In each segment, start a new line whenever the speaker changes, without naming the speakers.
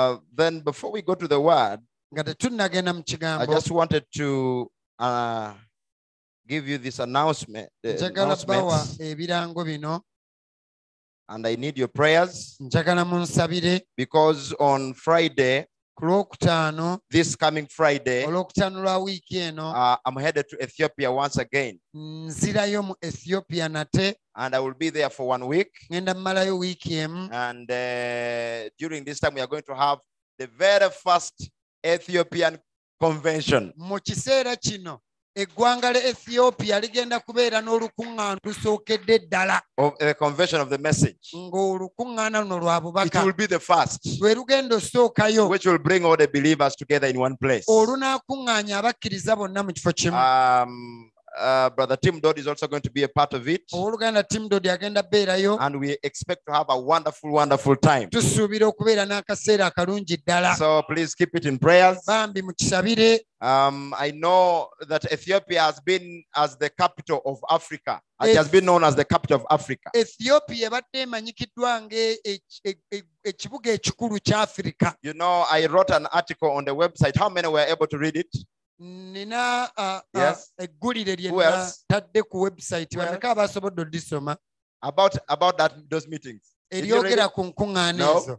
Uh, then before we go to the word,
nga tetunnagenda mu
I
kigambo
just wanted to uh, give you this announcement. the
njagala bawa
uh, announcements.
ebirango bino
and I need your prayers
njagala munsabire
because on Friday,
ku lwokutaano
this coming Friday,
olwokutaano lwa wiiki eno
uh, I'm headed to Ethiopia once again,
nzirayo mu ethiopia nate
and I will be there for one week.
ŋŋenda mmalayo wiiki emu
And uh, during this time, we are going to have the very first Ethiopian convention.
mu kiseera kino eggwanga lya ethiopia ligenda kubeera n'olukuŋŋaana olusookedde ddala
of the conversion of the message.
ng'olukuŋŋaana luno lwa
It
bubaka
will be the first,
lwe lugenda osookayo
which will bring all the believers together in one place.
olunaakuŋŋaanya abakkiriza bonna mu kifo kimu
Um, uh, Brother Tim Dodd is also going to be a part of it,
owooluganda timdod agenda beerayo
and we expect to have a wonderful, wonderful time.
tusuubira okubeera n'akaseera akalungi ddala
So please keep it in prayers.
bambi mukisabire
Um, I know that Ethiopia has been as the capital of Africa. It
Yes.
has been known as the capital of Africa.
ethiopia ebadde emanyikiddwa ng'e- e- e- e- ekibuga ekikulu kya afirika
You know, I wrote an article on the website. How many were able to read it?
nina ah, ah,
Yes.
eggulire
Who
lyena
else?
tadde ku website
Who
bameka abasobodde odisoma
About about that those meetings. Did you read
eryogera
it?
ku nkuŋŋaana
No.
ezo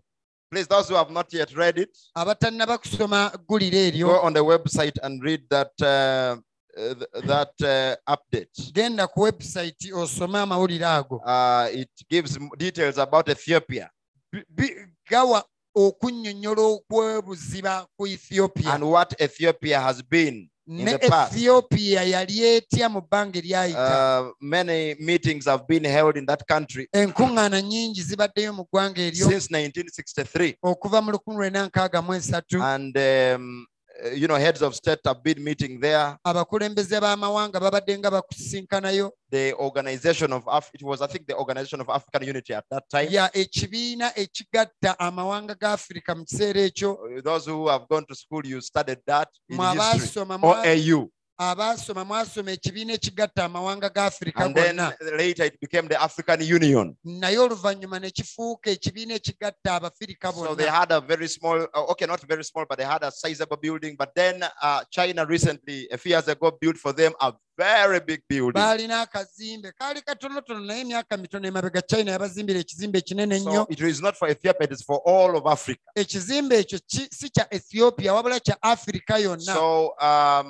Please, those who have not yet read it,
abatannaba kusoma ggulire
go
eryo
on the website and read that uh, uh, th- that uh, update.
genda ku website osome amawulire ago
Uh, it gives m- details about Ethiopia
Bi- bi- gawa okunnyonnyola okwebuziba ku ethiopia
and what Ethiopia has been. in
ne
the past.
ethiopia yali etya mu bbanga eryayita
Uh, many meetings have been held in that country
enkuŋŋaana nnyingi zibaddeyo mu ggwanga eryo
since 1963,
okuva mu 1963
and um, uh, you know heads of state have been meeting there.
abakulembeze b'amawanga babadde nga bakusisinkanyo
The organization of Af- it was I think the organization of African Unity at that time.
ya ekibiina ekigatta amawanga ga afirika mu kiseera ekyo
Uh, Those who have gone to school, you studied that in
mwe
history.
abaasoma mwa-
OAU.
abaasoma mwasoma ekibiina ekigatta amawanga ga afirika
And then
gonna
later it became the African Union.
naye oluvannyuma ne kifuuka ekibiina ekigatta abafirika
So
bonna
they had a very small, uh, okay, not very small, but they had a sizable building. But then uh, China recently, a few years ago, built for them a very big building.
baalina akazimbe kaali katonotono naye emyaka mitono emabega china yabazimbira ekizimbe ekinene ennyo
So it is not for Ethiopia, it is for all of Africa.
ekizimbe ekyo ki- si kya ethiopia wabula kya afirika yonna
So um,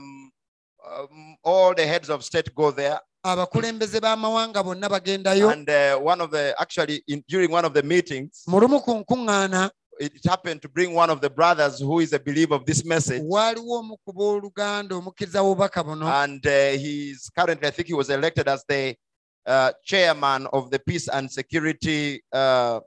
um, all the heads of state go there.
abakulembeze b'amawanga bonna bagendayo
And uh, one of the, actually, in, during one of the meetings,
mu lumu ku nkuŋŋaana
it happened to bring one of the brothers who is a believer of this message.
waaliwo omu ku booluganda omukkiriza w'obubaka buno
And uh, he's currently, I think he was elected as the uh, chairman of the Peace and Security uh, uh,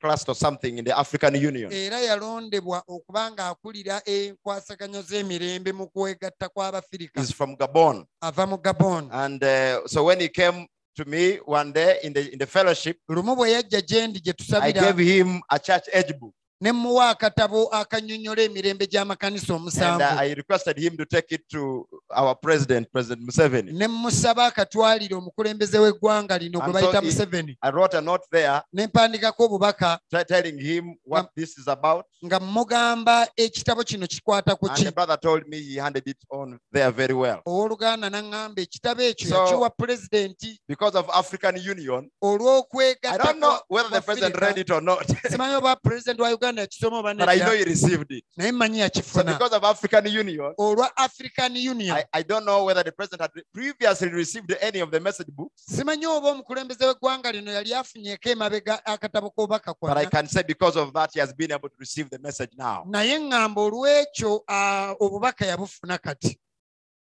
Cluster or something in the African Union.
era yalondebwa okuba ng'akulira enkwasaganyo z'emirembe mu kwegatta kw'abafirika
He's from Gabon.
ava mu gabon
And uh, so when he came to me one day in the, in the fellowship,
lumu bwe yajja gye ndi gye
I
tusabira
gave him a church edge book.
ne mmuwa akatabo akannyonnyola emirembe gy'amakanisa
And uh,
omusanvu
I requested him to take it to our president, President Museveni.
ne mmusaba akatwalire omukulembeze w'eggwanga lino gwe
And
bayita
so he-
museveni
I wrote a note there
ne mpandikako obubaka
t- telling him what this is about.
nga mmugamba ekitabo kino kikwata ku
And
ki
the brother told me he handed it on there very well.
owooluganda n'aŋŋamba ekitabo ekyo
So-
yakiwa pulezidenti
Because of African Union, I
olw'okwegatta
don't know whether the president read it or not,
simanyi oba pulezidenti wa uganda yakisoma oba
but I know
nedda
he received it.
naye mmanyi
So
yakifuna
because of African Union,
olwa african union
I, I don't know whether the president had previously received any of the message books,
simanyi oba omukulembeze w'eggwanga lino yali afunyeeko emabega akatabo k'obubaka
but
kwonna
I can say because of that, he has been able to receive the message now.
naye ŋŋamba olw'ekyo ah, obubaka yabufuna kati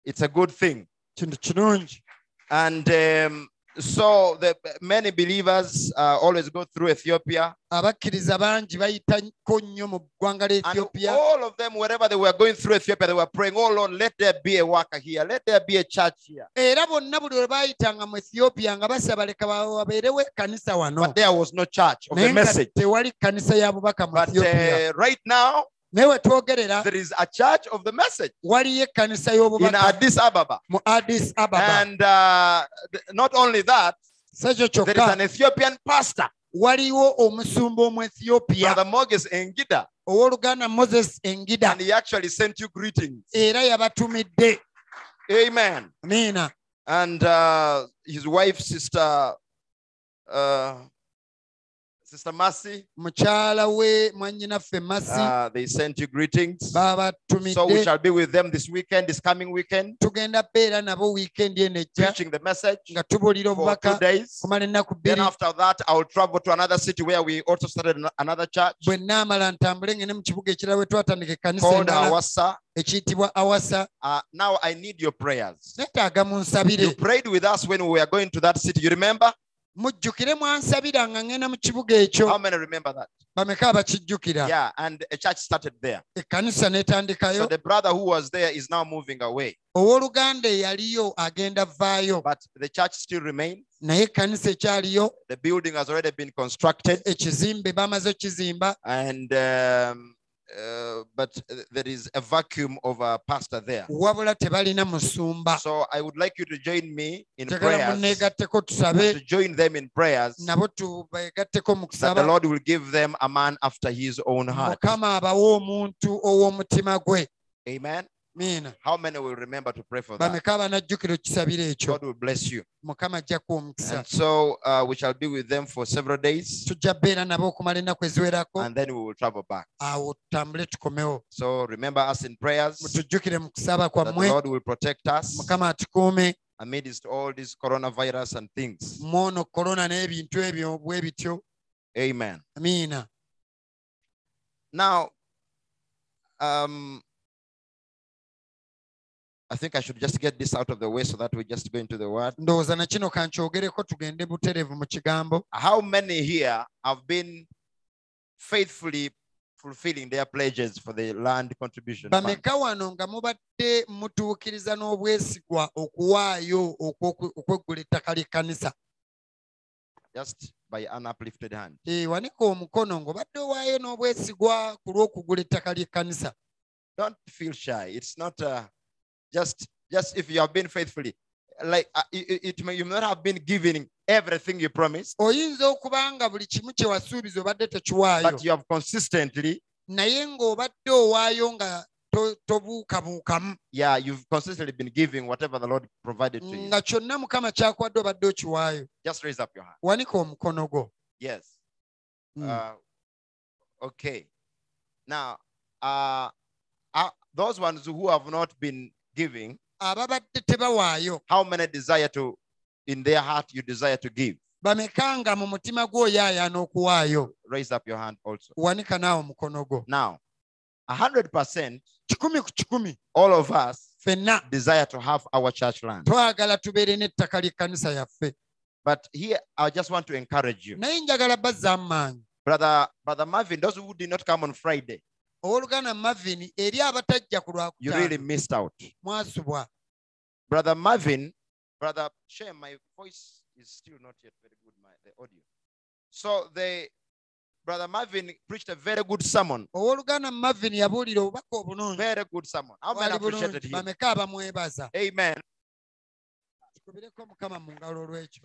It's a good thing.
kintu kirungi
And um, so the many believers uh, always go through Ethiopia,
abakkiriza bangi bayitako nnyo mu ggwanga lya
and
ethiopia
all of them, wherever they were going through Ethiopia, they were praying, "Oh Lord, let there be a worker here, let there be a church here."
era bonna buli lwe baayitanga mu ethiopia nga basaba leka ba- wabeerewo ekkanisa wano
But there was no church of
naye
the
nga
message.
tewali kkanisa ya bubaka mu
But
ethiopia
uh, right now,
naye we twogerera
there is a church of the message
waliyo ekkanisa
in
y'obubaka
Addis Ababa,
mu addis ababa
and uh, th- not only that,
si ekyo
there is
kyokka
an Ethiopian pastor
waliwo omusumba omu ethiopia
Brother Moses Engida,
owooluganda moses engida
and he actually sent you greetings.
era yabatumidde
Amen.
amiina
And uh, his wife, Sister uh, Sister Mercy,
mukyala we mwannyinaffe masi
uh, they sent you greetings. So we
babatumidde
shall be with them this weekend, this coming weekend,
tugenda beera nabo wiikendi eno ejja
preaching the message
nga
for
tubuulira
two
obubaka
days.
kumala ennaku
Then
bbiri
after that, I will travel to another city where we also started an- another church
bwe naamala ntambule ngende mu kibuga ekirala we twatandika ekkanisa
called
endala
Awasa.
ekiyitibwa awasa
Uh, now I need your prayers.
neetaaga munsabire
You prayed with us when we were going to that city. You remember?
mujjukire mwansabira nga ngenda mu kibuga ekyo
How many remember that?
bameka abakijjukira
Um, Yeah, and a church started there.
ekkanisa
So
n'etandikayo
the brother who was there is now moving away,
owooluganda eyaliyo agenda vaayo
but the church still remains.
naye ekkanisa ekyaliyo
The building has already been constructed,
ekizimbe bamaze okizimba
and um, uh, but there is a vacuum of a pastor there.
wabula tebalina musumba
So I would like you to join me in
njagala
prayers.
muneegatteko
To
tusabe
join them in prayers
nabo tubegatteko mu
that the
kusaba
Lord will give them a man after His own heart.
mukama abawe omuntu ow'omutima gwe
Amen.
miina
How many will remember to pray for that?
bameka abanajjukira okisabira ekyo
God will bless you.
mukama ajjaku omukisa
And so uh, we shall be with them for several days,
tujja beera nabo okumala ennaku eziwerako
and then we will travel back.
awo tutambule tukomewo
So remember us in prayers that
mutujjukire mu kusaba
the
kwammwe
Lord will protect us
mukama atukuume
amidst all these coronavirus and things.
mwono korona n'ebintu ebyo bwe bityo
Amen.
amiina
Now, um, I think I should just get this out of the way so that we just go into the word.
ndowooza na kino kankyogereko tugende butereevu mu kigambo
How many here have been faithfully fulfilling their pledges for the land contribution? Fund?
bameka wano nga mubadde mutuukiriza n'obwesigwa okuwaayo okw'oku- okweggula ettaka ly'ekkanisa
Just by an uplifted hand.
Eh, wanika omukono ng'obadde owaayo n'obwesigwa ku lw'okugula ettaka ly'ekkanisa
don't feel shy it's not uh, just just if you have been faithfully like uh, it, it- it may you may not have been giving everything you promised
oyinza okuba nga buli kimu kye wasuubiza obadde tekiwaayo
but you have consistently
naye ng'obadde owaayo nga to- tobuukabuukamu
yeah you've consistently been giving whatever the lord provided to you
nga kyonna mukama kyakuwadde obadde okiwaayo
just raise up your hand
wanika omukono gwo
yes
Mm.
uh, okay now uh, uh those ones who have not been giving
ababadde tebawaayo
how many desire to in their heart you desire to give
bameka nga mu mutima gw'oyaayaana okuwaayo
raise up your hand also
wanika naawe omukono gwo
now 100%
kikumi ku kikumi
all of us
ffenna
desire to have our church land.
twagala tubeere n'ettaka ly'ekkanisa yaffe
But here, I just want to encourage you,
naye njagala bazzaamu maanyi
brother, brother Marvin. Those who did not come on Friday,
owooluganda mavini eri abatajja ku
you
lwakutaano
really missed out.
mwasubwa
Brother Marvin, brother Shem, my voice is still not yet very good. My the audio. So the brother Marvin preached a very good sermon.
owoolugana mavini yabuulira obubaka obulungi
Very good sermon. How many
bwali
appreciated
bulungi
him?
bameka abamwebaza
Amen.
tukubireko mukama mu ngalo olw'ekyo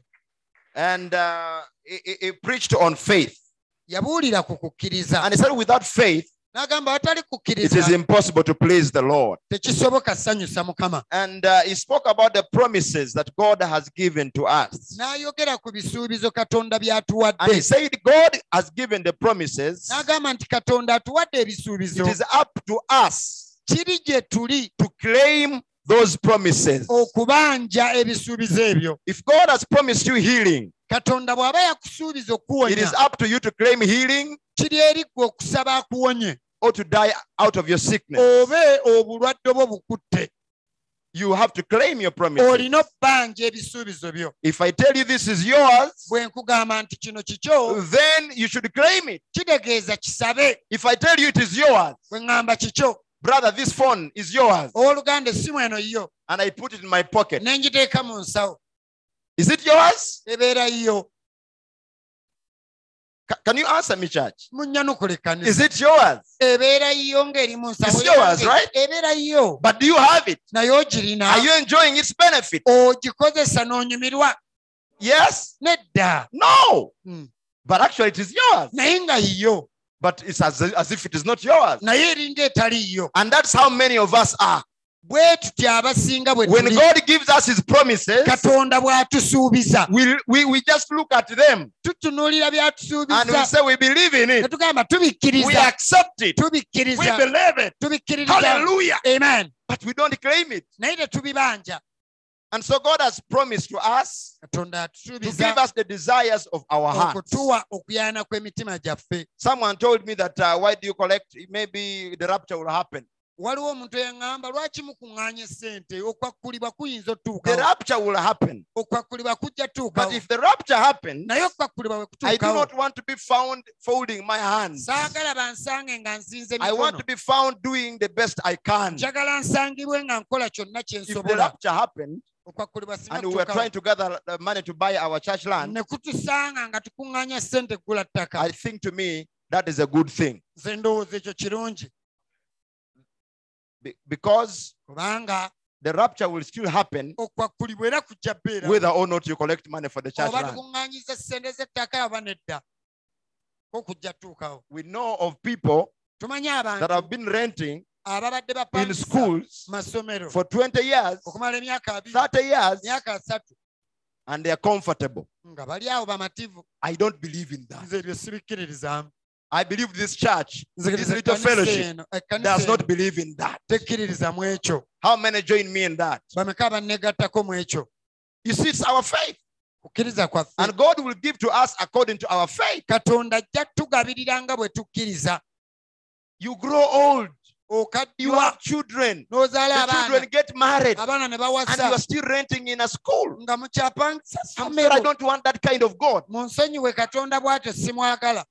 And uh, he, he- he preached on faith,
yabuulira ku kukkiriza
and he said, without faith,
n'agamba awatali
it is
kukkiriza
impossible to please the Lord.
tekisoboka sanyusa mukama
And uh, he spoke about the promises that God has given to us.
n'ayogera ku bisuubizo katonda
And he
by'atuwadde
said, God has given the promises.
n'agamba nti katonda atuwadde
It
ebisuubizo
is up to us
kiri gye tuli
to claim those promises.
Oh, okubanja ebisuubizo ebyo
If God has promised you healing,
katonda bw'aba yakusuubiza
it is
okuwonya
up to you to claim healing
kiri eri gwe okusaba akuwonye
or to die out of your sickness.
obe obulwadde bwo bukutte
You have to claim your promises.
olina obbanja ebisuubizo byo
If I tell you this is yours,
bwe nkugamba nti kino
Mm.
kikyo
then you should claim it.
kitegeeza kisabe
If I tell you it is yours,
bwe ŋŋamba kikyo
brother, this phone is yours,
owooluganda essimu eno yo
and I put it in my pocket.
ne ngiteeka mu nsawo
Is it yours?
ebeera yo
Ca- Can you answer me, church?
munyanukule kanisa
Is it yours?
ebeera yo ng'eri mu nsawo
It's yours,
yange.
right?
ebeera yo
But do you have it?
naye ogirina
Are you enjoying its benefit?
ogikozesa n'onyumirwa
Yes?
nedda
No.
Mm.
But actually, it is yours.
naye nga yiyo
But it's as, as if it is not yours.
naye eringa etali yo
And that's how many of us are.
bwe tutyo abasinga bwe
When
tuli
God gives us His promises,
katonda bw'atusuubiza
we, we, we just look at them
tutunuulira
and we
by'atusuubiza
say we believe in
ne
it.
tugamba
We
tubikkiriza
accept it. We
tubikkiriza
believe it.
tubikkiriza
Hallelujah.
amen
But we don't claim it.
naye tetubibanja
And so God has promised to us
katonda
to give
atusuubiza
us the desires of
Oh,
our hearts.
okutuwa okuyana kw'emitima gyaffe
Someone told me that uh, why do you collect? Maybe the rapture will happen.
waliwo omuntu eyaŋŋamba lwaki mukuŋŋaanya essente okwakkulibwa kuyinza
The
otuukawo
rapture will happen.
okwakkulibwa kujja tuukawo
But if the rapture happens,
naye okwakkulibwa bwe
I do
kutuukawo
not want to be found folding my hands.
saagala bansange nga nzinze
I want
mikono
to be found doing the best I can.
njagala nsangibwe nga nkola kyonna kye
If the
nsobola
rapture happened
okwakkulibwa singa
and we were trying
kutuukawo
to gather uh, money to buy our church land,
ne kutusanga nga tukuŋŋaanya ssente kugula ttaka
I think to me that is a good thing
nze ndowooza ekyo kirungi
Be- because
kubanga
the rapture will still happen
okwakkulibwa era kujja bbeera
whether or not you collect money for the church
oba
land.
tukuŋŋaanyiza essente z'ettaka oba nedda ko kujja tuukawo
We know of people
tumanyi
that
abantu
have been renting
ababadde
in
bapangisa
schools
masomero
for 20 years,
okumala emyaka abiri
30 years,
myaka asatu
and they are comfortable.
nga bali awo bamativu
I don't believe in that.
nze eryo sibikkiririzamu
I believe this church, this
Nze kiriza
little
ekkanisa
fellowship,
eno- ekkanisa
does not
eno
believe in that.
tekkiririzamu ekyo
How many join me in that?
bameka bannegattako mu ekyo
You see, it's our faith.
kukkiriza kwaffe
And God will give to us according to our faith.
katonda ajja tugabirira nga bwe tukkiriza
You grow old, you
okaddiwa
have children,
n'ozaala
the
abaana
children get married,
abaana
and
ne
you are
bawasa
still renting in a school.
nga mukyapangisa
I'm saying I
somero
don't want that kind of God.
munsonyiwe katonda bw'atyo simwagala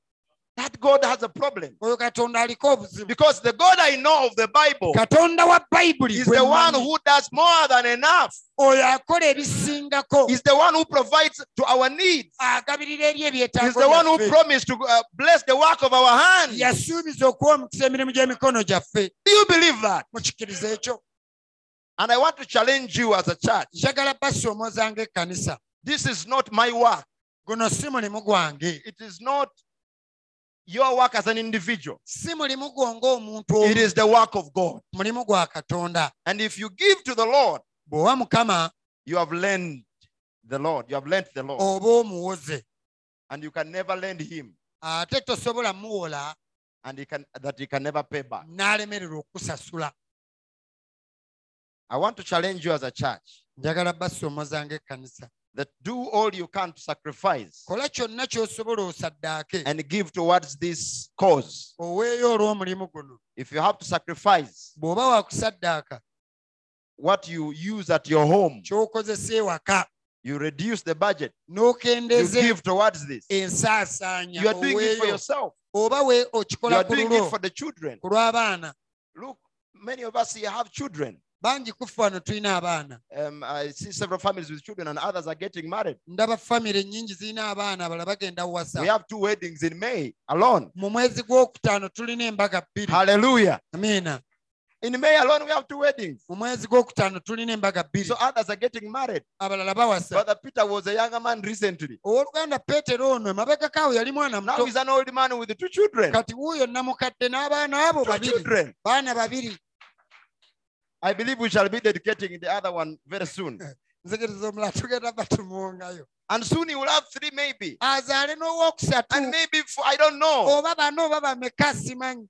That God has a problem.
oyo katonda aliko obuzibu
Because the God I know of the Bible
katonda wa bayibuli
is
gwe
the one
mmanyi,
who does more than enough,
oyo akola ebisingako
is the one who provides to our needs,
agabirira eri
is the one who
ebyetaago
promised to uh, bless the work of our hands.
yasuubiza okuwa omukisa emirimu gy'emikono gyaffe
Do you believe that?
mukikiriza ekyo
And I want to challenge you as a church.
njagala basoomozanga ekkanisa
This is not my work.
guno si mulimu gwange
It is not your work as an individual.
si mulimu gwo ng'omuntu
It
omu
is the work of God.
mulimu gwa katonda
And if you give to the Lord,
bw'owa mukama
you have lent the Lord. You have lent the Lord.
oba omuwoze
And you can never lend him.
ate tosobola muwola
And he can that he can never pay back.
n'alemererwa okusasula
I want to challenge you as a church
njagala basoomozanga ekkanisa
that do all you can to sacrifice
kola kyonna ky'osobola osaddaake
and give towards this cause.
oweeyo olw'omulimu guno
If you have to sacrifice
bw'oba waakusaddaaka
what you use at your home,
ky'okozesa ewaka
you reduce the budget, you
n'okendeeza
give towards this.
ensaasaanya
You are doing it for
oweeyo
yourself.
oba we
You are
okikola ku
doing it
lulo
for the children.
ku lw'abaana
Look, many of us here have children.
bangi kufa wano tulina abaana
Um, I see several families with children, and others are getting married.
ndaba famire ennyingi zirina abaana abala bagenda
We
wasa
have two weddings in May alone.
mu mwezi gwokutaano tulina embaga bbiri
Hallelujah.
amiina
In May alone, we have two weddings.
mu mwezi gwokutaano tulina embaga bbiri
So others are getting married.
abalala bawasa
Brother Peter was a younger man recently.
owooluganda peetero ono emabegakaawo yali mwana
Now
muto
he's an old man with two children.
kati wuuyo namukadde n'abaana abo
Two
babiri
children.
baana babiri
I believe we shall be dedicating the other one very soon.
nzikiriza omulala tugenda batumuwongayo
And soon he will have three, maybe.
azaale n'owookusatu
And maybe, four, I don't know.
oba bano oba bameka simanyi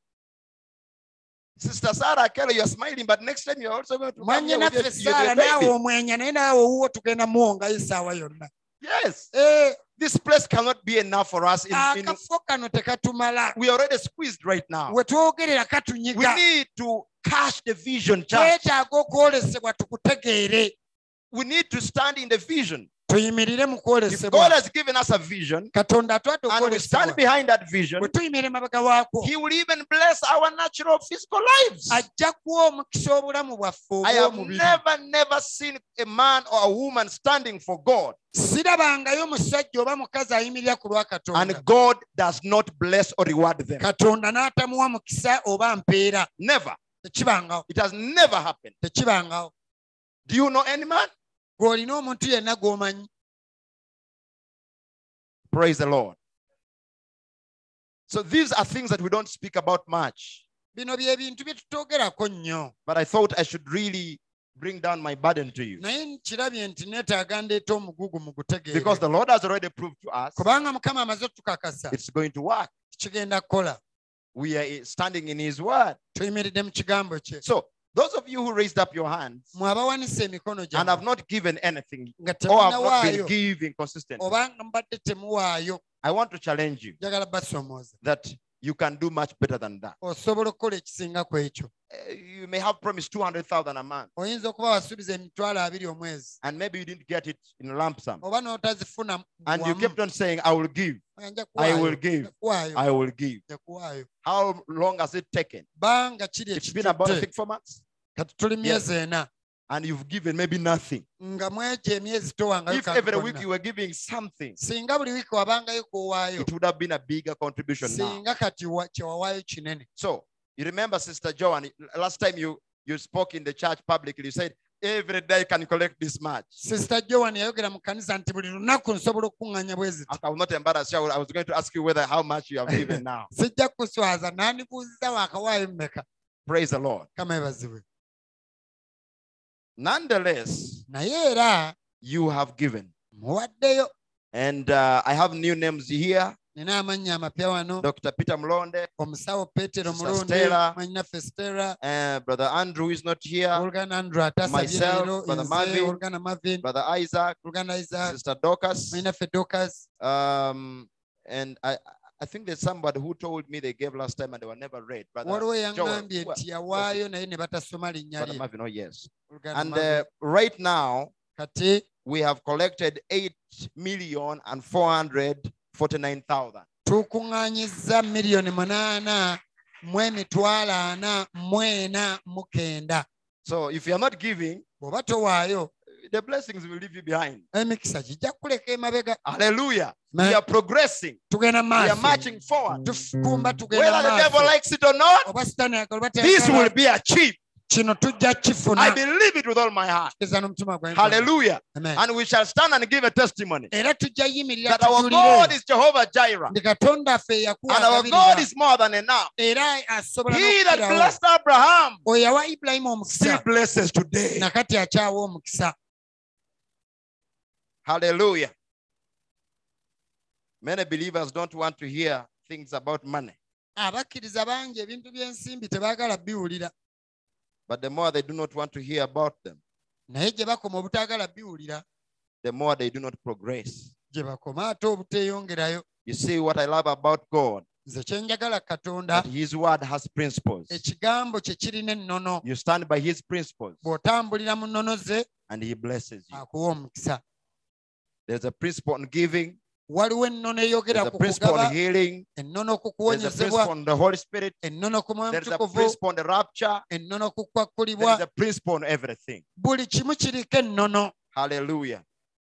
Sister Sarah Kelly, you're smiling, but next time you're also going to come
mwanye
here with
naffe
your- your
saala
baby.
naawe omwenya naye naawe owuwo tugenda muwongayo essaawa yonna
Yes,
Eh,
this place cannot be enough for us. In,
Ah,
in,
akafo kano tekatumala
we are already squeezed right now.
we twogerera
Ah. We
katunyiga
need to catch the vision, church.
twetaaga okwolesebwa tukutegeere
We need to stand in the vision.
tuyimirire mu
If God
kwolesebwa
has given us a vision
katonda atwadde
and we stand
okwolesebwa
behind that vision,
bwe tuyimirire mabega waako
He will even bless our natural physical lives.
ajja kuwa omukisa obulamu bwaffe
I have
obw'omubiri
never, never seen a man or a woman standing for God,
sirabangayo musajja oba mukazi ayimirira ku lwa katonda
and God does not bless or reward them.
katonda n'atamuwa mukisa oba mpeera
Never.
tekibangawo
It has never happened.
tekibangawo
Do you know any man?
gw'olina omuntu yenna gw'omanyi
Praise the Lord. So these are things that we don't speak about much.
bino bye bintu bye tutoogerako nnyo
But I thought I should really bring down my burden to you.
naye nkirabye nti neetaaga ndeeta omugugu mu gutegeere
Because the Lord has already proved to us
kubanga mukama amaze otukakasa
it's going to work.
kigenda kukola
We are standing in His Word.
tuyimiridde mu kigambo kye
So, those of you who raised up your hands
mwe abawanise emikono
and have
gyammwe
not given anything
nga
or have not been
temunawaayo
giving consistently,
oba nga mubadde temuwaayo
I want to challenge you
njagala basomooza
that you can do much better than that.
osobola okukola ekisinga ku ekyo
Eh, You may have promised 200,000 a month,
oyinza okuba wasuubiza emitwalo abiri omwezi
and maybe you didn't get it in lump sum.
oba n'otazifuna
And you
wamu,
kept on saying, I will give,
nja
I
kuwaayo,
will give,
nja kuwaayo,
I will give.
nja kuwaayo.
How long has it taken?
banga kiri
It's been about I
ekitutte
think four months,
kati tuli myezi ena
and you've given maybe nothing.
nga mwegyo emyezi towangayo
If every week
kakonna
you were giving something,
singa buli wiiki wabangayo kuwaayo
it would have been a bigger contribution now.
singa kati wa- kyewawaayo kinene
So you remember, Sister Joan, last time you you spoke in the church publicly, you said every day I can collect this much.
sisita joan yayogera mu kanisa nti buli lunaku nsobola okukuŋŋanya bwe ziti
I will not embarrass you. I will- I was going to ask you whether how much you have given now.
sijja kuswaza nandibuuziza waakawaayo mmeka
Praise the Lord.
kama ebazibwe
Nonetheless,
naye era
you have given.
muwaddeyo
And uh, I have new names here
nina amannya amapya wano
Dr. Peter Mlonde,
omusawo
Sister
peetero mulundi
Stella,
mwanyinaffe stera
uh, Brother Andrew is not here,
oluganda andrew atasabye
myself,
leero
Brother
nze
Marvin,
oluganda marvin
Brother Isaac,
oluganda isaac
Sister Dorcas,
mwanyinaffe dokas
Um, and I, I think there's somebody who told me they gave last time and they were never read. Brother,
waliwo
Joel,
yaŋŋambye
who-
nti yawaayo naye ne batasoma linnya
Brother
lye
Marvin, oh yes.
Oluganda
And
Marvin.
uh, right now
kati
we have collected eight million and four hundred forty-nine thousand.
tukuŋŋaanyizza miliyoni munaana mu emitwalo ana mu ena mukenda
So if you are not giving,
bw'oba towaayo
the blessings will leave you behind.
emikisa kijja kuleka emabega
Hallelujah.
Ma-
We are progressing.
tugenda mu
We
maaso
are marching forward.
tufumba tugenda
Whether
mu
the devil
maaso
likes it or not,
oba sitaani yagala oba
this
teyagala,
will be achieved.
kino tujja kifuna
I believe it with all my heart.
Kizza n'omutima gwange gwonna.
Hallelujah.
Amen.
And we shall stand and give a testimony
era tujja yimirira
that our God is Jehovah Jireh.
ndi katonda
And
affe
our God
eyakuwagabirira
is more than enough.
era asobola
He that
n'okukirawo.
blessed Abraham
oyo awa ibulayimu omukisa
still blesses today.
nakati akyawa omukisa
Hallelujah. Many believers don't want to hear things about money,
abakkiriza bangi ebintu by'ensimbi tebaagala biwulira
but the more they do not want to hear about them,
naye gye bakoma obutaagala biwulira
the more they do not progress.
gye bakoma ate obuteeyongerayo
You see, what I love about God,
nze kye njagala katonda
that His word has principles.
ekigambo kye kirina ennono
You stand by His principles
bw'otambulira mu nnono ze
and He blesses you.
akuwa omukisa
There's a principle on giving,
waliwo ennono eyogera
there's a
ku
principle
kugaba
on healing,
ennono ku
there's a
kuwonyezebwa
principle on the Holy Spirit,
ennono ku mwoyo
there's a
omutukuvu
principle on the rapture,
ennono ku kwakkulibwa
there's a principle on everything.
buli kimu kiriko ennono
Hallelujah.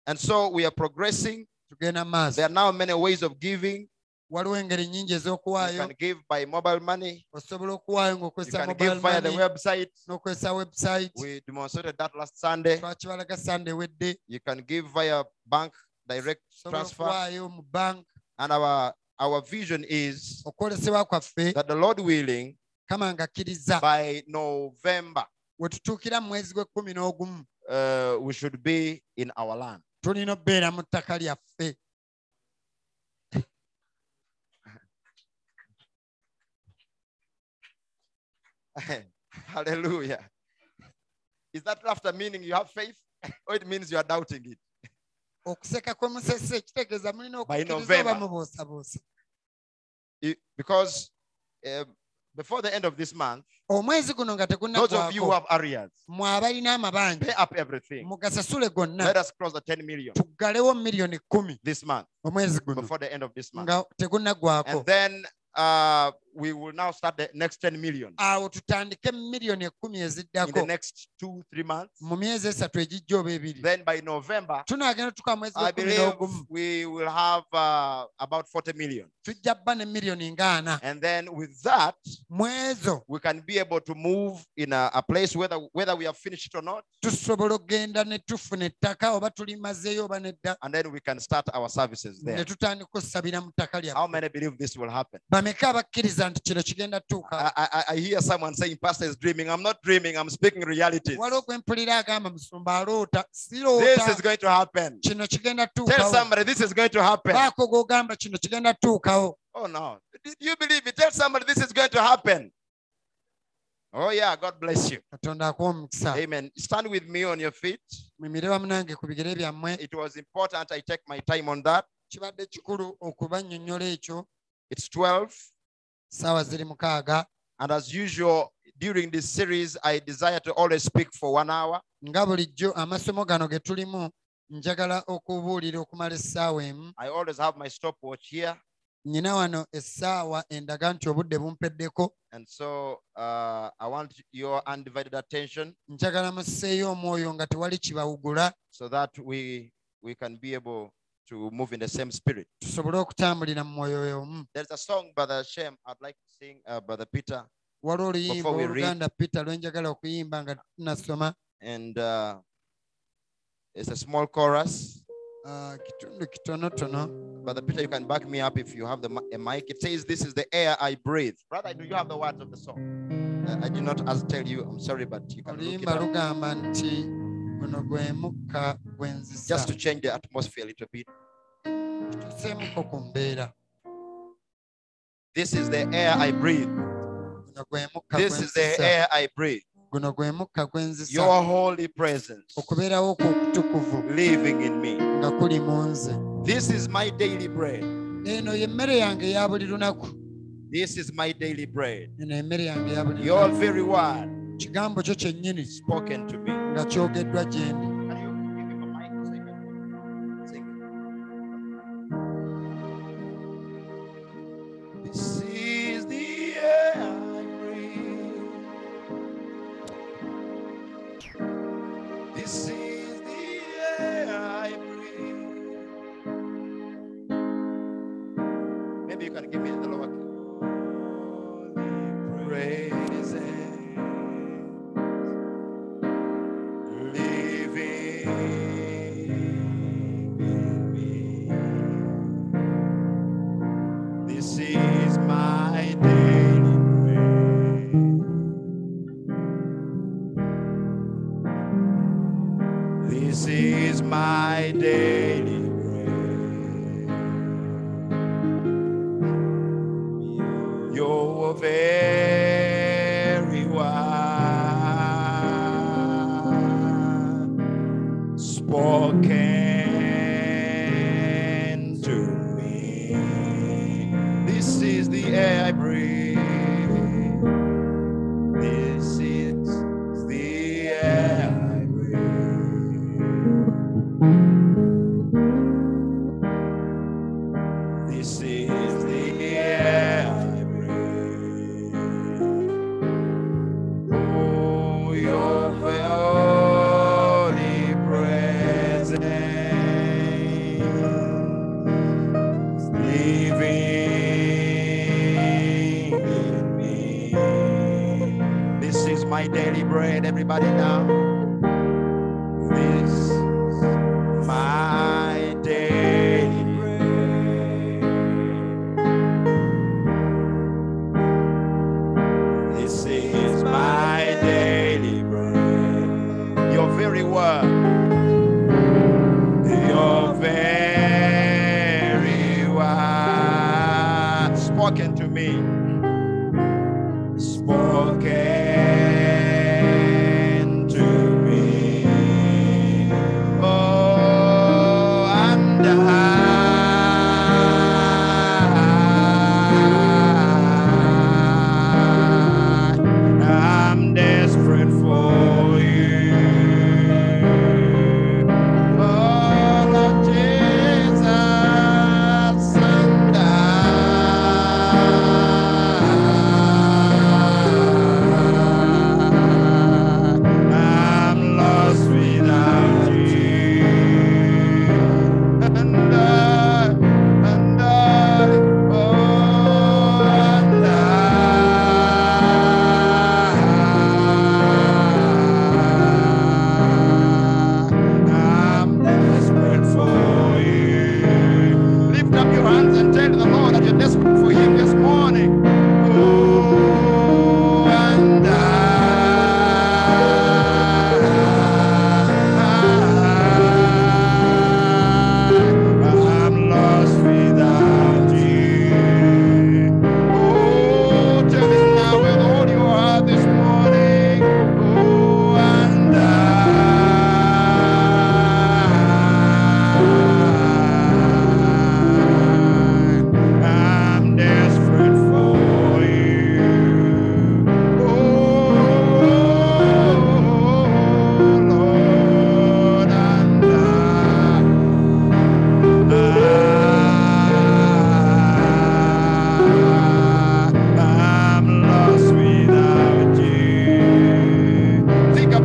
And so we are progressing.
tugenda mu maaso
There are now many ways of giving.
waliwo engeri nnyingi
You
ez'okuwaayo
can give by mobile money,
osobola okuwaayo
you
ng'okozesa
can
mobile
give via the
money
website.
n'okozesa website
We demonstrated that last Sunday.
twakibalaga sande wedde
You can give via bank direct
osobola
transfer.
okuwaayo mu bank
And our our vision is
okwolesebwa kwaffe
that the Lord willing,
kama ng'akkiriza
by November,
we tutuukira mu mwezi gw'ekkumi n'ogumu
uh, we should be in our land.
tulina obbeera mu ttaka lyaffe
Hallelujah. Is that after meaning you have faith? or it means you are doubting it?
okuseka kw'omusese kitegeeza mulina okukkiriza
November.
oba mubuusabuusa
It- because um, before the end of this month,
omwezi guno nga
those of you who
tegunnagwako
have arrears,
mwe abalina amabanja
pay up everything.
mugasasule gonna
Let us cross the 10 million
tuggalewo miliyoni kkumi
this month,
omwezi guno
before the end of this month.
nga tegunnagwako
And then uh, we will now start the next 10 million
awo tutandike miliyoni ekkumi
in the
eziddako
next two, three months.
mu myezi esatu egijja oba ebiri
Then by November,
tunaagenda tuka mwezi
I
gw'ekkumi
believe
n'ogumu
we will have uh, about 40 million.
tujja bba ne miliyoni ng'ana
And then with that,
mu ezo
we can be able to move in a, a place whether whether we have finished or not,
tusobola okgenda ne tufuna ettaka oba tulimazeeyo oba nedda
and then we can start our services
ne
there.
tutandika osabira mu ttaka
How
lyaffe
many believe this will happen?
bameka abakkiriza nti kino kigenda tuuka
I, I, I hear someone saying, Pastor is dreaming. I'm not dreaming, I'm speaking reality.
waliwo gwempulira agamba musumba aloota
This is
siroota
going to happen.
kino kigenda
Tell
tuukawo
somebody this is going to happen.
baako gogamba kino kigenda tuukawo
Oh no. Do you believe me? Tell somebody this is going to happen. Oh yeah, God bless you.
katonda akuwa omukisa
Amen. Stand with me on your feet.
mimire bamunange ku bigere byammwe
It was important I take my time on that.
kibadde kikulu okubannyonnyola ekyo
It's 12.
saawa ziri mukaaga
And as usual, during this series, I desire to always speak for one hour.
nga bulijjo amasomo gano ge tulimu njagala okubuulira okumala essaawa emu
I always have my stopwatch here.
nnyina wano essaawa endaga nti obudde bumpeddeko
And so uh, I want your undivided attention
njagala musseeyo omwoyo nga tewali kibawugula
so that we, we can be able to move in the same spirit.
tusobole okutambulira mu mwoyo omu
There's a song, Brother Shem, I'd like to sing, uh, Brother Peter.
waliwo oluyimba
Before we read-
oluganda peter lwe njagala okuyimba nga tunasoma
and uh, it's a small chorus.
ah, kitundu kitonotono
Brother Peter, you can back me up if you have the mi- a mic. It says, "This is the air I breathe." Brother, do you have the words of the song? Uh, I did not as tell you. I'm sorry, but you can look it
oluyimba
up.
lugamba nti guno gwe mukka gwe nzisa
Just to change the atmosphere a little bit.
tuseemuko ku mbeera
This is the air I breathe.
guno gwe mukka gwe
This is the
nzisa
air I breathe.
guno gwe mukka gwe nzisa
Your holy presence
okubeerawo kw'okutukuvu
living in me.
nga kuli mu nze
This is my daily bread.
eno yemmere yange eya buli lunaku
This is my daily bread.
eno emmere yange eya buli
Your
lunaku
very word
kigambo kyo kyennyini
spoken to me.
nga kyogeddwa gye ndi
Can you give him a mic so he can sing? This is the air I breathe. This is the air I breathe. Maybe you can give me the lower key. Praises living in me. This is my daily bread. This is my daily bread. Your very word spoken to me. This is the air I breathe. This is the air I breathe. This is the air I breathe. Oh, your holy presence living in me. This is my daily bread, everybody now. This is my daily bread. This is my daily bread. Your very word. Your very word. Spoken to me. Spoken to Oh, Oh, Oh,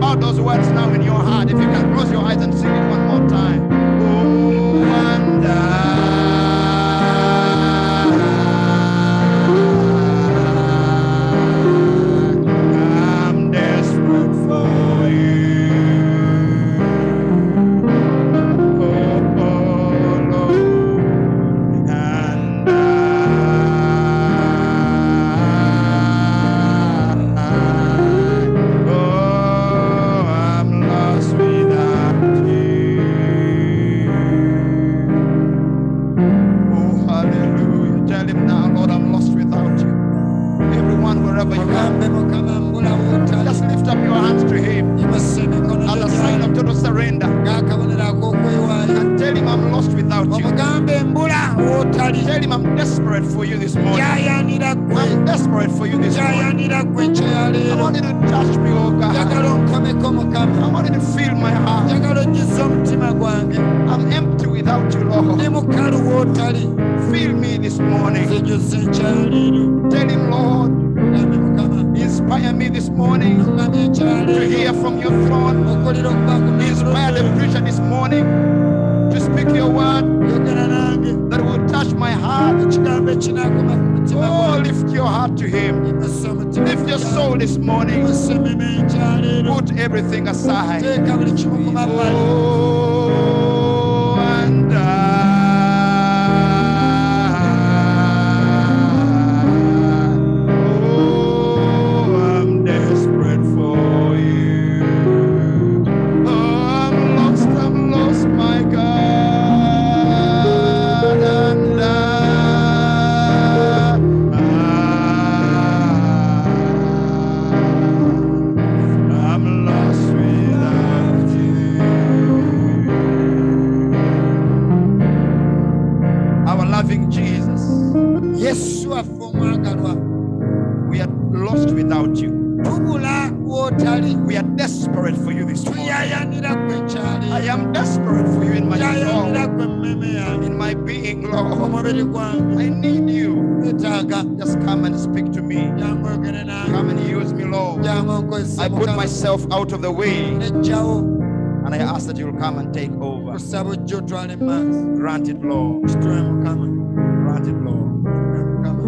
Oh, those words now in your heart. If you can close your eyes and sing it one more time. Oh, wonder. I'm desperate for you. Oh, oh, Lord, and I Oh, I'm lost without you. Oh, hallelujah. Tell him now, Lord, I'm lost without you. Everyone, wherever you are,
ogambe mukama mbulawo otali
just lift up your hands to him
yimusa emikono
as a sign
gy'otali.
of total surrender.
ng'akabonero ak'okwewaayo
And tell him I'm lost without you.
omugambe mbula wootali
Tell him I'm desperate for you this morning.
kyayanira
I'm
gwe
desperate for you this morning.
kyayanira gwe
I
kyeyaleero
want you to touch me, oh God.
njagala onkomeko
I
mukama
want you to fill my heart.
njagala ojjuza omutima gwange
I'm empty without you,
ndi
Lord.
mukalu wootali
Fill me this morning.
zijjuza ekyaleero
Tell him, Lord,
gambe mukama
Inspire me this morning
ŋŋamya
to
ekyaleero
hear from your throne.
okulira okuba
Inspire the
kunakuloyogera
preacher this morning to speak your word
nange
that will touch my heart.
ekigambo ekinakoma ku mutima
Oh,
gwange
lift your heart to him.
yimusa omutima
Lift your soul this morning.
yimusa emima ekyaleero
Put everything aside.
teeka buli kimu ku mabbali
Oh, and I, oh, I'm desperate for you. Oh, I'm lost, I'm lost, my God, and I, ah. I'm lost without you. Our loving Jesus,
yesu waffe omwagalwa
we are lost without you.
tubula w'otali
We are desperate for you this morning.
tuyayanira gwe
I
ekyaleero
am desperate for you in my
kyayanira
soul,
gwe mmeme yange
in my being,
ku
Lord.
mubiri gwange
I need you.
neetaaga
Just come and speak to me.
jangoogere nange
Come and use me, Lord.
jangonkozesa
I put
mukama
myself out of the way
nejjawo
and I ask that you'll come and take over.
kusaba ojja otwala emaaso
Grant it, Lord.
kitule mukama
Grant it, Lord.
kitule mukama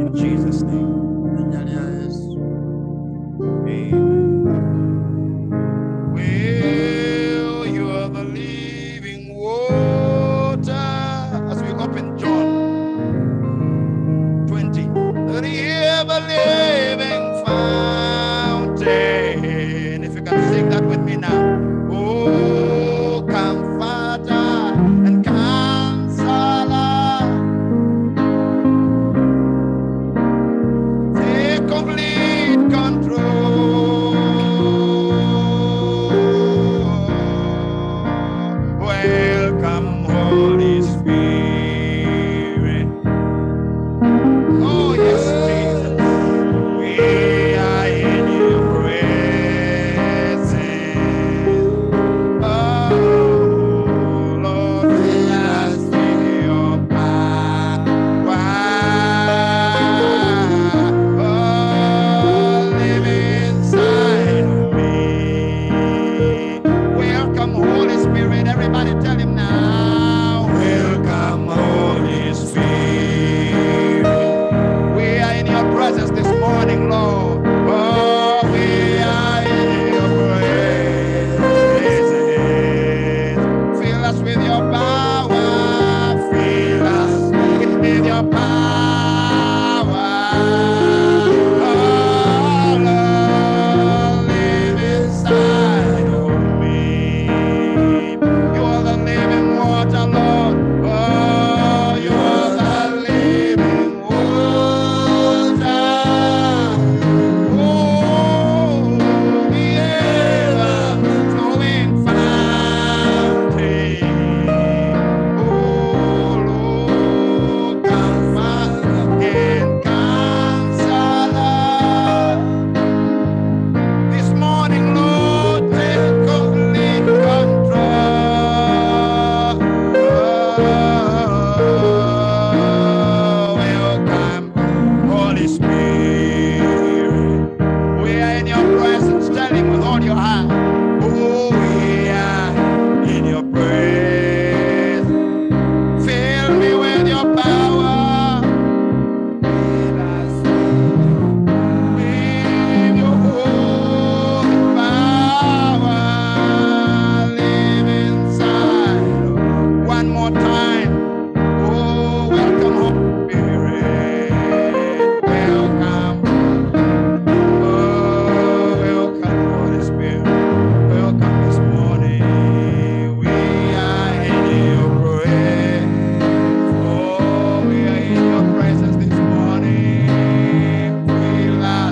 In Jesus' name.
erinnya lya yesu
Amen. Well, you are the living water. As we open John 20, the ever living fountain. If you can sing that with me now. Oh, comforter and counselor. Oh, Oh, Oh,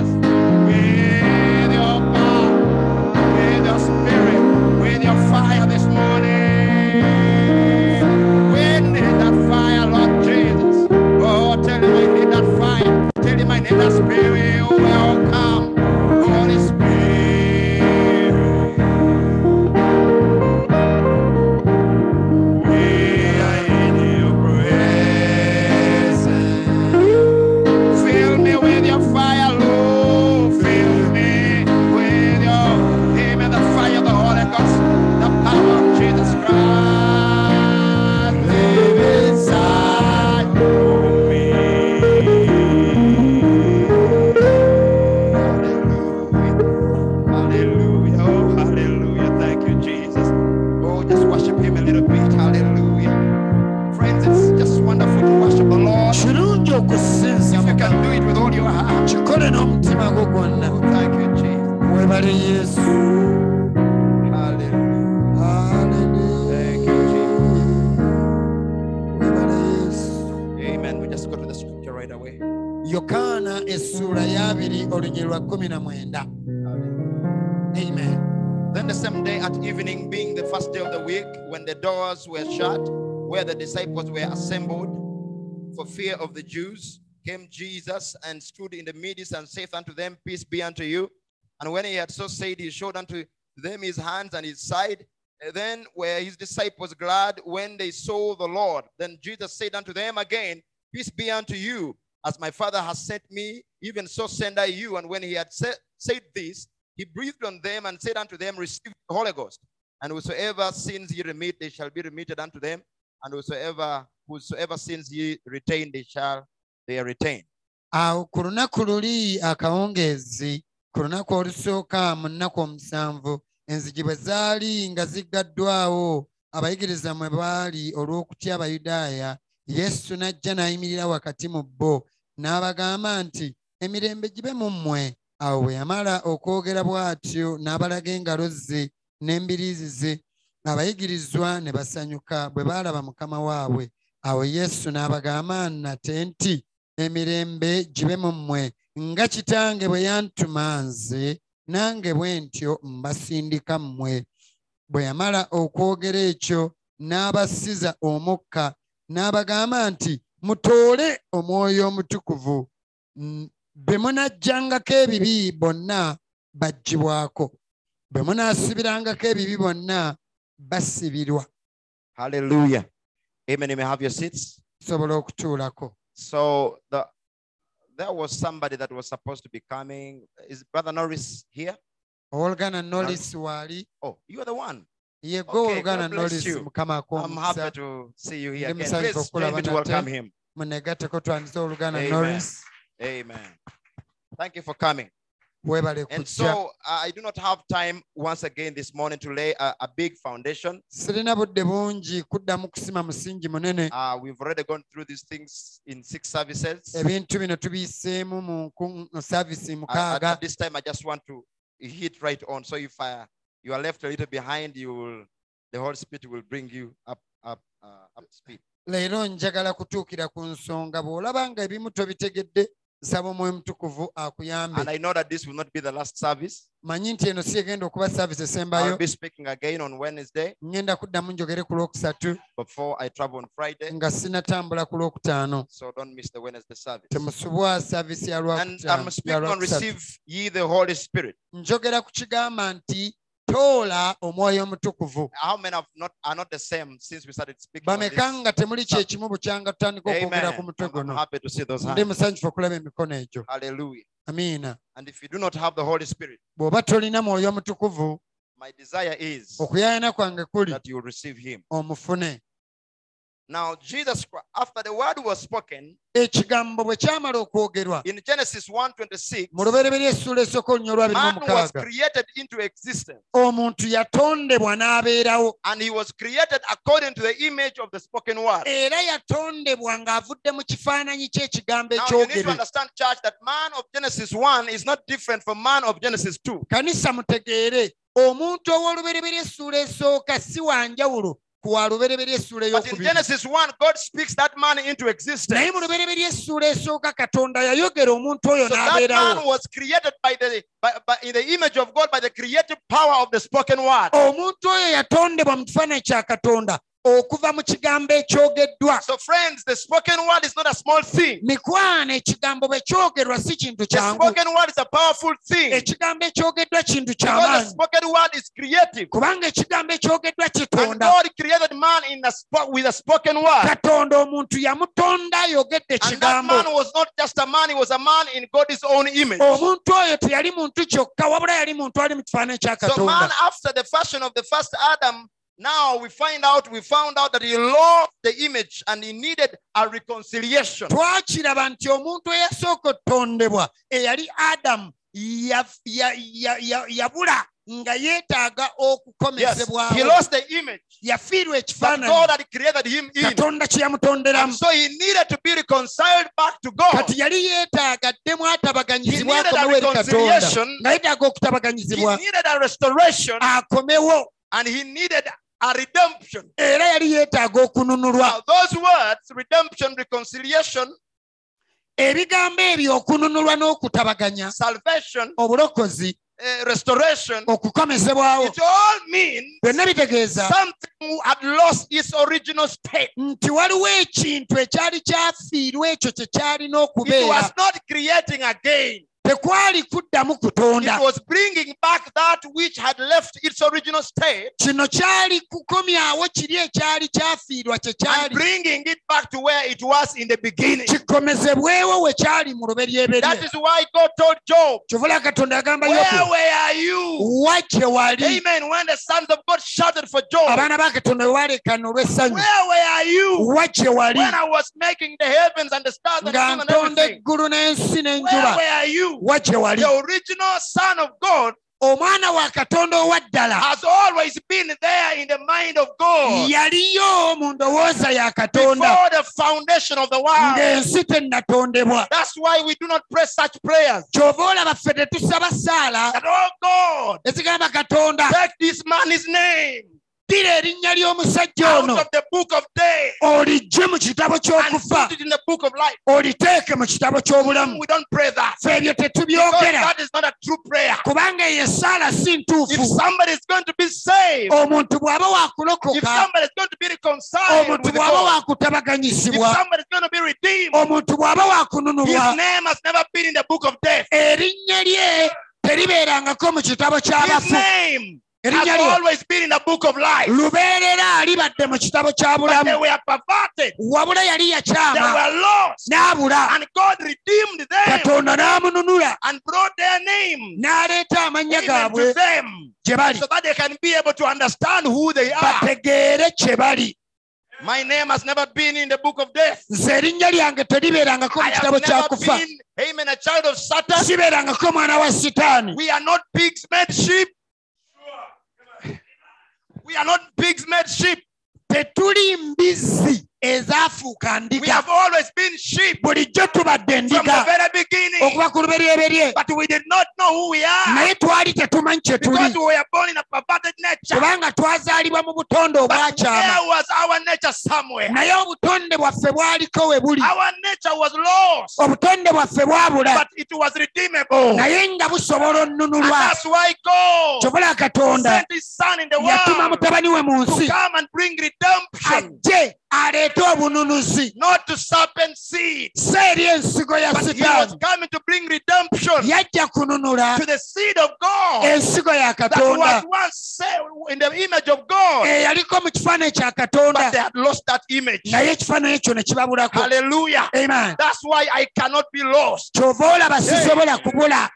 Oh, Oh, Oh, Oh, Oh,
Mwagale Yesu.
Hallelujah. Thank you,
Hallelujah. Mwagale Yesu.
Amen. We just go to the scripture right away.
Yokaana essula y'abiri olugero lwa kumi na mwenda. Amen.
Then the same day at evening, being the first day of the week, when the doors were shut, where the disciples were assembled for fear of the Jews, came Jesus and stood in the midst and saith unto them, Peace be unto you. And when he had so said, he showed unto them his hands and his side. And Then were his disciples glad when they saw the Lord. Then Jesus said unto them again, Peace be unto you. As my Father has sent me, even so send I you. And when he had said, said this, he breathed on them and said unto them, Receive the Holy Ghost. And whosoever sins ye remit, they shall be remitted unto them. And whosoever whosoever sins ye retain, they shall they are retained.
Awo ku lunaku luli akawungeezi ku lunaku olusooka mu nnaku omusanvu enzigi bwe zaali nga ziggaddwawo abayigiriza mwe baali olw'okutya abayudaaya yesu n'ajja n'ayimirira wakati mu bo n'abagamba nti emirembe gibe mu mmwe awo bwe yamala okwogera bw'atyo n'abalaga engalo ze n'embiriizi ze abayigirizwa ne basanyuka bwe baalaba mukama waabwe awo yesu n'abagamba nate nti emirembe gibe mu mmwe nga kitange bwe yantuma nze nange bwe ntyo mbasindika mmwe bwe yamala okwogera ekyo n'abasiza omukka n'abagamba nti mutoole omwoyo omutukuvu Mm, be munajjangako ebibi bonna baggyibwako bwe munaasibirangako ebibi bonna basibirwa
Hallelujah. Amen. You may have your seats.
sobola okutuulako
So the there was somebody that was supposed to be coming. Is Brother Norris here?
owooluganda nolis waali
Oh, you are the one.
yegwe
Okay,
owooluganda
God bless
nolis
you.
mukama
I'm happy
akwomukisa
to see you here
Let me
again.
say
Please
Kokula
join me to
Banate.
welcome him.
munegateko twandiza owooluganda
Amen.
nolis
Amen. Thank you for coming.
weebale
And
kujja
so uh, I do not have time once again this morning to lay a, a big foundation.
sirina budde bungi kuddamu kusima musingi munene
Uh, we've already gone through these things in six services.
ebintu bino tubiyiseemu mu nku- mu
Uh,
saavisi
at,
mukaaga
at this time, I just want to hit right on. So if I, you are left a little behind, you will, the Holy Spirit will bring you up, up, uh, up to speed.
leero njagala kutuukira ku nsonga bw'olaba nga ebimu tobitegedde nsaba omwoyo mutukuvu akuyambe
And I know that this will not be the last service.
manyi nti eno si egenda okuba saavisi esembayo
I'll be speaking again on Wednesday
ŋŋenda kuddamu njogere ku lwokusatu
before I travel on Friday.
nga sinatambula ku lwokutaano
So don't miss the Wednesday service.
temusubwa saavisi ya
And I'm
lwakutaano- ya
speaking on
lwakusatu
receive ye the Holy Spirit.
njogera ku kigamba nti toola omwoyo omutukuvu
How many have not are not the same since we started speaking? on this?
bameka nga temuli
subject.
kyekimu bukyanga tutandika
Amen.
okwogera ku
I'm,
mutwe
I'm
guno
happy to see those
ndi
hands.
musanyufu okulaba emikono egyo
Hallelujah.
amiina
And if you do not have the Holy Spirit,
bw'oba tolina mwoyo omutukuvu
my desire is
okuyayana kwange kuli
that you will receive Him.
omufune
Now, Jesus Christ, after the word was spoken
ekigambo bwe kyamala okwogerwa
in Genesis 1:26,
mu lubereberye essuula esooka olunya olwa biri mu
man was
mukaaga
created into existence,
omuntu yatondebwa n'abeerawo
and he was created according to the image of the spoken word.
era yatondebwa ng'avudde mu kifaananyi ky'ekigambo
Now you need to
ekyogerwa
understand, church, that man of Genesis 1 is not different from man of Genesis 2.
kanisa mutegeere omuntu ow'olubereberye essuula esooka si wanjawulo ku wa lubereberye essuula
But in
ey'okubiri
Genesis 1, God speaks that man into
naye
existence.
mu lubereberye essuula esooka katonda yayogera omuntu oyo
So that
n'abeerawo
man was created by the by, by, in the image of God by the creative power of the spoken word.
omuntu oyo yatondebwa mu kifaananyi kya katonda okuva mu kigambo ekyogeddwa
So, friends, the spoken word is not a small thing.
mikwano ekigambo bwe kyogerwa si kintu
The
kyangu
spoken word is a powerful thing.
ekigambo ekyogeddwa kintu
Because the
kyamaanyi
spoken word is creative.
kubanga ekigambo ekyogeddwa
And
kitonda
God created man in a spo- with a spoken word.
katonda omuntu yamutonda ayogedde
And that
ekigambo
man was not just a man, he was a man in God's own image.
omuntu oyo teyali muntu kyokka wabula yali muntu ali mu kifaananyi kya
So man,
katonda
after the fashion of the first Adam, now we find out we found out that he lost the image and he needed a reconciliation.
twakiraba nti omuntu eyasooka otondebwa eyali adamu ya- ya- ya- ya- yabula nga yeetaaga
Yes,
okukomezebwawo
he lost the image
yafiirwa
that God
ekifaananyi
had created him in.
katonda kye
And
yamutonderamu
so he needed to be reconciled back to God.
kati yali yeetaaga addemu
He
atabaganyizibwa
needed a
akomewo eri katonda
reconciliation.
nga yeetaaga
He
okutabaganyizibwa
needed a restoration.
akomewo
And he needed a redemption.
era yali yeetaaga okununulwa
Now, those words, redemption, reconciliation,
ebigambo ebyo okununulwa n'okutabaganya
salvation,
obulokozi
eh, restoration,
okukomezebwawo
it all means
byonna bitegeeza
something had lost its original state.
nti waliwo ekintu ekyali kyafiirwa ekyo kye kyalina
It
okubeera
was not creating again.
tekwali kuddamu kutonda
It was bringing back that which had left its original state
kino kyali kukomyawo kiri ekyali kyafiirwa kye
and
kyali
bringing it back to where it was in the beginning.
kikomezebwewo we kyali mu lube
That
lyeberye
is why God told Job,
kyovula katonda yagamba
Where
yobu
were you?
wa gye wali
Amen. When the sons of God shouted for Job,
abaana ba katonda we baleekaana olw'essanyu
Where were you?
wa gye wali
When I was making the heavens and the stars and the
nga
moon and
ntonda
everything,
eggulu n'ensi
where
n'enjuba
were you?
wa gye wali
The original Son of God
omwana wa katonda owa ddala
has always been there in the mind of God
yaliyo mu ndowooza ya
before
katonda
the foundation of the world.
ng'ensi tennatondebwa
That's why we do not pray such prayers.
kyova olaba ffe tetusaba saala
That, oh God,
ezigamba katonda
take this man's name
ddira erinnya ly'omusajja
out
ono
of the book of death
olijje mu kitabo
and
ky'okufa
put it in the book of life.
oliteeke mu kitabo ky'obulamu
We don't pray that.
ffe ebyo
Because
tetubyogera
that is not a true prayer.
kubanga eyo esaala si
If
ntuufu
somebody is going to be saved,
omuntu bw'aba
if
waakulokoka
somebody is going to be reconciled
omuntu
with
bw'aba
God, if
waakutabaganyisibwa
somebody is going to be redeemed,
omuntu bw'aba waakununulwa
his name has never been in the book of death.
erinnya lye teribeerangako mu kitabo
His
ky'abafu
name has
erinnya lye
always been in the book of life.
lubeerera libadde mu kitabo kya
But they
bulamu
were perverted,
wabula yali
they
yakyama
were lost,
n'abula
and God redeemed them
katonda n'amununula
and brought their name
n'aleeta amannya
even to
gaabwe
them
gye bali
so that they can be able to understand who they are.
bategeere kye bali
My name has never been in the book of death.
nze erinnya lyange teribeerangako mu
I
kitabo
have never
kyakufa
been, amen, a child of Satan.
sibeerangako mwana wa sitaani
We are not pigs made sheep. We are not pigs made sheep.
tetuli mbizzi ezaafuuka
We
ndiga
have always been sheep
bulijjo tubadde
from the
endiga
very beginning.
okuba ku lubereberye
But we did not know who we are
naye twali tetumanyi kye
because we
tuli
were born in a perverted nature.
kubanga twazaalibwa mu butonde
But
obwakyama
there was our nature somewhere.
naye obutonde bwaffe bwaliko we buli
Our nature was lost,
obutonde bwaffe bwabula
but it was redeemable. And
naye nga busobola onnunulwa
that's why God
kyobola katonda
sent His Son in the
yatuma
world
mutabani we mu
to
nsi
come and bring redemption,
ajje aleete obununuzi
not to serpent seed.
si eri ensigo ya
But He was
sitaani
coming to bring redemption
yajja kununula
to the seed of God
ensigo ya
that was
katonda
once saved in the image of God,
eyaliko mu kifaananyi kya
but they
katonda
had lost that image.
naye ekifaananyi ekyo ne kibabulako
Hallelujah.
amen
That's why I cannot be lost.
kyova olaba sisobola kubula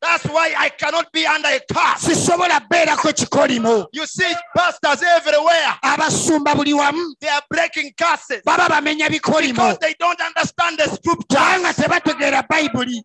That's why I cannot be under a curse.
sisobola bbeerako kikolimo
You see pastors everywhere.
abasumba buli wamu
They are breaking curses
baba bamenya
because
bikolimo
they don't understand the
kubanga
scriptures.
tebategeera bayibuli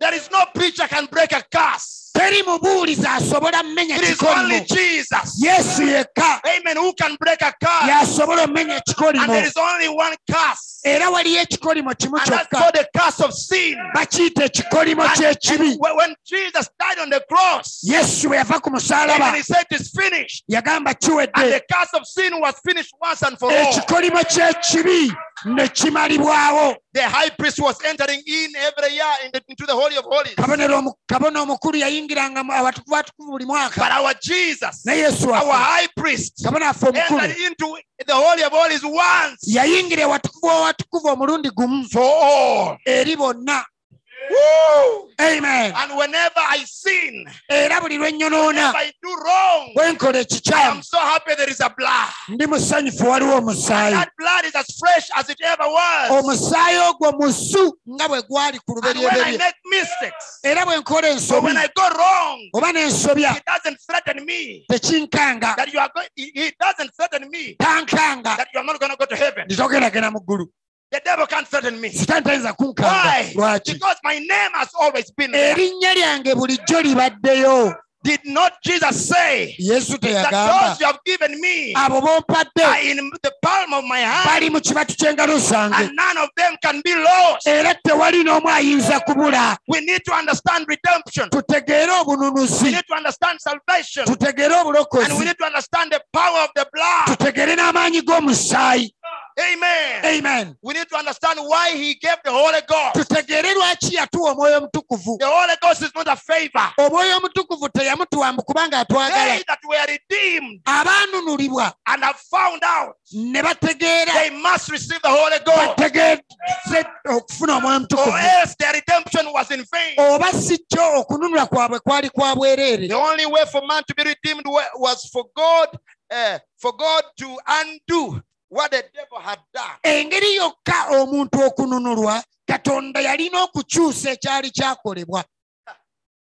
There is no preacher can break a curse.
teri mubuulizi asobola mmenya
It is only
kikolimo
Jesus.
yesu yekka
Amen. Who can break a curse?
y'asobola omenya
And there
ekikolimo
is only one curse.
era waliyo ekikolimo kimu
And that's called
kyokka
the curse of sin.
bakiyita ekikolimo
And-
ky'ekibi
and when when Jesus died on the cross,
yesu bwe yava ku
amen,
musaalaba
he said it's finished.
yagamba
And
kiwedde
the curse of sin was finished once and for all.
ekikolimo ky'ekibi ne kimalibwawo
The high priest was entering in every year in the- into the Holy of Holies.
kabonero omu- kabona omukulu yayingirangamu abatukuvu batukuvu buli
But
mwaka
our Jesus,
ne yesu
our
waffe
high priest,
kabona affe omukulu
entered into the Holy of Holies once
yayingira ewatukuvu owatukuvu omulundi gumu
for all.
eri bonna
Woo!
amen
And whenever I sin,
era buli lwe
if
nnyonoona
I do wrong,
bwe nkola
I
ekikyamu
am so happy there is a blood.
ndi musanyufu waliwo omusaayi
That blood is as fresh as it ever
Oh,
was.
omusaayi ogwo musu nga bwe gwali ku
And when I
lubereberye
make mistakes,
era bwe nkola
or
ensobi
when I go wrong,
oba n'ensobya
it doesn't threaten me.
tekinkanga
That you are going, it doesn't threaten me
tankanga
that you are not going to go to heaven.
nditogeragena mu ggulu
The devil can't threaten me.
sitaani tayinza kunkanga
Why?
lwaki
Because my name has always been there.
erinnya lyange bulijjo libaddeyo
Did not Jesus say
yesu
that
teyagamba
those you have given me
abo bompadde
are in the palm of my hand,
bali mu kibatu ky'engalo zange
and none of them can be lost?
era tewali n'omu ayinza kubula
We need to understand redemption.
tutegeere
We
obununuzi
need to understand salvation.
tutegeere
And we
obulokozi
need to understand the power of the blood.
tutegeere n'amaanyi g'omusaayi
Amen.
amen
We need to understand why he gave the Holy Ghost.
tutegeere lwaki yatuwa omwoyo omutukuvu
The Holy Ghost is not a favor.
omwoyo omutukuvu teyamutuwa mbu kubanga atwagala
They that were redeemed
abaanunulibwa
and have found out
ne bategeera
they must receive the Holy Ghost,
bategeeze okufuna omwoyo
or
omutukuvu
else their redemption was in vain.
oba si kyo okununula kwabwe kwali kwa bwereere
The only way for man to be redeemed wa- was for God, uh, for God to undo what the devil had done.
engeri yokka omuntu okununulwa katonda yalina okukyusa ekyali kyakolebwa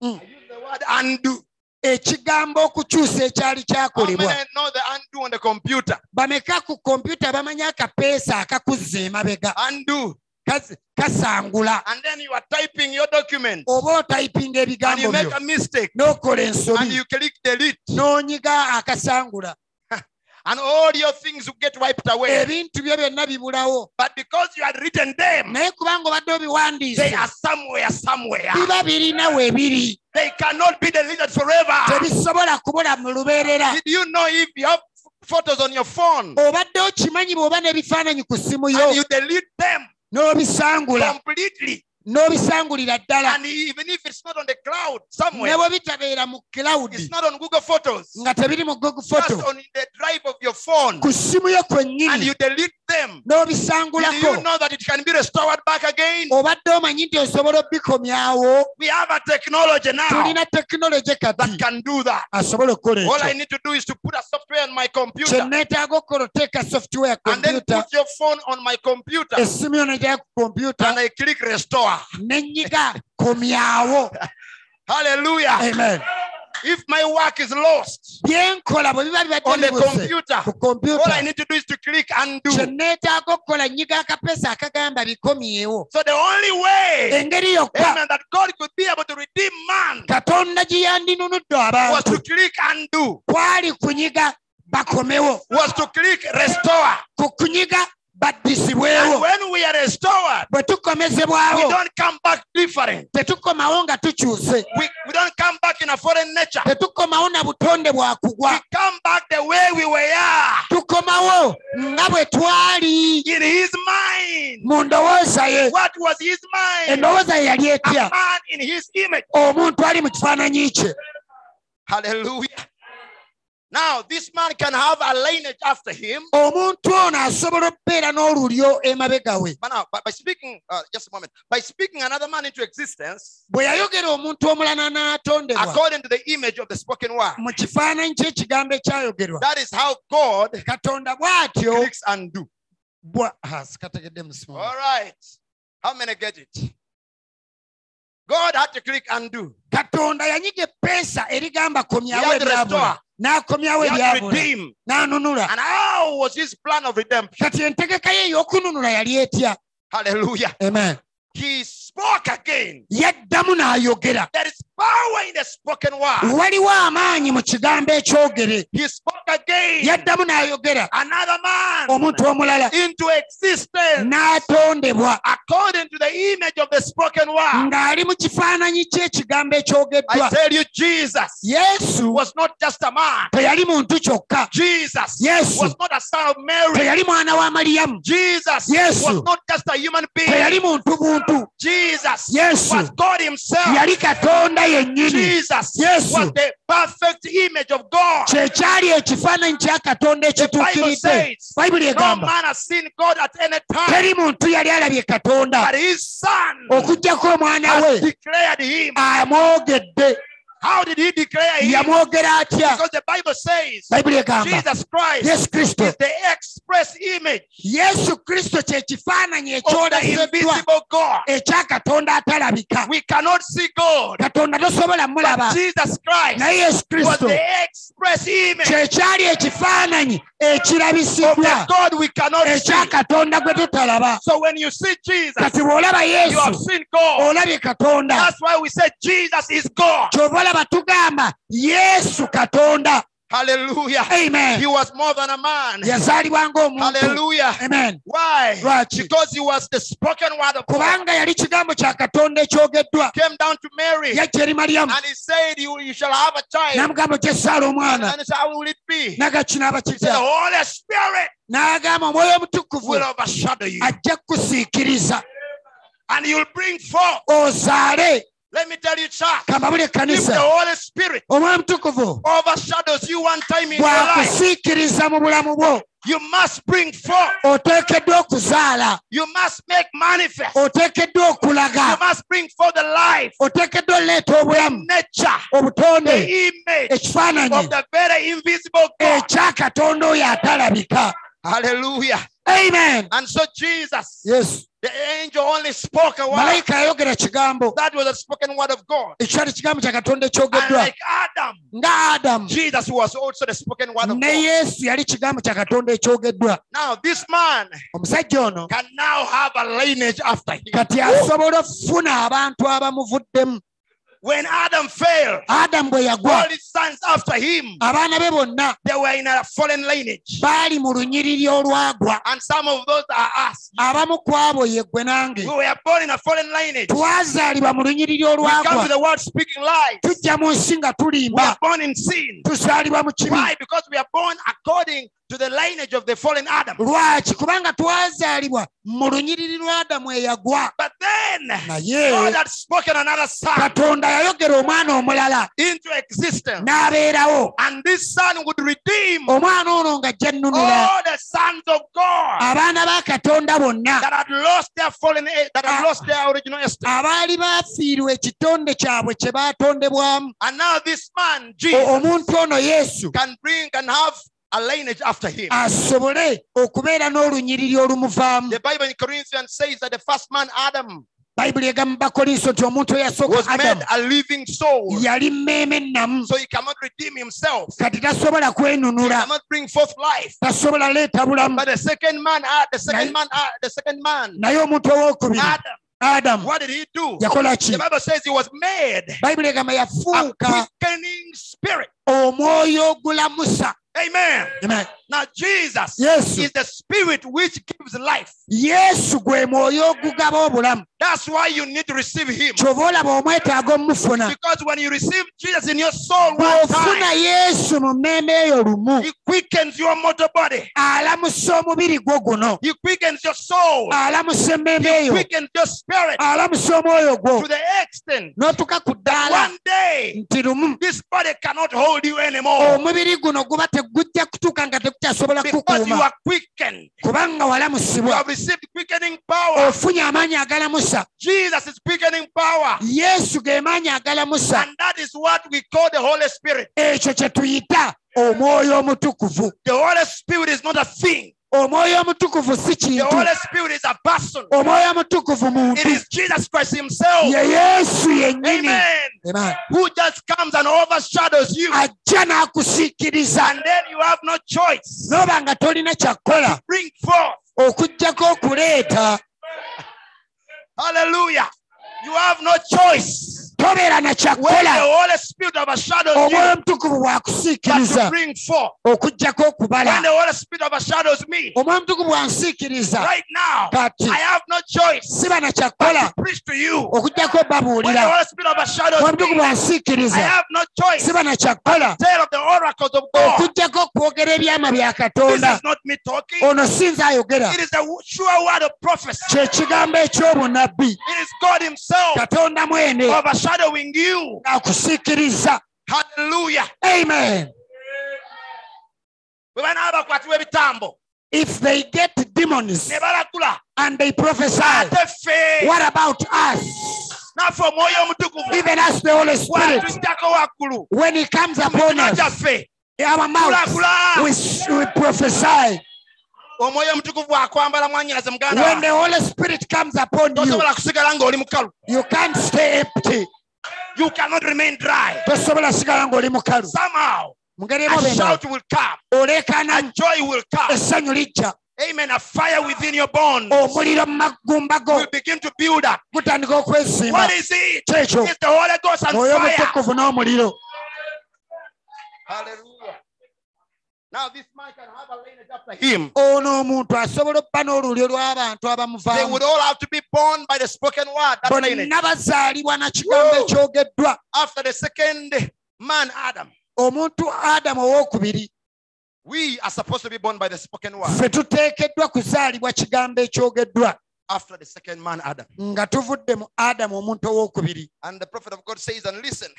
I use the word undo.
ekigambo okukyusa ekyali
How many
kyakolebwa
know the undo on the computer?
bameka ku kompyuta bamanyi akapeesa akakuzza emabega
Undo.
kas- kasangula
And then you are typing your document
oba otayipinga
and
ebigambo
you make
byo
a mistake
n'okola
and
ensobi
you click delete
n'onyiga akasangula
and all your things will get wiped away.
ebintu byo byonna bibulawo
But because you had written them,
naye kubanga obadde obiwandiise
they are somewhere, somewhere.
biba birina weebiri
They cannot be deleted forever.
tebisobola kubula mu lubeerera
Did Ah. you know if you have photos on your phone
obadde okimanyi bw'oba n'ebifaananyi ku ssimu Oh, yo
and you delete them
n'obisangula
completely,
n'obisangulira ddala
and even if it's not on the cloud
ne
somewhere,
bwe bitabeera mu cloud
it's not on Google Photos,
nga tebiri mu google
just
photo
on the drive of your phone,
ku ssimu yo
and
kwennyini
you delete them. Did
n'obisangulako
you know that it can be restored back again?
obadde omanyi nti osobola obbikomyawo
We have a technology now
tulina tekinologi kati
that can do that.
asobole okukola
Hmm. All I
ekyo
need to do is to put a software on my
kye
computer
neetaaga okukola oteeka software
and then
computer
put your phone on my computer and
essimu yo negya ku kompyuta
I click restore.
nenyiga komyawo
Hallelujah.
amen
If my work is lost
byenkola bwe biba
on
bibadde
the
bibuse
computer,
ku
all
kompyuta
I need to do is to click undo.
kye neetaaga okukola nyiga akapeesa akagamba bikomyewo
So the only way
engeri yokka
amen, that God could be able to redeem man
katonda gye yandinunudde
was
abantu
to click undo,
kwali kunyiga bakomewo
was to click restore.
ku kunyiga baddisibwewo
And when we are restored,
bwe
we
tukomezebwawo
don't come back different.
tetukomawo nga tukyuse
We, we don't come back in a foreign nature.
tetukomawo na butonde
We
bwakugwa
come back the way we were
tukomawo nga bwe twali
in his mind.
mu ndowooza ye
What was his mind?
endowooza ye yali
A
etya
man in his image.
omuntu ali mu kifaananyi kye
Hallelujah. Now, this man can have a lineage after him.
omuntu ono asobola okubeera n'olulyo emabega we
But now, by, by speaking, uh, just a moment, by speaking another man into existence,
bwe yayogera omuntu omulala n'atondebwa
according to the image of the spoken word,
mu kifaananyi ky'ekigambo ekyayogerwa
that is how God
katonda bw'atyo
clicks and do.
bwa- Ah, sikategedde musimu.
All right. How many get it? God had to click and do.
katonda yanyiga eppeesa erigamba komyawo
He had to
ebyabula
restore.
n'akomyawo
He had to
ebyabula
redeem.
n'anunula
And how was his plan of redemption?
kati entegeka ye ey'okununula yali etya
Hallelujah.
amen
He spoke again.
yaddamu n'ayogera
There is power in the spoken word.
waliwo amaanyi mu kigambo ekyogere
He spoke again.
yaddamu n'ayogera
Another man
omuntu omulala
into existence
n'atondebwa
according to the image of the spoken word.
ng'ali mu kifaananyi ky'ekigambo ekyogeddwa
I tell you, Jesus
yesu
was not just a man.
teyali muntu kyokka
Jesus
yesu
was not a son of Mary.
teyali mwana wa mariyamu
Jesus
Yes.
was not just a human being.
teyali muntu buntu
Jesus
Yes.
was God Himself.
yali katonda yennyini
Jesus
Yes.
was the perfect image of God.
kyekyali ekifaananyi kya katonda
Bible
ekituukiridde
says,
bayibuli
No
egamba
man has seen God at any time,
teri muntu yali alabye katonda
but his son
okugjako omwana
has
we
declared him.
amwogedde
How did he declare him?
yamwogera atya
Because the Bible says
bayibuli egamba
Jesus Christ
yesu kristo
is the express image
yesu kristo kye kifaananyi
of the
ekyoleseddwa
invisible God.
ekya katonda atalabika
We cannot see God.
katonda tosobola mulaba
Jesus Christ
naye yesu
was
kristo
the express image
kyekyali ekifaananyi
of
ekirabisiddwa
the God we cannot
ekya
see.
katonda gwe tutalaba
So when you see Jesus,
kati bw'olaba
you have
yesu
seen God.
olabye katonda
That's why we say Jesus is God.
kyova olaba tugamba yesu katonda
Hallelujah.
amen
He was more than a man.
yazaalibwa ng'omuntu
Hallelujah.
amen
Why?
lwaki
Because he was the spoken word of God.
kubanga yali kigambo kya katonda ekyogeddwa
Came down to Mary
yajja eri maryamu
and he said, You, you shall have a child.
n'amugamba gyessaala omwana
And he said, How will it be? He
nagakinaba
said, The
kitya
Holy Spirit
n'agamba omwoyo omutukuvu
will overshadow you
ajja kukusiikiriza
and you'll bring forth.
ozaale
Let me tell you, church,
kambabule
if the
ekkanisa
Holy Spirit
omwoyo omutukuvu
overshadows you one time in your life,
bw'akusiikiriza mu bulamu bwo
you must bring forth.
oteekeddwa okuzaala
You must make manifest.
Oh, oteekeddwa okulaga
You must bring forth the life,
oteekeddwa oleeta obulamu
nature,
obutonde
the image
ekifaananyi
of the very invisible God.
ekya katonda oyo atalabika
Hallelujah.
amen
And so Jesus,
yesu
the angel only spoke a word.
malayika yayogera kigambo
That was a spoken word of God.
ekyali kigambo kya katonda
And
ekyogeddwa
like Adam,
nga adamu
Jesus was also the spoken word of
ne
God.
yesu yali kigambo kya katonda ekyogeddwa
Now, this man
omusajja ono
can now have a lineage after him.
kati asobola okufuna abantu abamuvuddemu
When Adam fell,
adamu bwe yagwa
all his sons after him,
abaana be bonna
they were in a fallen lineage.
baali mu lunyiriri olwagwa
And some of those are us.
abamu ku abo ye gwe nange
We were born in a fallen lineage.
twazaalibwa mu lunyiriri
We come to
olwagwa
the world speaking lies.
tujja mu nsi
We
nga
are
tulimba
born in sin.
tuzaalibwa mu kibi
Why? Because we are born according to the lineage of the fallen Adam.
lwaki kubanga twazaalibwa mu lunyiriri lwa adamu e eyagwa
But then, God
naye
had spoken another son
katonda yayogera omwana omulala
into existence.
n'abeerawo
And this son would redeem
omwana ono ng'ajja nnunula
all the sons of God
abaana ba katonda bonna
that had lost their fallen age, that had lost their original estate.
abaali baafiirwa ekitonde kyabwe kye baatondebwamu
And now this man,
O-
Jesus,
omuntu ono yesu
can bring and have a lineage after him.
Ah. asobole okubeera n'olunyiriri olumuvaamu
The Bible in Corinthians says that the first man, Adam,
bayibuli egamba bakolinso nti omuntu
was
eyasooka
made
adamu
a living soul.
yali mmeeme ennamu
So he cannot redeem himself.
kati tasobola
He
kwenunula
cannot bring forth life.
tasobola leeta bulamu
But the second man, uh, the second
Naye-
man, uh, the second man,
naye omuntu owookubiri
Adam,
adamu
what did he do?
yakola ki
The Bible says he was made
bayibuli egamba
a
yafuuka
quickening spirit.
omwoyo ogulamusa
Amen.
Amen.
Now Jesus
yesu
is the spirit which gives life.
yesu gwe mwoyo ogugaba obulamu
That's why you need to receive him.
kyova olaba omwetaaga omufuna
Because when you receive Jesus in your soul one
bw'ofuna
time,
yesu mu mmeeme eyo lumu
he quickens your mortal body.
alamusa omubiri gwo guno
He quickens your soul.
alamusa emmeeme
He
eyo
quickens your spirit
alamusa omwoyo gwo
to the extent
n'otuka ku ddaala
one day
nti lumu
this body cannot hold you
Oh,
anymore
omubiri guno guba tegujja kutuuka nga tegukyasobola
because you
kukuuma
are quickened.
kubanga
You
walamusibwa
have received quickening power.
ofunye amaanyi agalamusa
Jesus is quickening power.
yesu ge maanyi agalamusa
And that is what we call the Holy Spirit.
ekyo kye tuyita omwoyo omutukuvu
The Holy Spirit is not a thing,
omwoyo omutukuvu si
the
kintu
Holy Spirit is a person.
omwoyo omutukuvu
It
muntu
is Jesus Christ Himself.
ye yesu yennyini
Amen.
Amen.
Who just comes and overshadows you.
ajja n'akusiikiriza
And then you have no choice.
n'oba nga tolina kyakkola
Bring forth.
okugjako okuleeta
Hallelujah. You have no choice.
tobeera na
When the
kyakkola
Holy Spirit overshadows
omwoyo
you,
omutukuvu
but to
bw'akusiikiriza
bring forth.
okugjako okubala
When the Holy Spirit overshadows me,
omwoyo omutukuvu bwansiikiriza
right now,
kati
I have no choice
siba na
but
kyakkola
to preach to you.
okugjako
When the
babuulira
Holy Spirit overshadows
omwoyo omutukuvu
me, I
bwansiikiriza
have Oh. no choice
siba na kyakkola
tell of the oracles of God.
okugjako okwogera ebyama bya
This
katonda
is not me talking.
ono sinza ayogera
It is the sure word of prophecy.
kye kigambo eky'obunabbi
It is God Himself
katonda mwene
Oh. overshadowing you.
akusiikiriza
Hallelujah.
amen
Bwe banaaba bakwatibwa ebitambo
if they get demons
ne balagula
and they prophesy
ate ffe
what about us
naffe omwoyo omutukuvu
even us the holy spirit
watujjako waggulu
when he comes upon
mitima
us
gyaffe
our mouths we,
tulagula
s- we prophesy
omwoyo omutukuvu akwambala mwannyinaze muganda
when
wange.
the holy spirit comes upon you
tosobola kusigala ng'oli mukalu
you can't stay empty
you cannot remain dry
tosobola sigala ng'oli mukalu
somehow
mu ngeri emu
A
oba endala,
shout will come.
oleekaana
Joy will come.
essanyu lijja
Amen. A fire within your bones
omuliro mu magumba go
will begin to build up.
gutandika okwezimba
What is it?
kyekyo
It's the Holy Ghost and
mwoyo
fire.
omutukuvu n'omuliro
Hallelujah. Now this man can have a lineage after him.
ono omuntu asobola okuba n'olulyo lw'abantu
They
abamuvaamu
would all have to be born by the spoken word. That lineage.
bonna bazaalibwa na kigambo
Woo!
ekyogeddwa
After the second man, Adam,
omuntu adamu owookubiri
we are supposed to be born by the spoken word.
ffe tuteekeddwa kuzaalibwa kigambo ekyogeddwa
After the second man, Adam.
nga tuvudde mu adamu omuntu owookubiri
And the prophet of God says, and listen,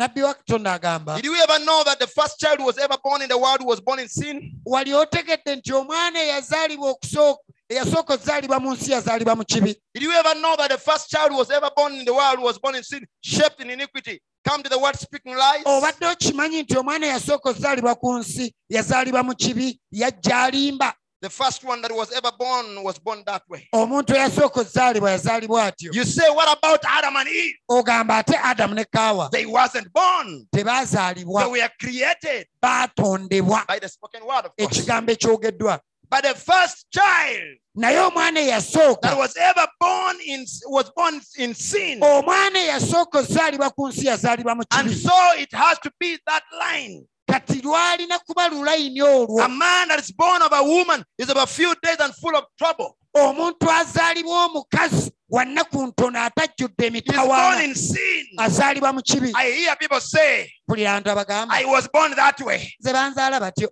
nabbi wa katonda agamba
did you ever know that the first child who was ever born in the world was born in sin?
wali otegedde nti omwana eyazaalibwa okusooka eyasooka okuzaalibwa mu nsi yazaalibwa mu kibi
Did you ever know that the first child who was ever born in the world was born in sin, shaped in iniquity? Come to the word speaking lies.
obadde okimanyi nti omwana eyasooka okuzaalibwa ku nsi yazaalibwa mu kibi yajja alimba
The first one that was ever born was born that way.
omuntu eyasooka okuzaalibwa yazaalibwa atyo
You say, what about Adam and Eve?
ogamba ate adamu ne kaawa
They wasn't born.
tebaazaalibwa
They were created
baatondebwa
by the spoken word of God.
ekigambo ekyogeddwa
But the first child
naye omwana eyasooka
that was ever born in was born in sin.
omwana eyasooka ozaalibwa ku nsi yazaalibwa mu
And
kibi
so it has to be that line.
kati lwalina kuba lulayini olwo
A man that is born of a woman is of a few days and full of trouble.
omuntu azaalibwa omukazi wa nnaku ntono atajjudde
He is born
emitawaana
in sin.
azaalibwa mu kibi
I hear people say,
buli abantu abagamba
I was born that way.
ze banzaala batyo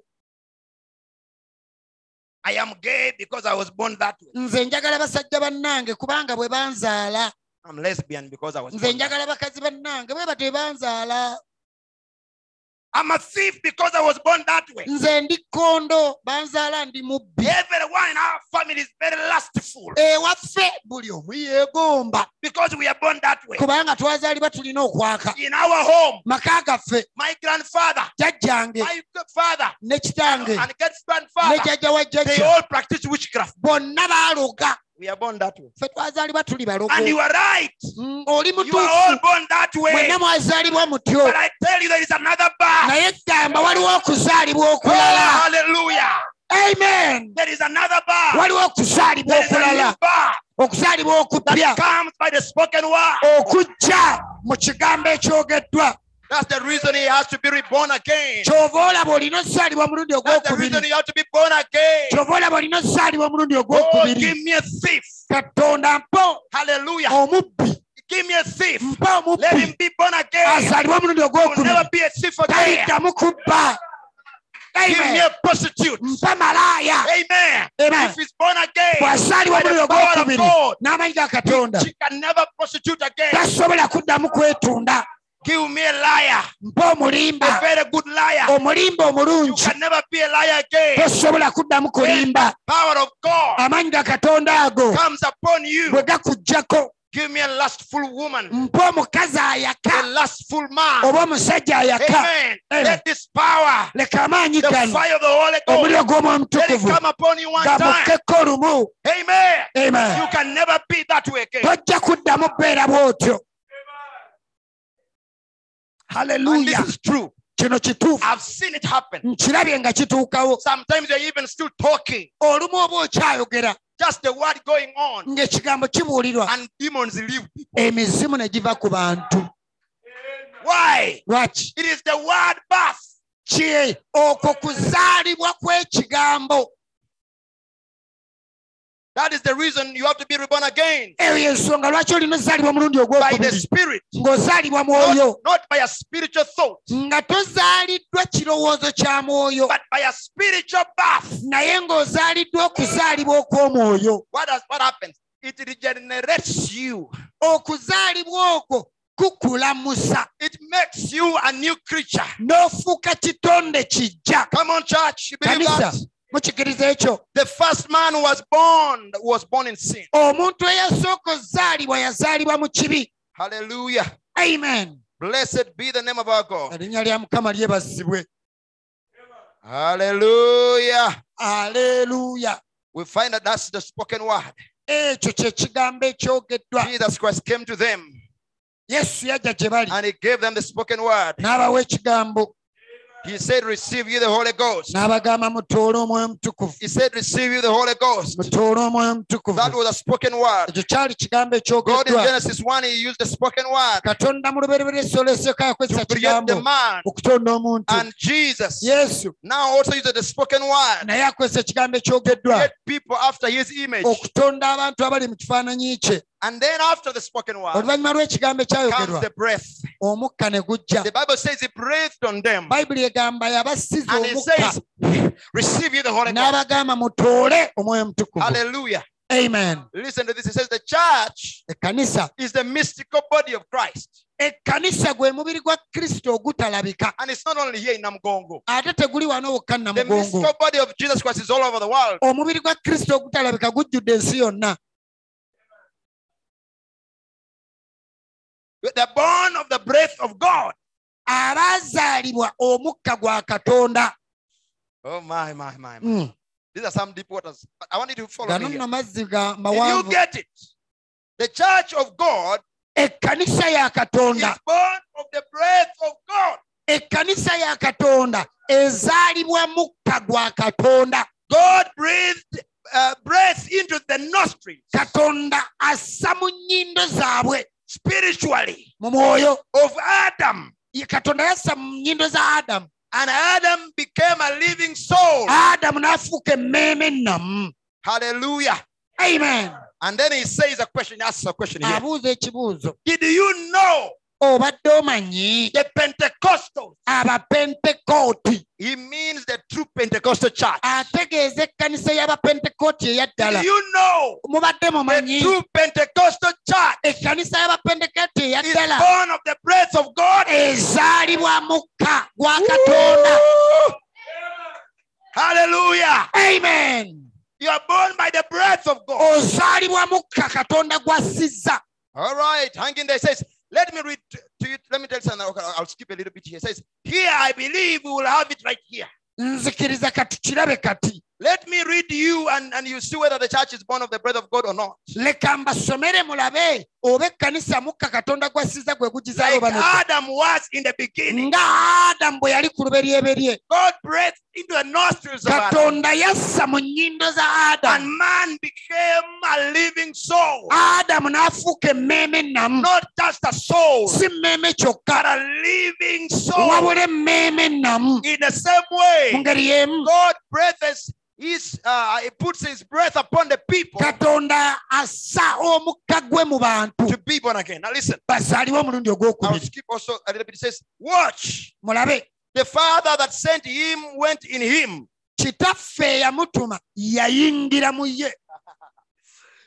I am gay because I was born that way.
nze njagala basajja bannange kubanga bwe banzaala
I'm lesbian because I was
nze
born that way.
njagala bakazi bannange bwe batwe banzaala
I'm a thief because I was born that way.
nze ndi kkondo banzaala ndi mubbi
Everyone in our family is very lustful
ewaffe buli omu yeegomba
because we are born that way.
kubanga twazaalibwa tulina okwaka
In our home,
maka gaffe
my grandfather,
jajjange
my father,
ne kitange
and great
ne
grandfather,
jjajja wa
they
jjajja
all practice witchcraft.
bonna baaloga
We are born that way.
ffe twazaalibwa tuli
And
balogo
you are right.
Mm, oli
You are all
mutuufu
born that way.
mwenna mwazaalibwa mutyo
But I tell you, there is another bar.
naye gamba waliwo okuzaalibwa
Oh,
okulala
hallelujah.
amen
There is another bar.
waliwo okuzaalibwa
There is a new
okulala
bar
okuzaalibwa okupya
that comes by the spoken word.
okujja mu kigambo ekyogeddwa
That's the reason he has to be reborn again.
kyova olaba olina ozaalibwa omulundi
That's the reason
ogwokubiri
you have to be born again.
kyova olaba olina ozaalibwa omulundi
Oh,
ogwokubiri
give me a thief.
katonda mpa Oh.
Hallelujah.
omubbi
Give me a thief.
mpa
Let him
omubbi
be born again.
azaalibwe omulundi
I will never
ogwokubiri
be a thief again.
taliddamu kubba
Give me
Amen.
a prostitute.
mpa malaaya
Amen.
Amen.
If he's born again, By
bw'asaalibwa
the
omuliro
power of
ogwokubiri
God.
n'amaanyi ga katonda
she can never prostitute again.
tasobola kuddamu kwetunda
Give me a liar.
mpa omulimba
A very good liar.
omulimba
You
omulungi
can never be a liar again.
tosobola kuddamu kulimba
Power of God
amaanyi ga katonda ago
comes upon you.
bwe gakuggyako
Give me a lustful woman,
mpa omukazi ayaka
a lustful man.
oba omusajja ayaka
Amen.
Amen.
Let this power,
leka amaanyi
the
gano
fire of the Holy
omuliro
Ghost,
gw'omwoyo
let it
mutukuvu
come upon you one time.
gamukkeko olumu
Amen.
amen
You can never be that way again.
tojja kuddamu bbeera bw'otyo
And this
haleluya
is true.
kino kituufu
I've seen it happen.
nkirabye nga kituukawo
Sometimes you're even still talking,
olumu oba okyayogera
just the word going on,
ng'ekigambo kibuulirwa
and demons leave.
emizimu ne giva ku bantu
Why?
lwaki
It is the word birth.
ki okwo kuzaalibwa kw'ekigambo
That is the reason you have to be reborn again
eyo yensonga lwaki olina ozaalibwa omulundi
by the
ogwokubiri
Spirit,
ng'ozaalibwa mwoyo
not, not by a spiritual thought,
nga tozaaliddwa kirowoozo kya mwoyo
but by a spiritual birth.
naye ng'ozaaliddwa okuzaalibwa okw'omwoyo
What, does, what happens? It regenerates you,
okuzaalibwa okwo kukulamusa
it makes you a new creature.
n'ofuuka kitonde kijja
Come on, church. You believe
kanisa
that?
mukikiriza ekyo
The first man who was born, was born in sin.
omuntu eyasooka ozaalibwa yazaalibwa mu kibi
Hallelujah.
amen
Blessed be the name of our God.
erinnya lya mukama lyebazibwe
Hallelujah.
aleluya
We find that that's the spoken word.
ekyo kye kigambo ekyogeddwa
Jesus Christ came to them
yesu yajja gye bali
and he gave them the spoken word.
n'abawa ekigambo
He said, Receive you the Holy Ghost.
n'abagamba mutoole omwoyo mutukuvu
He said, Receive you the Holy Ghost.
mutoole omwoyo
That
mutukuvu
was a spoken word.
ekyo kyali kigambo
God in
ekyogeddwa
Genesis 1, He used the spoken word
katonda mu lubereberye esoleseko akozesa
to create
kigambo
the man.
okutonda omuntu
And Jesus
yesu
now also used the spoken word.
naye akozesa ekigambo ekyogeddwa
Create people after His image.
Oh. okutonda abantu abali mu kifaananyi kye
And then after the spoken word
oluvannyuma lw'ekigambo
comes
ekyayogerwa
Ah. the breath.
omukka ne gujja
The Bible says He breathed on them.
bayibuli egamba yabasiza
And He
omukka
says, Receive you the Holy Ghost.
n'abagamba mutoole omwoyo mutukuvu
Hallelujah.
amen
Listen to this. He says, The church
ekkanisa
is the mystical body of Christ.
ekkanisa gwe mubiri gwa kristo ogutalabika
And it's not only here in Namgongo.
ate teguli wano wokka
The
namugongo
mystical body of Jesus Christ is all over the world.
omubiri gwa kristo ogutalabika gujjudde ensi yonna
The born of the breath of God.
abaazaalibwa omukka gwa katonda
Oh, my, my, my. my.
Mm.
These are some deep waters. But I want you to follow
gano
me. Here.
nno mazzi ga
If you
mawanvu
get it, the church of God
ekkanisa ya
is
katonda
born of the breath of God.
ekkanisa ya katonda ezaalibwa mukka gwa katonda
God breathed uh, breath into the nostrils
katonda assa mu nnyindo zaabwe
spiritually
mu mwoyo
of Adam.
Ye- katonda yassa mu nnyindo za adamu
And Adam became a living soul.
adamu n'afuuka emmeeme ennamu
Hallelujah.
amen
And then he says a question, he asks a question here.
abuuza ekibuuzo
Did you know
obadde omanyi
the Pentecostals?
abapentekooti
He means the true Pentecostal church.
ategeeza ekkanisa y'abapentekooti eyaddala
Did you know
mubadde
the
mumanyi
true Pentecostal church
ekkanisa y'abapentekooti
is
eyaddala
born of the breath of God?
ezaalibwa mukka gwa katonda
Woo! Hallelujah.
amen
You are born by the breath of God.
ozaalibwa mukka katonda gw'assizza
All right. Hanging there It says, let me read to to you. Let me tell you something. Okay, I'll skip a little bit here. It says, here I believe we will have it right here.
nzikiriza kati kirabe kati
Let me read you and, and you see whether the church is born of the breath of God or not.
leka mbasomere mulabe oba ekkanisa mukka katonda gw'assizza gwe gugizaala
Like
oba nedda.
Adam was in the beginning.
nga adamu bwe yali ku luberyebelye
God breathed into the nostrils of Adam,
katonda yassa mu nnyindo za adamu
and man became a living soul.
adamu n'afuuka emmeeme ennamu
Not just a soul,
si mmeeme
but
kyokka
a living soul.
wabula emmeeme ennamu
In the same
mu
way,
ngeri y'emu
God breathes his, uh, he puts his breath upon the people
katonda assa omukka gwe mu bantu
to be born again. Now listen,
basaalibwe omulundi
I'll
ogwokubiri
skip also a little bit. It says, Watch,
mulabe
the Father that sent him went in him
kitaffe eyamutuma yayingira mu ye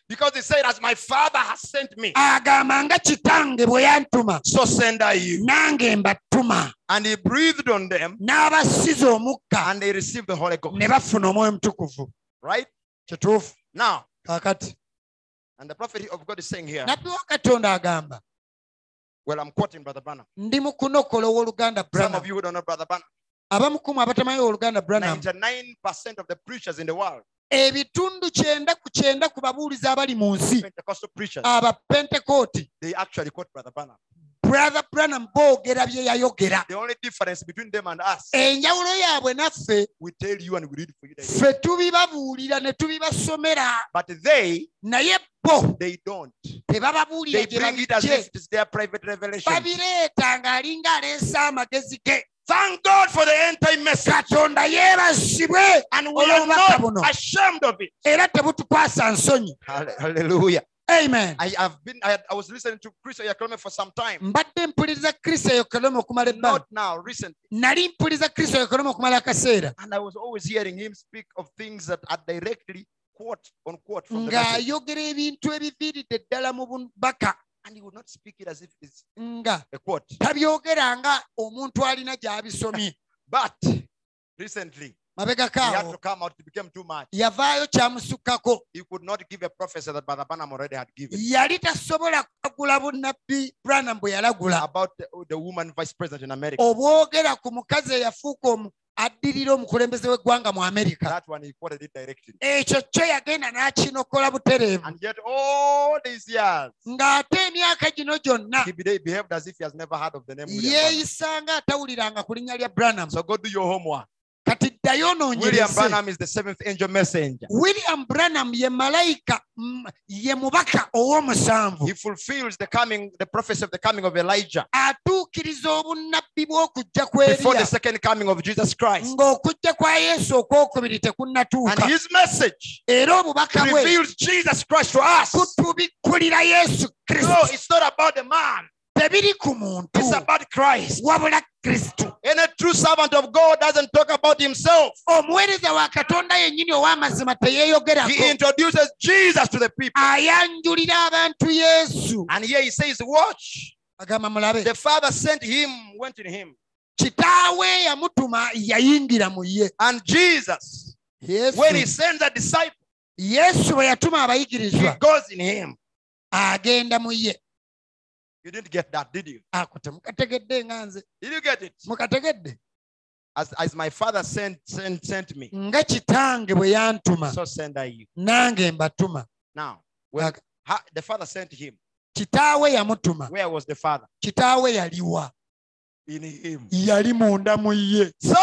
because he said, As my Father has sent me,
agamba nga kitange bwe yantuma
so send I you.
nange mbatuma
And he breathed on them
n'abasiza omukka
and they received the Holy Ghost.
ne bafuna omwoyo mutukuvu
Right?
kituufu
Now,
kaakati
and the prophet of God is saying here,
nabbi wa katonda agamba
well, I'm quoting Brother Branham.
ndi mu kunokola ow'oluganda
Some of
branam
you who don't know Brother Branham,
abamukumu abatamanyi oluganda branam
99% of the preachers in the world,
ebitundu kyenda ku kyenda ku babuulizi abali mu nsi
Pentecostal preachers,
abapentekooti
they actually quote Brother Branham.
brother branam boogera bye yayogera
The only difference between them and us,
enjawulo yaabwe naffe
we tell you and we read for you. the-
ffe tubibabuulira ne tubibasomera
But they,
naye bo
they don't.
tebababuulira
They
gye
bring it as
babijje
if it's their private revelation.
babireeta ng'alinga aleesa amagezi ge
Thank God for the end time message.
katonda yeebazibwe
And we are
olw'obubaka buno
Oh, not ashamed of it.
era tebutukwasa nsonyi
Halle- Hallelujah.
amen
I have been, I, had- I was listening to Chris Oyakome for some time.
mbadde mpuliriza kristo yekoloma okumala ebbanga
Not now, recently.
nali mpuliriza kristo yekoloma okumala akaseera
And I was always hearing him speak of things that are directly quote on quote from the message.
ng'ayogera ebintu ebiviiridde ddala mu bubaka
And he would not speak it as if it's
nga
a quote.
tabyogera nga omuntu alina gy'abisomye
But recently, he had
mabegakaawo
to come out. It became too much.
yavaayo kyamusukkako
He could not give a prophecy that Brother Branham already had given
yali tasobola kulagula bunnabbi branam bwe yalagula Oh.
about the, the woman vice president in America.
obwogera ku mukazi eyafuuka omu- addirira omukulembeze w'eggwanga mu amerika
That one he quoted it directly.
ekyo kyo yagenda n'akinokola butereevu
And yet, all these years,
ng'ate emyaka gino gyonna
he be- behaved as if he has never heard of the name. William Branham.
yeeyisanga atawuliranga ku linnya lya branam
So go do your homework.
kati ddayo
William
onoonyereze
Branham is the seventh angel messenger.
william branam ye malayika mm, ye mubaka ow'omusanvu
He fulfills the coming, the prophecy of the coming of Elijah
atuukiriza obunnabbi bw'okujja
before the
kweriya
second coming of Jesus Christ.
ng'okujja kwa yesu okwokubiri
And
tekunnatuuka
his message
era obubaka bwe
reveals Jesus Christ to us.
kutubikulira yesu
No,
kristo
it's not about the man,
tebiri ku muntu
it's about Christ.
wabula kristo
And a true servant of God doesn't talk about himself.
omuweereza wa katonda yennyini ow'amazima
He
teyeeyogerako
introduces Jesus to the people.
ayanjulira abantu yesu
And here he says, Watch.
agamba mulabe
The Father sent him, went in him.
kitaawe yamutuma yayingira mu ye
And Jesus,
yesu
when he sends a disciple,
yesu bwe yatuma
he
abayigirizwa
goes in him. Hmm.
agenda mu ye
You didn't get that, did you?
ako temukategedde nga nze
Did you get it?
mukategedde
As, as my Father sent, sent, sent me,
nga kitange bwe yantuma
so send I you.
nange mbatuma
Now, when,
Ag-
ha- the Father sent him.
kitaawe yamutuma
Where was the Father?
kitaawe yaliwa
In him.
yali munda mu ye
So,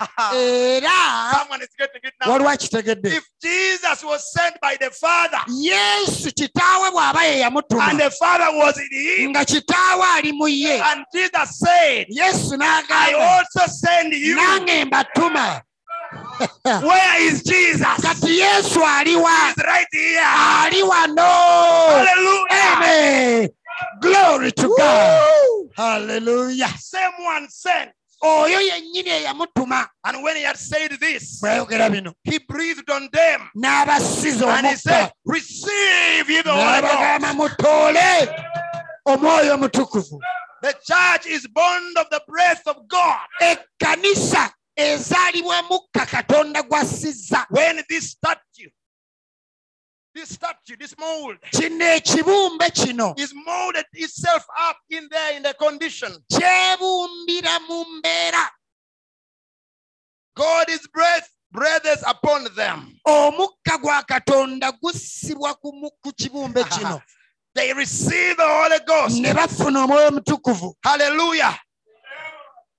era
someone is getting it now.
waliwo akitegedde
If Jesus was sent by the Father
yesu kitaawe bw'aba ye
and
yamutuma
the Father was in him,
nga kitaawe ali mu ye
and Jesus said,
yesu
I
n'agamba
also send you.
nange mbatuma
Where is Jesus? He's
kati yesu aliwa
right here.
ali wano
Hallelujah.
Amen. glory to god
Woo!
haleluya
Someone sent.
oyo yennyini eyamutuma
And when he had said this,
bwayogera bino
he breathed on them
n'abasiza
and he said,
omukka
Receive ye the Holy Ghost.
n'abagamba mutoole omwoyo omutukuvu
The church is born of the breath of God.
ekkanisa ezaalibwa mukka katonda gwasizza
When this statue, this statue, this mold,
kino ekibumbe kino
is molded itself up in there in the condition.
kyebumbira mu mbeera
God is breath, breathes upon them.
omukka gwa katonda gussibwa ku mu- ku kibumbe kino
They receive the Holy Ghost.
ne bafuna omwoyo omutukuvu
Hallelujah.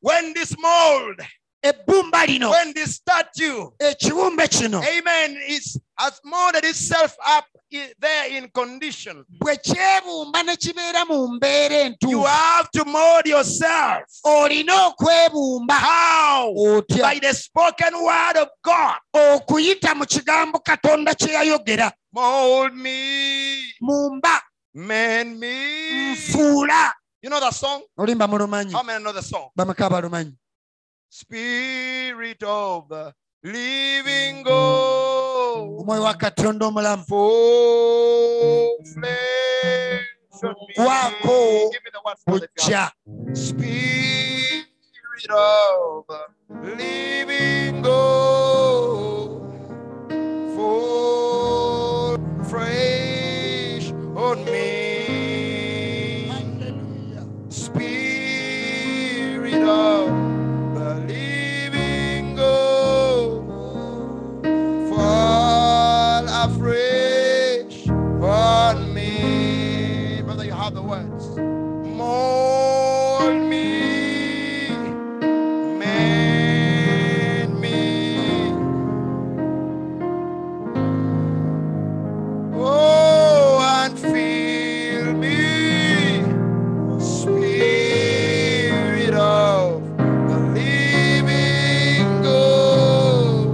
When this mold,
ebbumba lino
when this statue,
ekiwumbe kino
amen, is has molded itself up i- there in condition.
bwe kyebumba ne kibeera mu mbeera
You
entuufu
have to mold yourself.
olina okwebumba
How?
otya
By the spoken word of God.
okuyita mu kigambo katonda kye yayogera
Mold me,
mumba
mend me.
nfuula
You know that song?
olimba mulumanyi
How many know the song?
bameka balumanyi
Spirit of the living God,
omwoyo wa katonda omulamu
fall flesh on me.
Wako.
Give me the words for the
bujja
God. Spirit of the living God, fall fresh on me. Spirit of the living God, fall afresh on me. Brother, you have the words. Mold me, mend me. Oh, and fill me. Spirit of the living God,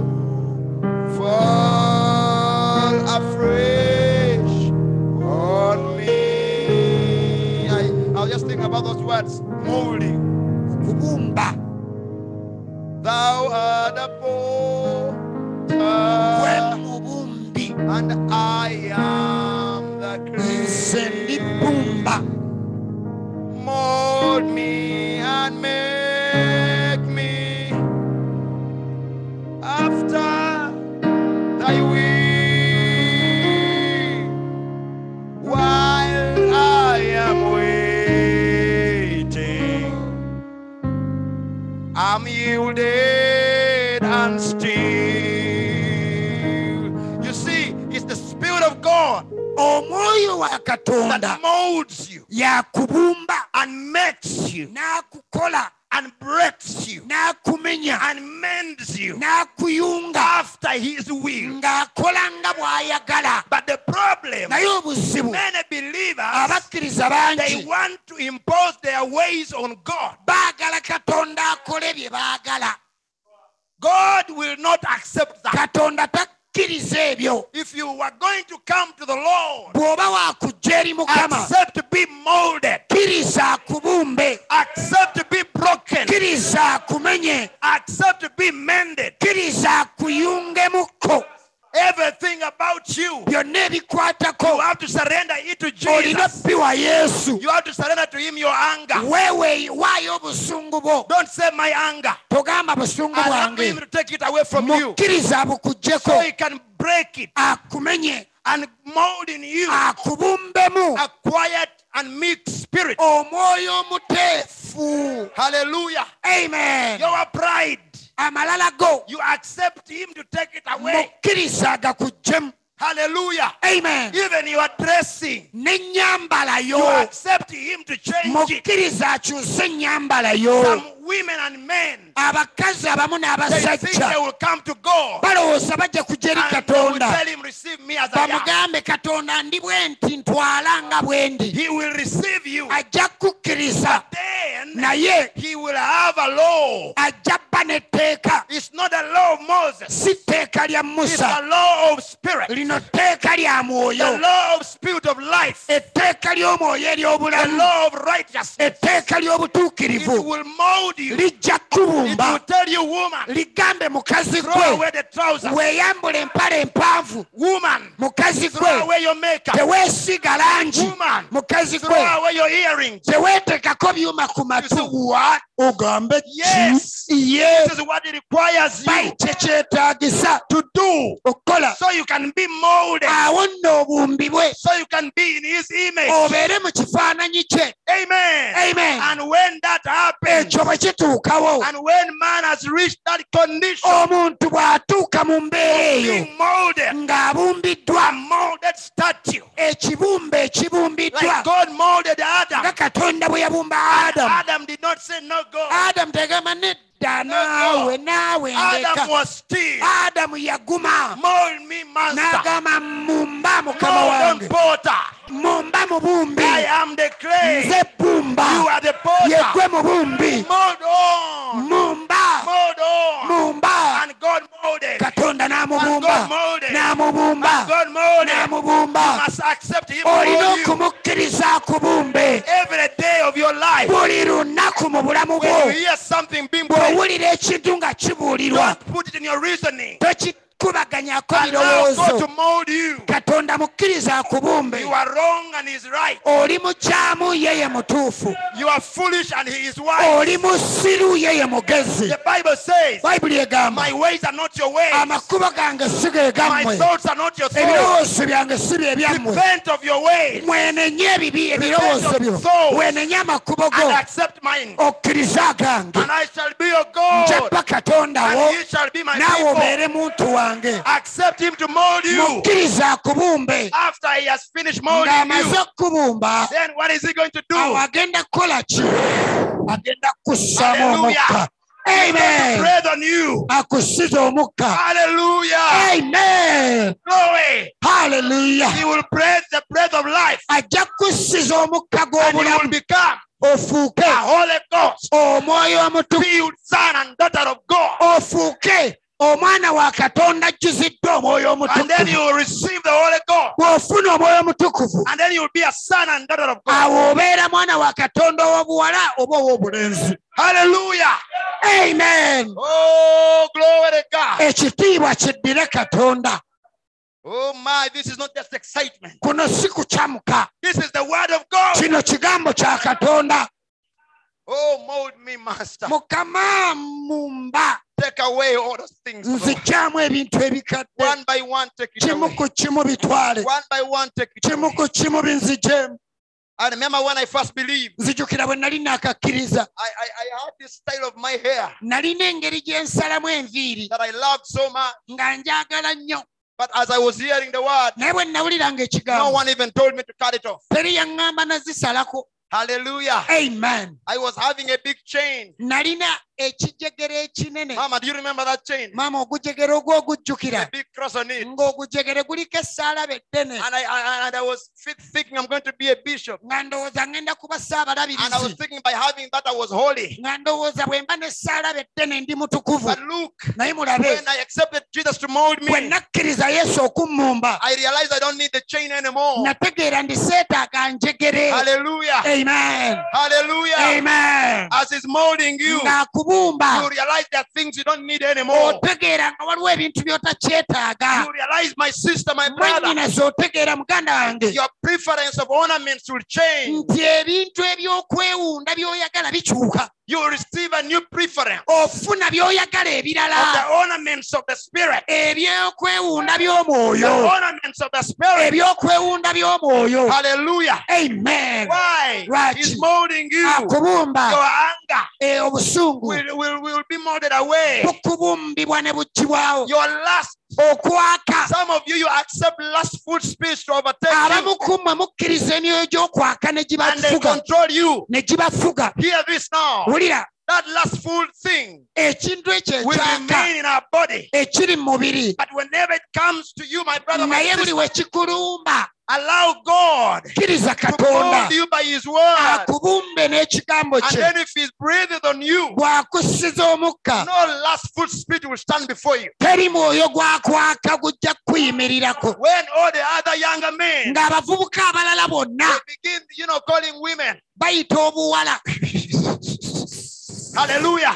fall afresh on me. I, I'll just think about those words. Molding.
kubumba
Thou art a
gwe
potter,
mubumbi
and I am the
nze ndi
clay.
bbumba
Mold me and make me after thy will while I am waiting. I'm yielding. and still. You see, it's the Spirit of God
omwoyo wa
that
katonda
molds you
yakubumba
and makes you
n'akukola
and breaks you
n'akumenya
and mends you
n'akuyunga
after His will.
ng'akola nga bw'ayagala
But the problem,
naye obuzibu
many believers,
abakkiriza
they
bangi
want to impose their ways on God.
baagala katonda akole bye baagala
God will not accept that.
katonda takkiriza ebyo
If you were going to come to the Lord,
bw'oba waakujja eri mukama
accept to be molded,
kkiriza akubumbe
accept to be broken,
kkiriza akumenye
accept to be mended.
kkiriza akuyungemukko
Everything about you,
byonna
you
ebikwatako
have to surrender it to
olina
Jesus.
bbi wa yesu
You have to surrender to Him your anger.
weewe waayo obusungu bwo
Don't say my anger.
togamba busungu
Allow Him
bwange
to take it away from you
mukkiriza
so
bukuggyeko
He can break it
akumenye
and mold in you
akubumbemu
a quiet and meek spirit.
Oh. omwoyo omuteefu
Hallelujah.
amen
Your pride,
amalala go
you accept Him to take it away.
mukkiriza agakuggyemu
Hallelujah.
amen
Even your dressing,
n'ennyambala
you
yo
accept Him to change it.
mukkiriza akyuse ennyambala yo
Some women and men,
abakazi abamu
they think they
n'abasajja
will come to God
balowooza bajja kujja eri
and they will
katonda
tell Him, Receive me as I am.
bamugambe katonda ndi bwe nti ntwala nga bwe ndi
He will receive you.
ajja kukkiriza
Then
naye
He will have a law.
ajja bba n'etteeka
It's not a law of Moses,
si tteeka lya
it's
musa
a law of spirit,
lino tteeka lya
the
mwoyo
law of spirit of life,
Eh. etteeka ly'omwoyo
the
ery'obulamu
law of righteousness.
etteeka
It
ly'obutuukirivu
will mold you.
lijja
It will
kubumba
tell you, woman,
ligambe mukazi
throw
gwe
away the trousers.
weeyambula empale empanvu
Woman,
mukazi
throw
gwe
away your makeup.
teweesiiga langi
Woman,
mukazi gwe
throw away your earrings.
teweetekako byuma ku
You say,
matu
what?
ogambe
Yes.
ye
This is what it requires you
bayite kyetaagisa
to do
okukola
so you can be molded,
awo nno obumbibwe
so you can be in his image.
obeere mu kifaananyi kye
Amen.
Oh, amen Eh,
And when that happens,
ekyo bwe kituukawo
and when man has reached that condition
omuntu bw'atuuka mu mbeera
of
eyo
being molded,
ng'abumbiddwa
a molded statue,
ekibumba ekibumbiddwa
like God molded
nga
Adam,
katonda bwe yabumba adamu
Adam did not say, No, God.
adamu tegamba nedda naawe naawe ndeka
Adam was still,
adamu yaguma
mold me, master.
n'agamba mumba mukama
Mold
wange
on potter.
mumba mubumbi
I am the clay.
nze bbumba
You are the
yegwe
potter.
mubumbi
Mold on.
mumba
Mold on.
mumba
And God molded.
katonda
And
n'amubumba
God molded.
n'amubumba
God molded.
n'amubumba
You must accept Him. for
olina
Oh, you.
okumukkiriza akubumbe
Every day of your life,
buli lunaku mu bulamu bwo
when you hear something being preached,
bw'owulira ekintu nga kibuulirwa
don't put it in your reasoning.
tokikubaganyako
Allow God
birowoozo
to mold you.
katonda mukkiriza akubumbe
You are wrong and He's right.
oli mukyamu ye ye mutuufu
You are foolish and He is wise.
oli musiru ye ye mugezi
The Bible says,
bayibuli egamba
My ways are not your ways,
amakubo gange si ge
my
gammwe
thoughts are not your thoughts.
ebirowoozo byange si bye byammwe
Repent of your ways
mwenenye ebibi ebirowoozo byo wenenye amakubo
and
go Oh,
accept mine.
okkirize agange
And I shall be your
nja
God,
ba katondawo
and He shall be my
naawe
people.
obeere muntu wange
Accept Him to mold you
mukkiriza akubumbe
after He has finished molding
ng'amaze
you.
okukubumba
Then what is He going to do?
awo agenda kukola ki agenda kukussaamu
Hallelujah.
omukka
He's going to
amen
breathe on you.
akusiza omukka
Hallelujah.
amen
Glory.
haleluya
He will breathe the breath of life,
ajja kukusiza omukka
and you will
gw'obulamu
become
ofuuke
a Holy Ghost,
omwoyo omutuku
filled son and daughter of God.
ofuuke omwana wa katonda ajjuziddwa omwoyo
And then
omutukuvu
you Ah, will receive the Holy Ghost,
bw'ofuna omwoyo omutukuvu
and then you will be a son and daughter of God.
awo obeera mwana wa katonda ow'obuwala oba ow'obulenzi
Hallelujah.
amen
Oh, glory to God.
ekitiibwa kiddire katonda
Oh, my. This is not just excitement.
kuno si kukyamuka
This is the word of God.
kino kigambo kya katonda
Oh, mold me, Master.
mukama mumba
Take away all those things. Lord.
nzikyamu ebintu ebikadde
One by one, take it
kimu
away.
ku kimu bitwale
One by one, take it
kimu
away.
ku kimu binzigyemu
I remember when I first believed,
nzijukira bwe nali naakakkiriza
I, I, I had this style of my hair
nalina engeri gye nsalamu enviiri
that I loved so much.
nga njagala nnyo
But as I was hearing the word,
naye bwe nawuliranga
no
ekigambo
one even told me to cut it off.
teri yaŋŋamba nazisalako
Hallelujah.
amen
I was having a big chain.
nalina ekijegere ekinene
Mama, do you remember that chain?
maama ogujegere ogwo ogujjukira
A big cross on
Mm.
it.
ng'ogujegere guliko essaalaba eddene
And I, I and I was fit- thinking I'm going to be a bishop.
nga ndowooza ŋŋenda kuba
And I was
saabalabirizi
thinking by having that I was holy.
nga ndowooza bwe mba n'essaalaba eddene ndi mutukuvu
But look,
naye mulabe
when I accepted Jesus to mold me,
bwe nakkiriza yesu okummumba
I realized I don't need the chain anymore.
nategeera ndi seetaaga njegere
Oh. Hallelujah.
amen
Hallelujah.
amen
As He's molding you,
ng'akubumba
you realize there are things you don't need anymore.
otegeera nga waliwo ebintu by'otakyetaaga
You realize, my sister, my brother,
mwennyinaze otegeera muganda wange
your preference of ornaments will change.
nti ebintu eby'okwewunda by'oyagala bikyuka
You will receive a new preference
ofuna by'oyagala ebirala
of the ornaments of the Spirit.
ebyokwewunda
The
by'omwoyo
ornaments of the Spirit.
ebyokwewunda by'omwoyo
Hallelujah.
amen
Why?
Lwaki?
He's molding
Ah,
you.
akubumba
Your anger
eh, obusungu
will, will, will be molded away.
bukubumbibwa ne buggibwawo
Your lust.
okwaka
Some of you, you accept lustful spirits to overtake you
abamu ku mmwe mukkiriza emyoyo gy'okwaka
and they
ne gibafuga
control you.
ne gibafuga
Hear this now.
wulira
That lustful thing
ekintu ekyo
will
ekyaka
remain in our body.
ekiri mu mubiri
But whenever it comes to you, my brother, my
naye buli
sister,
we kikulumba
allow God
kkiriza
to mold
katonda Ah,
you by His word.
akubumbe n'ekigambo
And
kye
then if He's breathing on you,
bw'akussiza
no
omukka
lustful spirit will stand before you.
teri mwoyo gwakwaka gujja kukuyimirirako
When all the other younger men
ng'abavubuka abalala bonna
they begin, you know, calling women,
bayita obuwala
hallelujah,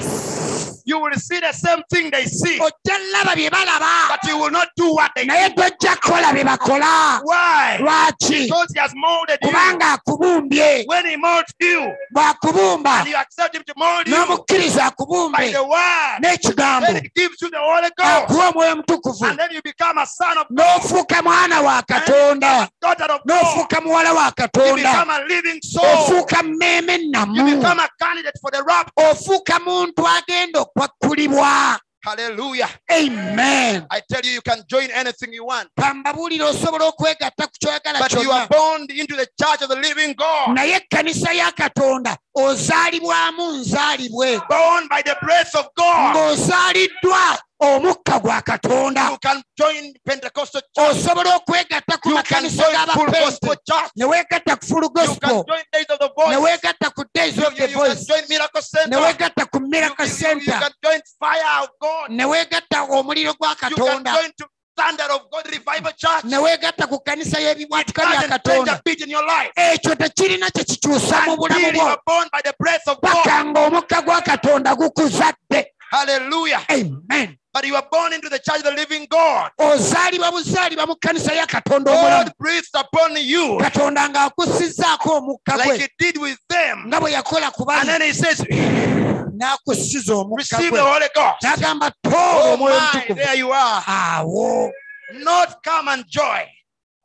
you will see the same thing they see,
ojja laba bye balaba
but you will not do what they do.
Oh, naye tojja kukola bye bakola
Why?
lwaki
Because He has molded you.
kubanga akubumbye
When He molds you,
bw'akubumba
and you accept Him to mold you
n'omukkiriza
by
akubumbe
the word,
n'ekigambo
then He gives you the Holy Ghost.
akuwa omwoyo omutukuvu
And then you become a son of God,
n'ofuuka mwana wa katonda
daughter of God.
n'ofuuka muwala wa
You
katonda
become a living soul.
ofuuka mmeeme
You
ennamu
become a candidate for the rap.
ofuuka muntu agenda okwakkulibwa
Hallelujah.
amen
I tell you, you can join anything you want.
bambabuulira osobola okwegatta ku kyoyagala
But you
kyonna
are born into the church of the living God.
naye ekkanisa ya katonda ozaalibwamu nzaalibwe
Born by the breath of God.
ng'ozaaliddwa omukka gwa katonda
You can join Pentecostal church.
osobola okwegatta ku
You can
makanisa
join full
g'abapente
gospel church.
ne weegatta ku full
You can
gospel
join days of the
ne
voice.
weegatta ku days
You,
of
you-
the
you can
voice
join miracle
ne
center.
weegatta ku
You,
miracle
you- you- you
center
can join fire of God.
ne weegatta omuliro gwa
You can
katonda
join to standard of God revival church.
ne weegatta ku kkanisa y'ebibwatuka bya
Doesn't change a
katonda
bit in your life.
ekyo tekirina kye kikyusa mu bulamu
Until you
bwo
are born by the breath of
paka
God.
ng'omukka gwa katonda gukuzadde
Hallelujah.
amen
But you are born into the church of the living God.
ozaalibwa buzaalibwa mu kkanisa ya katonda
God
omulamu
breathes upon you
katonda ng'akusizzaako omukka gwe
like He did with them.
nga bwe yakola ku
And
bana
then He says,
n'akusiza omukka
Receive
gwe
the Holy Ghost.
n'agamba toola
Oh
omwoyo
my,
omutukuvu
there you are.
awo
Not come and join.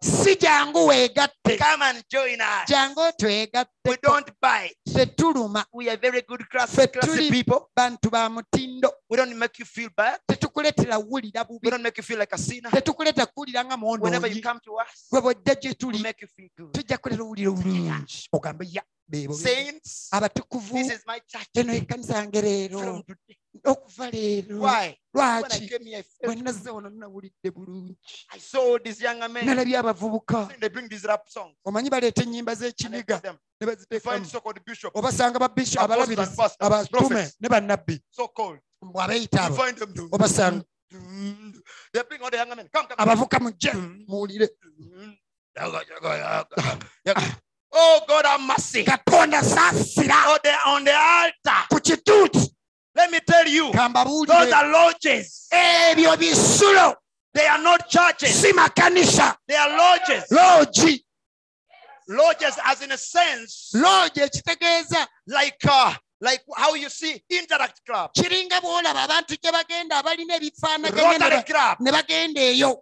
si jangu weegatte
Come and join us.
jangu twegatte
We don't bite.
ffe tuluma
We are very good class,
ffe
classy
tuli
people.
bantu ba mutindo
We don't make you feel bad.
tetukuleetera wulira bubi
We don't make you feel like a sinner.
tetukuleeta kuwulira nga
Whenever you
mwonoonyi
come to us,
gwe bwojja gye
we
tuli
make you feel good.
tujja kuleeta owulira obulungi ogambe ya beebo
Saints,
abatukuvu
this is my church.
eno ekkanisa yange leero
From today.
okuva leero
Why? When I
lwaki
came here, I felt
bwe nazze wano nawulidde bulungi
I saw all these younger men.
nalabye abavubuka
They bring these rap songs.
omanyi baleeta ennyimba
And I tell
z'ekiniga
them,
ne
they find
baziteekamu
so-called bishop,
obasanga
apostles
babisho
and
abalabirizi
pastors,
abatume
prophets,
ne bannabbi
so-called.
bw'abeeyita
You
abo
find them doing.
obasanga
They bring all the younger men. Come, come.
abavuka mujje muwulire
Oh God, have mercy.
katonda saasira
Oh, they're on the altar.
ku kituuti
Let me tell you, those
kambabuulire
are lodges.
ebyo bisulo
They are not churches.
si makanisa
They are lodges.
loogi
Lodges, as in a sense,
loogi ekitegeeza
like uh, like how you see Interact Club,
kiringa bw'olaba abantu gye bagenda abalina ebifaanaganye ne
Rotary
ba-
Club.
ne bagenda eyo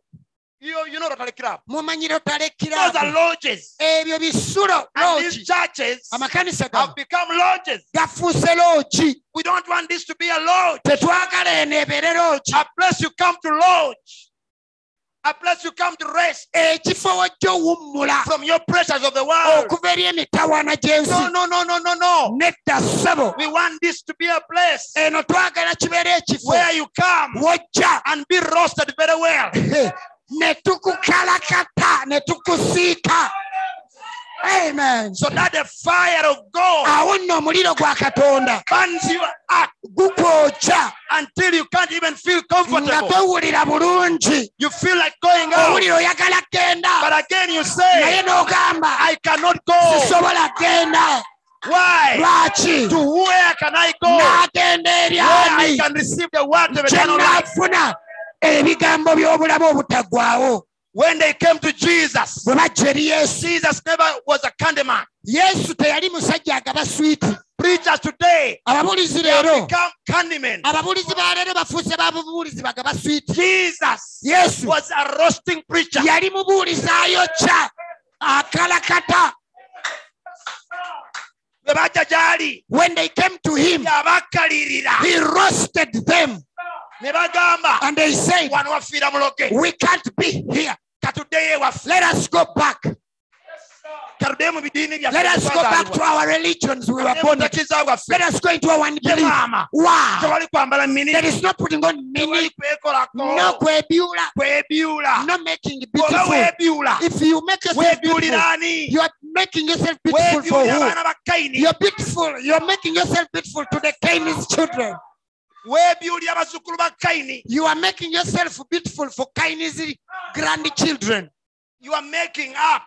You, you know Rotary Club.
mumanyi lotale
Those are
kirabu
lodges.
ebyo bisulo
And
loogi
these churches
amakanisa
have
gano
become lodges.
gafuuse loogi
We don't want this to be a lodge.
tetwagala eno ebeere loogi
A place you come to lodge. A place you come to rest
ekifo wojja owummula
from your pressures of the world.
okuva eri emitawaana gy'ensi
No, no, no, no, no, no.
nedda ssebo
We want this to be a place
eno twagala kibeere ekifo
where you come
wojja
and be roasted very well.
he, ne tukukalakata ne tukusiika amen
So that the fire of God
awo nno omuliro gwa katonda
burns you up
gukwokya
until you can't even feel
nga
comfortable.
towulira bulungi
You feel like going out.
owulira oyagala genda
But again, you
Oh, naye
say,
n'ogamba
I cannot go.
sisobola genda
Why?
lwaki
To where can I go? Where
n'agenda
I
eryani
can receive the word of eternal life.
kyenaafuna ebigambo by'obulamu obutaggwawo
When they came to Jesus,
bwe bajja eri yesu
Jesus never was a candy man.
yesu teyali musajja agaba swiiti
Preachers today
ababulizi
they have
leero
become candy men.
ababulizi ba leero bafuuse babubuulizi bagaba swiiti
Jesus
yesu
was a roasting preacher.
yali mubuulizaayo kya akalakata
Bwe bajja gy'ali,
when they came to him
yabakalirira.
he roasted them
Ne bagamba,
and they said
wano wafiira muloge.
we can't be here
Katuddeyo ewaffe.
let us go back
Katuddeyo mu bidiini
let us go back to our religions we were born into.
mutakiza waffe.
let Ah. us go into our
Ye
unbelief
maama.
wow
Tewali kwambala
there
minini.
is no putting on
Tewali
meaning no
kwekolako.
kwebyula
Kwebyula.
no making
Oba
beautiful
weebyula.
if you make yourself
Weebyulira
beautiful
ani?
you are making yourself beautiful for
Weebyulira
who
abaana ba Kayini.
You're beautiful. You're making yourself beautiful to the Cain's children.
Weebyulira abazzukulu ba Kayini.
You are making yourself beautiful for Cain's grandchildren.
You are making up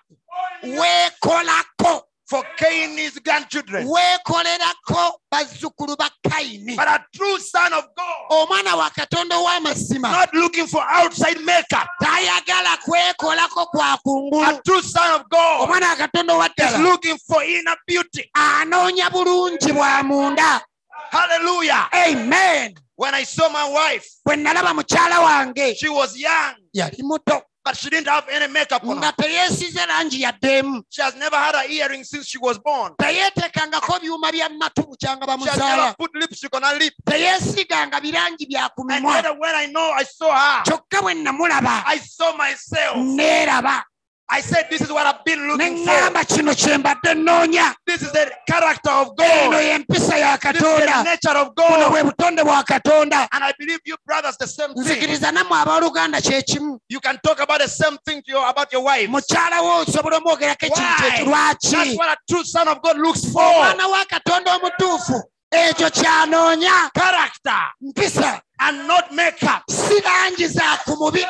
Weekolako,
for Cain's grandchildren.
weekolerako bazzukulu ba Kaini.
But a true son of God,
Omwana wa Katonda ow'amazima
not looking for outside makeup.
tayagala kwekolako kwa
A
kungulu.
true son of God
Omwana wa Katonda
is
owaddala
looking for inner beauty.
anoonya bulungi bwa munda.
Hallelujah.
Amen.
When I saw my wife,
Bwe nalaba mukyala wange
she was young,
yali muto
but she didn't have any makeup on her.
nga teyeesize langi yaddeemu.
She has never had her earring since she was born.
teyeeteekangako byuma bya matu bukyanga
She has never
bamuzaala
put lipstick on her lip.
teyeesiganga birangi bya ku
And
mimwa
later, when I know I saw her,
kyokka bwe namulaba
I saw myself.
neeraba
I said, This is what I've been
ne
looking for.
ŋŋamba kino kye mbadde nnoonya
This is the character of
eno
God.
y'empisa ya
This is the
katonda
nature of
buno
God.
bwe butonde bwa katonda
And I believe you brothers the same thing.
nzikiriza nammwe abooluganda kye kimu
You can talk about the same thing to your about your wife.
mukyala wo osobola omwogerako ekintu
Why?
ekyo lwaki
That's what a true son of God looks for.
omwana wa katonda omutuufu ekyo kyanoonya
Character
mpisa
and not makeup.
si langi za ku mubiri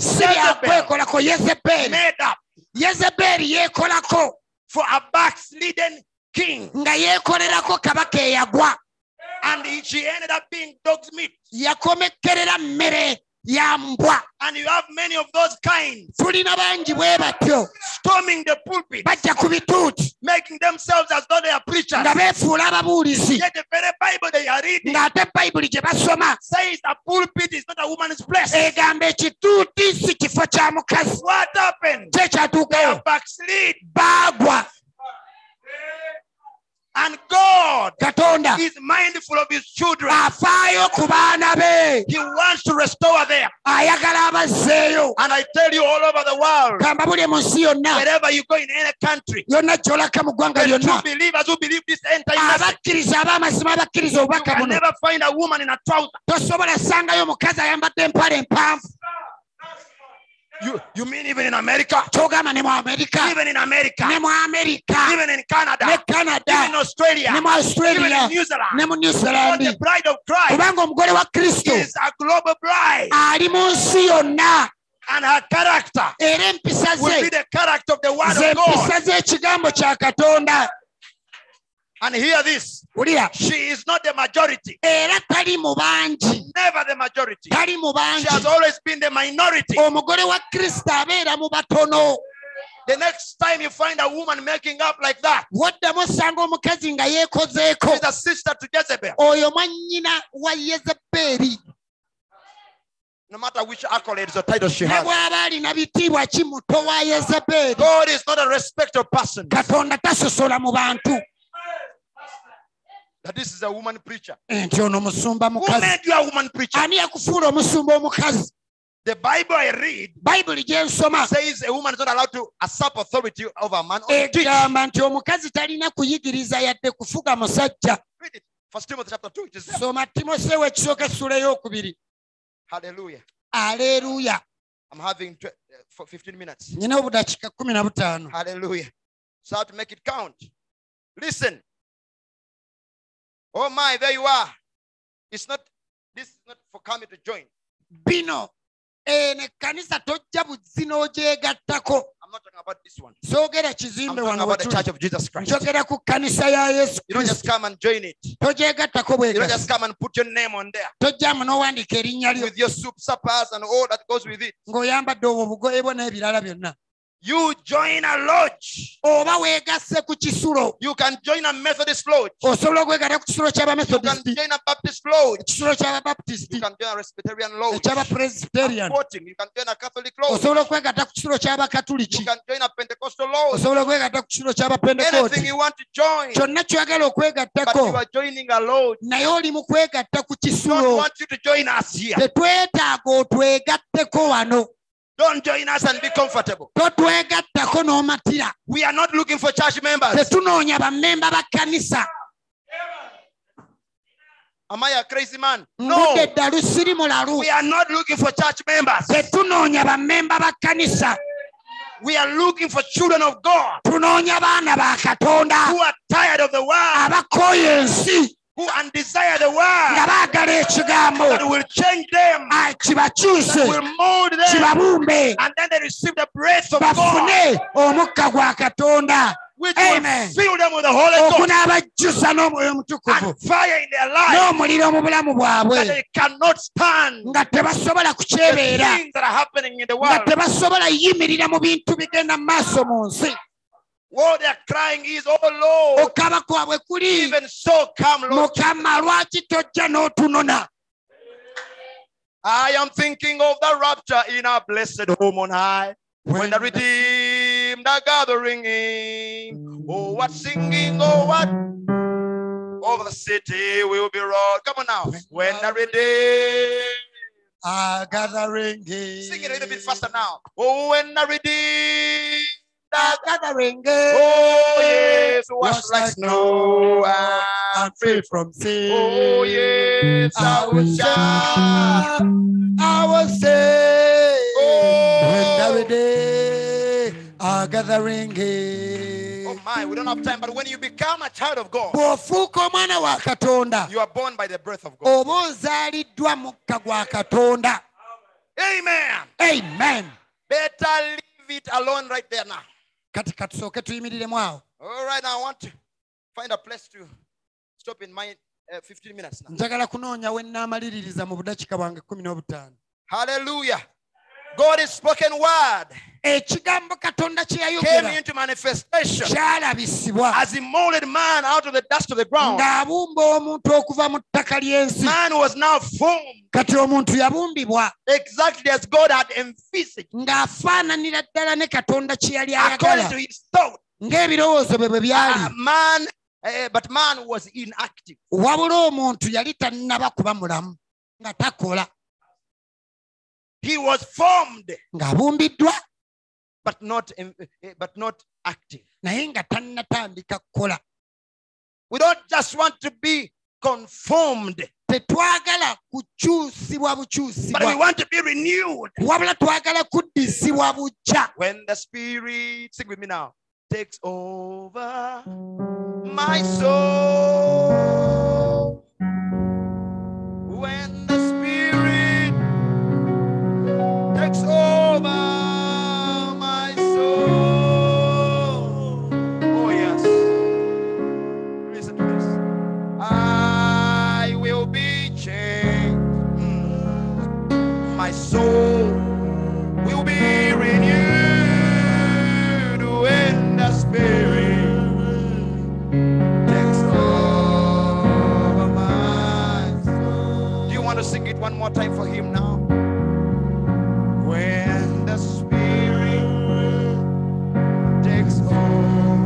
si
Jezebel.
byakwekolako yezebeeri
Made up
yezebeeri yeekolako
for a backslidden king.
nga yeekolerako kabaka eyagwa
And he- she ended up being dog's meat.
yakomekkerera mmere ya mbwa
And you have many of those kinds
tulina bangi bwe batyo
storming the pulpit,
bajja ku bituuti
making themselves as though they are preachers.
nga beefuula ababuulizi
Yet the very Bible they are reading
ng'ate bayibuli gye basoma
says a pulpit is not a woman's place.
egamba ekituuti si kifo kya mukazi
What happened? They
kyekyatuukayo
have backslid.
baagwa
And God
katonda
is mindful of his children.
afaayo ku baana be
He wants to restore them.
ayagala abazzeeyo
And I tell you all over the world,
kamba buli mu nsi yonna
wherever you go in any country,
yonna gyolaka mu ggwanga
the
lyonna
true believers who believe this end
Ah,
time message,
abakkiriza ab'amazima abakkiriza
you
obubaka
can
buno
never find a woman in a trouser.
tosobola sangayo omukazi ayambadde empale empanvu
You, you mean even in America?
kyogamba ne mu amerika
Even in America?
ne mu amerika
Even in
ne
Canada?
canada
Even in Australia?
ne
Even
mu
in
australia
New Zealand?
ne mu new
Because
zealand
the bride of Christ
kubanga omugole wa kristo
is a global bride.
ali mu nsi yonna
And her character
era empisa
will be
ze
the character of the word
ze
of God.
mpisa z'ekigambo kya katonda
And hear this.
wulira
She is not the majority.
era tali mu bangi
Never the majority.
tali mu
She
bangi
has always been the minority.
omugole wa kristo abeera mu batono
The next time you find a woman making up like that,
woddamu osanga omukazi nga yeekozeeko
she's a sister to Jezebel.
oyo mwannyina wa yezebeeri
no matter which accolades or titles she
ne
has.
bw'aba alina bitiibwa ki muto wa yezebeeri
God is not a respecter of persons.
katonda tasosola mu bantu
That this is a woman preacher.
nti ono musumba
Who
mukazi
made you a woman preacher?
ani yakufuula omusumba omukazi
The Bible I read
bayibuli gye nsoma
says a woman is not allowed to usurp authority over a man. Or teach.
egamba nti omukazi talina kuyigiriza yadde kufuga musajja
Read it. First Timothy chapter 2. It is there.
soma timoseewo ekisooka essula ey'okubiri
Hallelujah.
aleeruya
I'm having tw- uh, for 15 minutes.
nyina obudakiika kumi na butaano
Hallelujah. So I have to make it count. Listen. Oh my, there you are. It's not this is not for coming to join.
bino eno ekkanisa tojja buzzi n'ogyegattako
I'm not talking about this one.
soogera
I'm
kizimbe
talking
wano
about the
wetuli.
church of Jesus Christ.
njogera ku kkanisa ya yesu
You don't just
kristo
come and join it. You
togyegattako
don't
bwegasi
just come and put your name on there
tojjamu n'owandiika erinnya lyo
with your soup suppers and all that goes with it.
ng'oyambadde obwo obugoye bwo n'ebirala byonna
You join a lodge.
oba weegasse ku kisulo
You can join a Methodist lodge.
osobola okwegatta ku kisulo
You can
ky'abamethodisti
join a Baptist lodge.
ekisulo
You
ky'ababaputisiti
can join a Presbyterian lodge.
eky'abapresbiterian
Voting. You can join a Catholic lodge.
osobola okwegatta ku kisulo
You
ky'abakatuliki
can join a Pentecostal lodge.
osobola okwegatta ku kisulo
Anything
ky'abapentekooti
you want to join.
kyonna
But
kyoyagala
you
okwegattako
are joining a lodge.
naye oli mu kwegatta ku
We don't
kisulo
want you to join us here.
tetwetaaga otwegatteko wano
Don't join us and be comfortable.
totwegattako n'omatira
We are not looking for church members.
tetunoonya bammemba ba kkanisa
Am I a crazy man? No.
mbudde eddalu siri mulalu
We are not looking for church members.
tetunoonya bammemba ba kkanisa
We are looking for children of God
tunoonya baana ba
who
katonda
are tired of the world,
abakooya ensi
who and desire the
nga
world
baagala ekigambo
that will change them,
ah,
that
kibakyuse
will mold them,
kibabumbe
and then they receive the breath of God,
bafune omukka gwa katonda
which will
Amen.
fill them with the Holy Ghost
okunaabajjusa n'omwoyo omutukuvu
and fire in their life
n'omuliro mu bulamu
that
bwabwe
they cannot stand
nga
the
tebasobola kukyebeera
things that are happening in the
nga
world.
tebasobola yimirira mu bintu bigenda mu maaso mu nsi
What they are crying is, Oh Lord,
okaba kwabwe kuli
even so come, Lord.
mukama lwaki tojja n'otunona
I am thinking of the rapture in our blessed home on high. When the redeemed are gathering in, oh, what singing, oh, what over the city will be wrought. Come on now. When the redeemed,
are gathering in.
sing it a little bit faster now. Oh, when the redeemed,
Are
are-
gathering in.
oh, yes, washed like snow Ah. and
I'm free from sin.
Oh, yes, I will shout.
I will say.
Oh.
When every day are gathering in.
Oh, my, we don't have time, but when you become a child of God,
bw'ofuuka omwana wa katonda
you are born by the breath of God.
oba ozaaliddwa mukka gwa katonda
Amen.
amen
Better leave it alone right there now.
kati katusooke tuyimiriremu awo
All right, now I want to find a place to stop in my uh, 15 minutes now.
njagala kunoonya we nnaamaliririza mu budakika bwange kumi n'obutaano
Hallelujah. God is spoken word
ekigambo katonda kye
came
yayogera
into manifestation
kyalabisibwa
as he molded man out of the dust of the ground.
ng'abumba omuntu okuva mu ttaka ly'ensi
Man was now formed
kati omuntu yabumbibwa
exactly as God had envisaged,
ng'afaananira ddala ne katonda kye yali
according
ayagala
to his thought.
ng'ebirowoozo bye bwe byali
Uh, man, uh, but man was inactive.
wabula omuntu yali tannaba kuba mulamu nga takola
He was formed,
ng'abumbiddwa
but not, um, uh, but not active.
naye nga tannatandika kukola
We don't just want to be conformed,
tetwagala kukyusibwa
but we
bukyusibwa
want to be renewed.
wabula twagala kuddisibwa bujja
When the Spirit, sing with me now, takes over my soul. When the Spirit takes over my soul. Oh, yes. Listen to this. I will be changed. Mm. My soul will be renewed when the Spirit takes over my soul. Do you want to sing it one more time for Him now? When the Spirit takes over,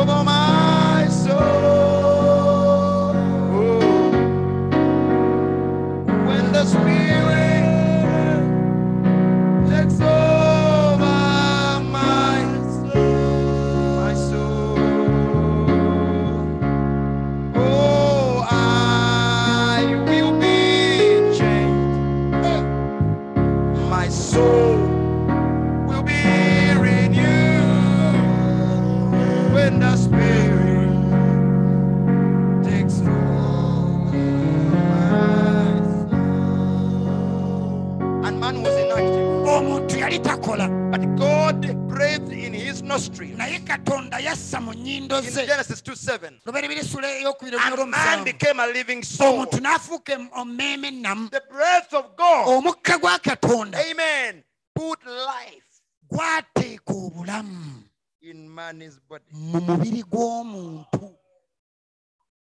over my soul. When the Spirit takes over my soul, my soul. Oh, I will be changed. My soul will be renewed when the Spirit takes over my soul. And man was inactive,
omuntu yali takola
but God breathed in his nostrils.
naye katonda yassa mu nnyindo
In
ze
Genesis 2 7,
luberebera essula eyokubira
and man became a living soul.
omuntu n'afuuka em- ommeeme ennamu
The breath of God.
omukka gwa katonda
Amen. Put life
gwateeka obulamu
in man's body.
mu mubiri gw'omuntu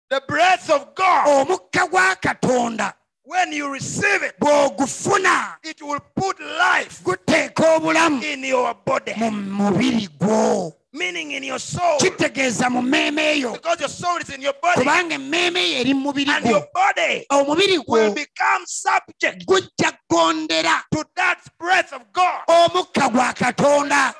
The breath of God,
omukka gwa katonda
when you receive it,
bw'ogufuna
it will put life
guteeka obulamu
in your body,
mu mubiri gwo
meaning in your soul.
kitegeeza mu mmeeme eyo
Because your soul is in your body,
kubanga emmeeme eyo eri mu mubiri
and
gwo
your body
omubiri gwo
will become subject
gujja kugondera
to that breath of God.
omukka gwa katonda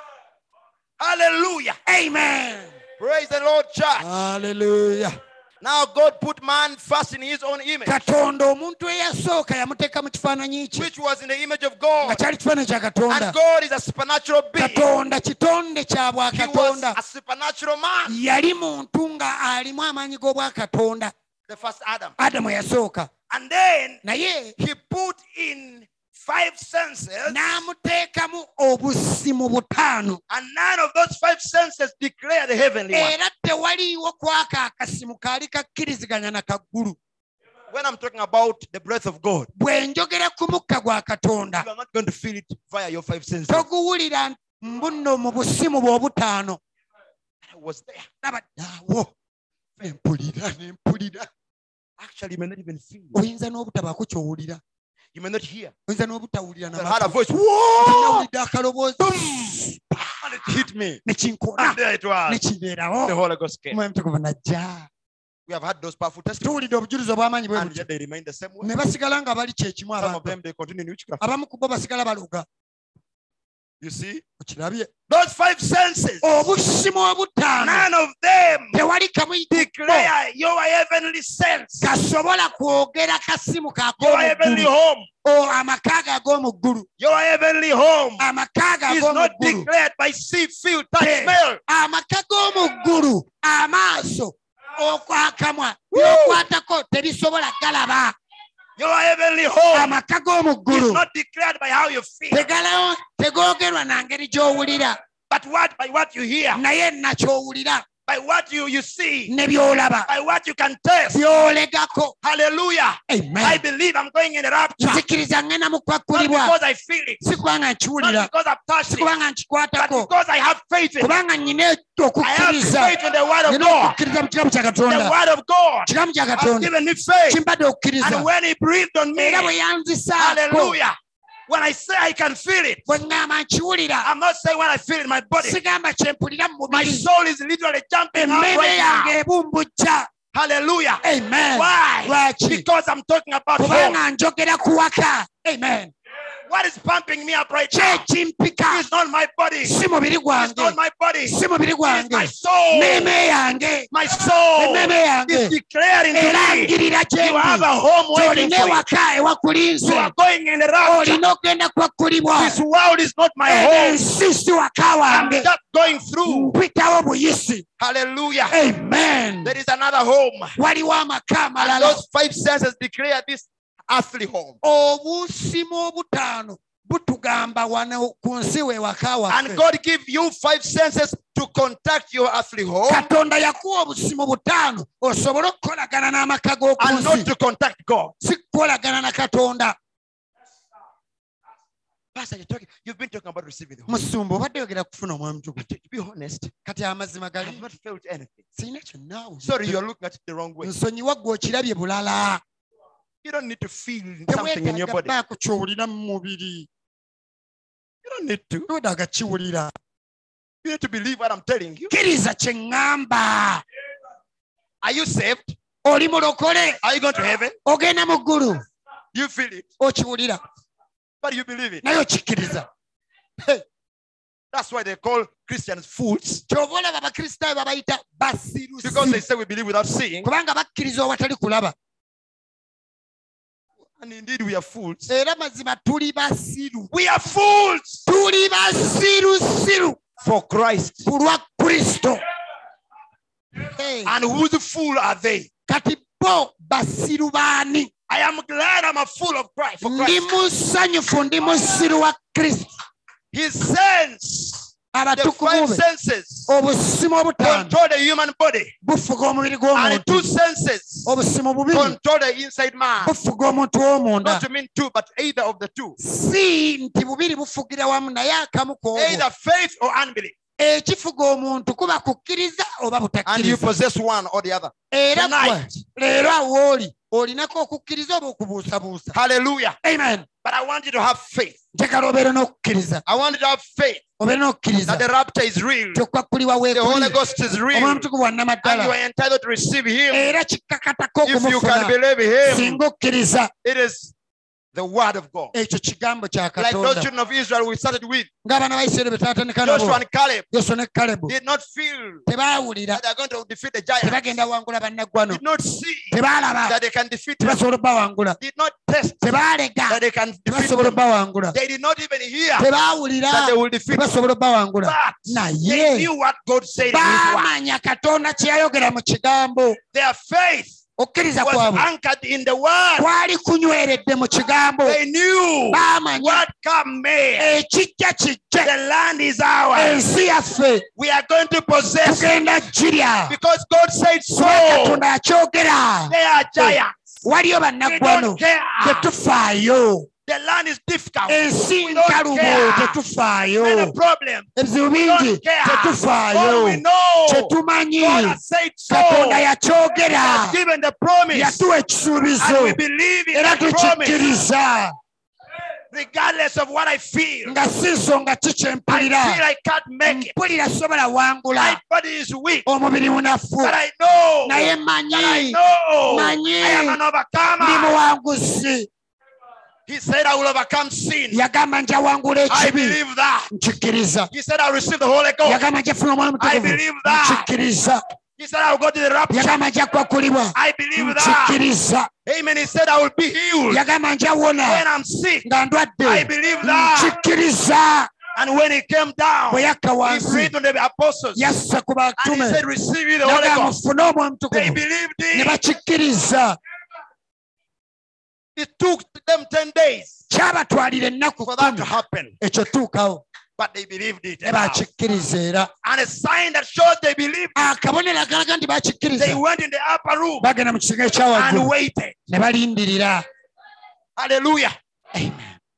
Hallelujah.
amen
Praise the Lord,
Uh.
church.
haleluya
Now, God put man first in his own image,
katonda omuntu eyasooka yamuteeka mu kifaananyi kye
which was in the image of
nga
God.
kyali kifaananyi kya katonda
And God is a supernatural being,
katonda kitonde kya
He was
bwakatonda
a supernatural man.
yali muntu nga alimu amaanyi g'obwakatonda
the first Adam.
adamu eyasooka
And then
naye
he put in five senses,
n'amuteekamu obusimu butaano
and none of those five senses declare the heavenly one.
era tewaliiwo kwaka akasimu kaali kakkiriziganya na kaggulu
When I'm talking about the breath of God,
bwe njogera ku mukka gwa katonda
you are not going to feel it via your five senses.
toguwulira mbuno mu busimu bw'obutaano
I was there.
nabaddeawo empulira nempulira
Actually, you may not even feel. it.
oyinza n'obutabaako kyowulira
You may not hear.
oyinza n'obutawulira
I had a
namawulidde
voice. Whoa!
akaloboozi
And it hit me.
nekinkola
And there it was. The
nekibeerawo
Holy Ghost came.
omwoyo mutukuvu najja
We have had those powerful testimonies,
tuwulidde obujulizi obw'amaanyi bwe
and
buti
yet they remain the same way.
ne basigala nga bali kyekimu
Some of
abantu
them they continue in witchcraft.
abamu ku bo basigala baloga
You see,
okirabye
those five senses.
obusimu obutaano
None of them
tewali kamu
declare your heavenly sense,
kasobola kwogera kasimu
your heavenly
kakomuggulu
home,
Oh, amakaaga ag'omuggulu
your heavenly home
amakaaga
is not
ag'omuggulu
declared by see, feel, touch,
Yeah.
smell.
amaka g'omuggulu amaaso okwakamwa
Woo!
n'okwatako tebisobola galaba
Your heavenly home
amaka
is
g'omuggulu
Oh! not declared by how you feel,
tegalawo tegoogerwa na ngeri gy'owulira
but what by what you hear,
naye nakyowulira
by what you you see,
ne by'olaba
by what you can taste.
by'olegako
Hallelujah! I
Amen.
believe I'm going in the rapture not
nzikiriza ŋŋenda mu kwakkulibwa
because I feel it,
si kubanga nkiwulira
not because I've touched
si
it,
kubanga
but
nkikwatako
because I have faith in. it.
kubanga
I
nnyina
have
okukkiriza
faith in the word of
nina
God.
okukkiriza mu kigambo kya
The
katonda
word of God
kigambo kya
has
katonda
given me faith,
kimpadde
and
okukkiriza
when He breathed on
era
me.
bwe yanzisaako
Hallelujah. When I say I can feel it,
bwe ŋŋamba nkiwulira
I'm not saying when I feel it in my body.
sigamba kye mpulira mu
My
mubiri
soul is literally jumping up
emmeme yange
right
ebumbujja
now. Hallelujah.
amen
Why?
lwaki
Because I'm talking about
kubanga
home.
njogera ku waka amen
What is pumping me up right
ki
now?
ekimpika
It's not my body.
si mubiri
It's
gwange
not my body. It's
si mubiri gwange
my soul.
mmeeme yange
My soul
emmeme yange
is declaring
era
to me.
ngirira
You have a
gyendi
home waiting
olina
for you.
ewaka
You
ewakulinze
are going in the rapture.
olina ogenda kwakkulibwa
This world is not my
Eno
home.
ensi si waka
I'm
wange
just going through.
mpitawo buyisi
Hallelujah.
amen
There is another home.
waliwo amaka
And
amalala
those five senses declare this earthly home.
obusimu obutaano butugamba wano ku nsi wewaka
And
waffe
God give you five senses to contact your earthly home
katonda yakuwa obusimu butaano osobole okukolagana n'amaka g'oku
and not
nsi
to contact God.
si kukolagana na katonda
Pastor, you're talking, you've been talking about receiving the home.
musumba obadde yogera kufuna omwoyo mutukuvu
But to be honest,
kati amazima
I have
gali
not felt anything.
sirina kyonnaawo
Sorry, you're looking at it the wrong way.
nsonyiwa gwe okirabye bulala
You don't need to feel something in your
teweetaaga
body.
baako ky'olina mu mubiri
need to.
toddaga kiwulira
You need to believe what I'm telling you.
kkiriza kye ŋŋamba
Are you saved?
oli mulokole
Are you going to heaven?
ogenda mu ggulu
You feel it,
okiwulira
but you believe it.
naye okikkiriza
That's why they call Christians fools
kyova olaba abakristaayo babayita
because they
basirusi
say we believe without seeing.
kubanga bakkiriza owatali kulaba
And indeed, we are fools.
era mazima tuli basiru
We are fools
tuli basirusiru
for Christ.
ku lwa kristo Hey,
And whose fool are they?
kati bo basiru baani
I am glad I'm a fool of Christ. For
ndi
Christ.
musanyufu ndi musiru wa kristo
His sense, the
abatukuvu
five
be
senses,
obusimu obutaano
control the human body,
bufuga omubiri
and
gw'omuntu
two senses
obusimu bubiri
control the inside man.
bufuga omuntu w'omunda
Not to mean two, but either of the two.
si nti bubiri bufugira wamu naye akamu kwobwo
Either faith or unbelief.
ekifuga omuntu kuba kukkiriza oba
And you
butakkiriza
possess one or the other.
era gwe
Tonight.
leero awooli olinako okukkiriza oba okubuusabuusa
Hallelujah.
amen
But I want you to have faith.
njagala obeera n'okukkiriza
I want you to have faith
obeera
that the
n'okukkiriza
rapture is real.
tyokwakulibwa
The Holy
weekulire
Ghost is real.
omwana
And
mutukuvu wannamaddala
you are entitled to receive Him
era kikkakatako
if you can
okumufuna
believe Him.
singa okkiriza
It is the Word of God.
ekyo kigambo kya
Like those
katonda
children of Israel we started with,
ng'abaana ba isirayiri bwe tatandika nabo
Joshua and Caleb
yoswa ne kalebu
did not feel
tebaawulira
that they're going to defeat the giant,
tebagenda wangula bannaggwano
did not see
tebaalaba
that they can defeat him,
tebasobola obbawangula
did not test
tebaalega
that they can defeat
tebasobola
him.
obbawangula
They did not even hear
tebaawulira
that they will defeat him.
tebasobola obbawangula
But they
naye
knew what God said in His Word.
baamanya katonda kye yayogera mu kigambo
Their faith
okkiriza
was
kwabwe
anchored in the Word.
kwali kunyweredde mu kigambo
They knew
baamanya
what come may.
Eh, ekijja kijje
The land is ours.
ensi yaffe
We are going to possess it
tugenda girya
because God said so.
katonda akyogera
They are
Eh,
giants.
waliyo
We
bannaggwano
don't care.
tetufaayo
The land is difficult.
ensi
We don't
nkalubo
care. Many
tetufaayo
problems.
ebizibu
We
bingi
don't care.
Ah,
All we
tetufaayo
know,
tetumanyi
God has said so.
katonda
He
yakyogera
has given the promise. And
yatuwa
we
ekisuubizo
believe in
era
the promise.
tukikkiriza
Regardless of what I feel,
nga si zo
I
nga
feel
kikyempulira
I can't make it.
mpulira sobola
My
wangula
body is weak.
omubiri munafu
But I know.
naye
that I
manyi
know
Manyi.
I am an
ndi
overcomer.
muwanguzi
He said, I will overcome sin.
yagamba njawangula
I
ekibi
believe that.
nkikkiriza
He said, I'll receive the Holy Ghost.
yagamba njafuna omwana
I
mutukuvu
believe that.
nkikkiriza
He said, I'll go to the rapture.
yagamba njakwakulibwa
I believe that.
nkikkiriza
Amen. He said, I will be healed
yagamba njawona
when I'm sick.
nga ndwadde
I believe that.
nkikkiriza
And when he came down,
bwe yakka
he
wansi
breathed on the apostles. And
yassa
he
ku batume
said, Receive ye the Holy
yagamba
Ghost.
mufune omwa
They
mutukuvu
believed
ne
it.
bakikkiriza
It took them 10 days
kyabatwalira ennaku
for that to
kumi
happen.
ekyo tuukawo
But they believed it.
ne bakikkiriza era
And a sign that shows they believed,
akabonero akalaga nti bakikkiriza
they went in the upper room.
bagenda mu kisinga
and
ekyawaggulu
waited.
ne balindirira
Hallelujah.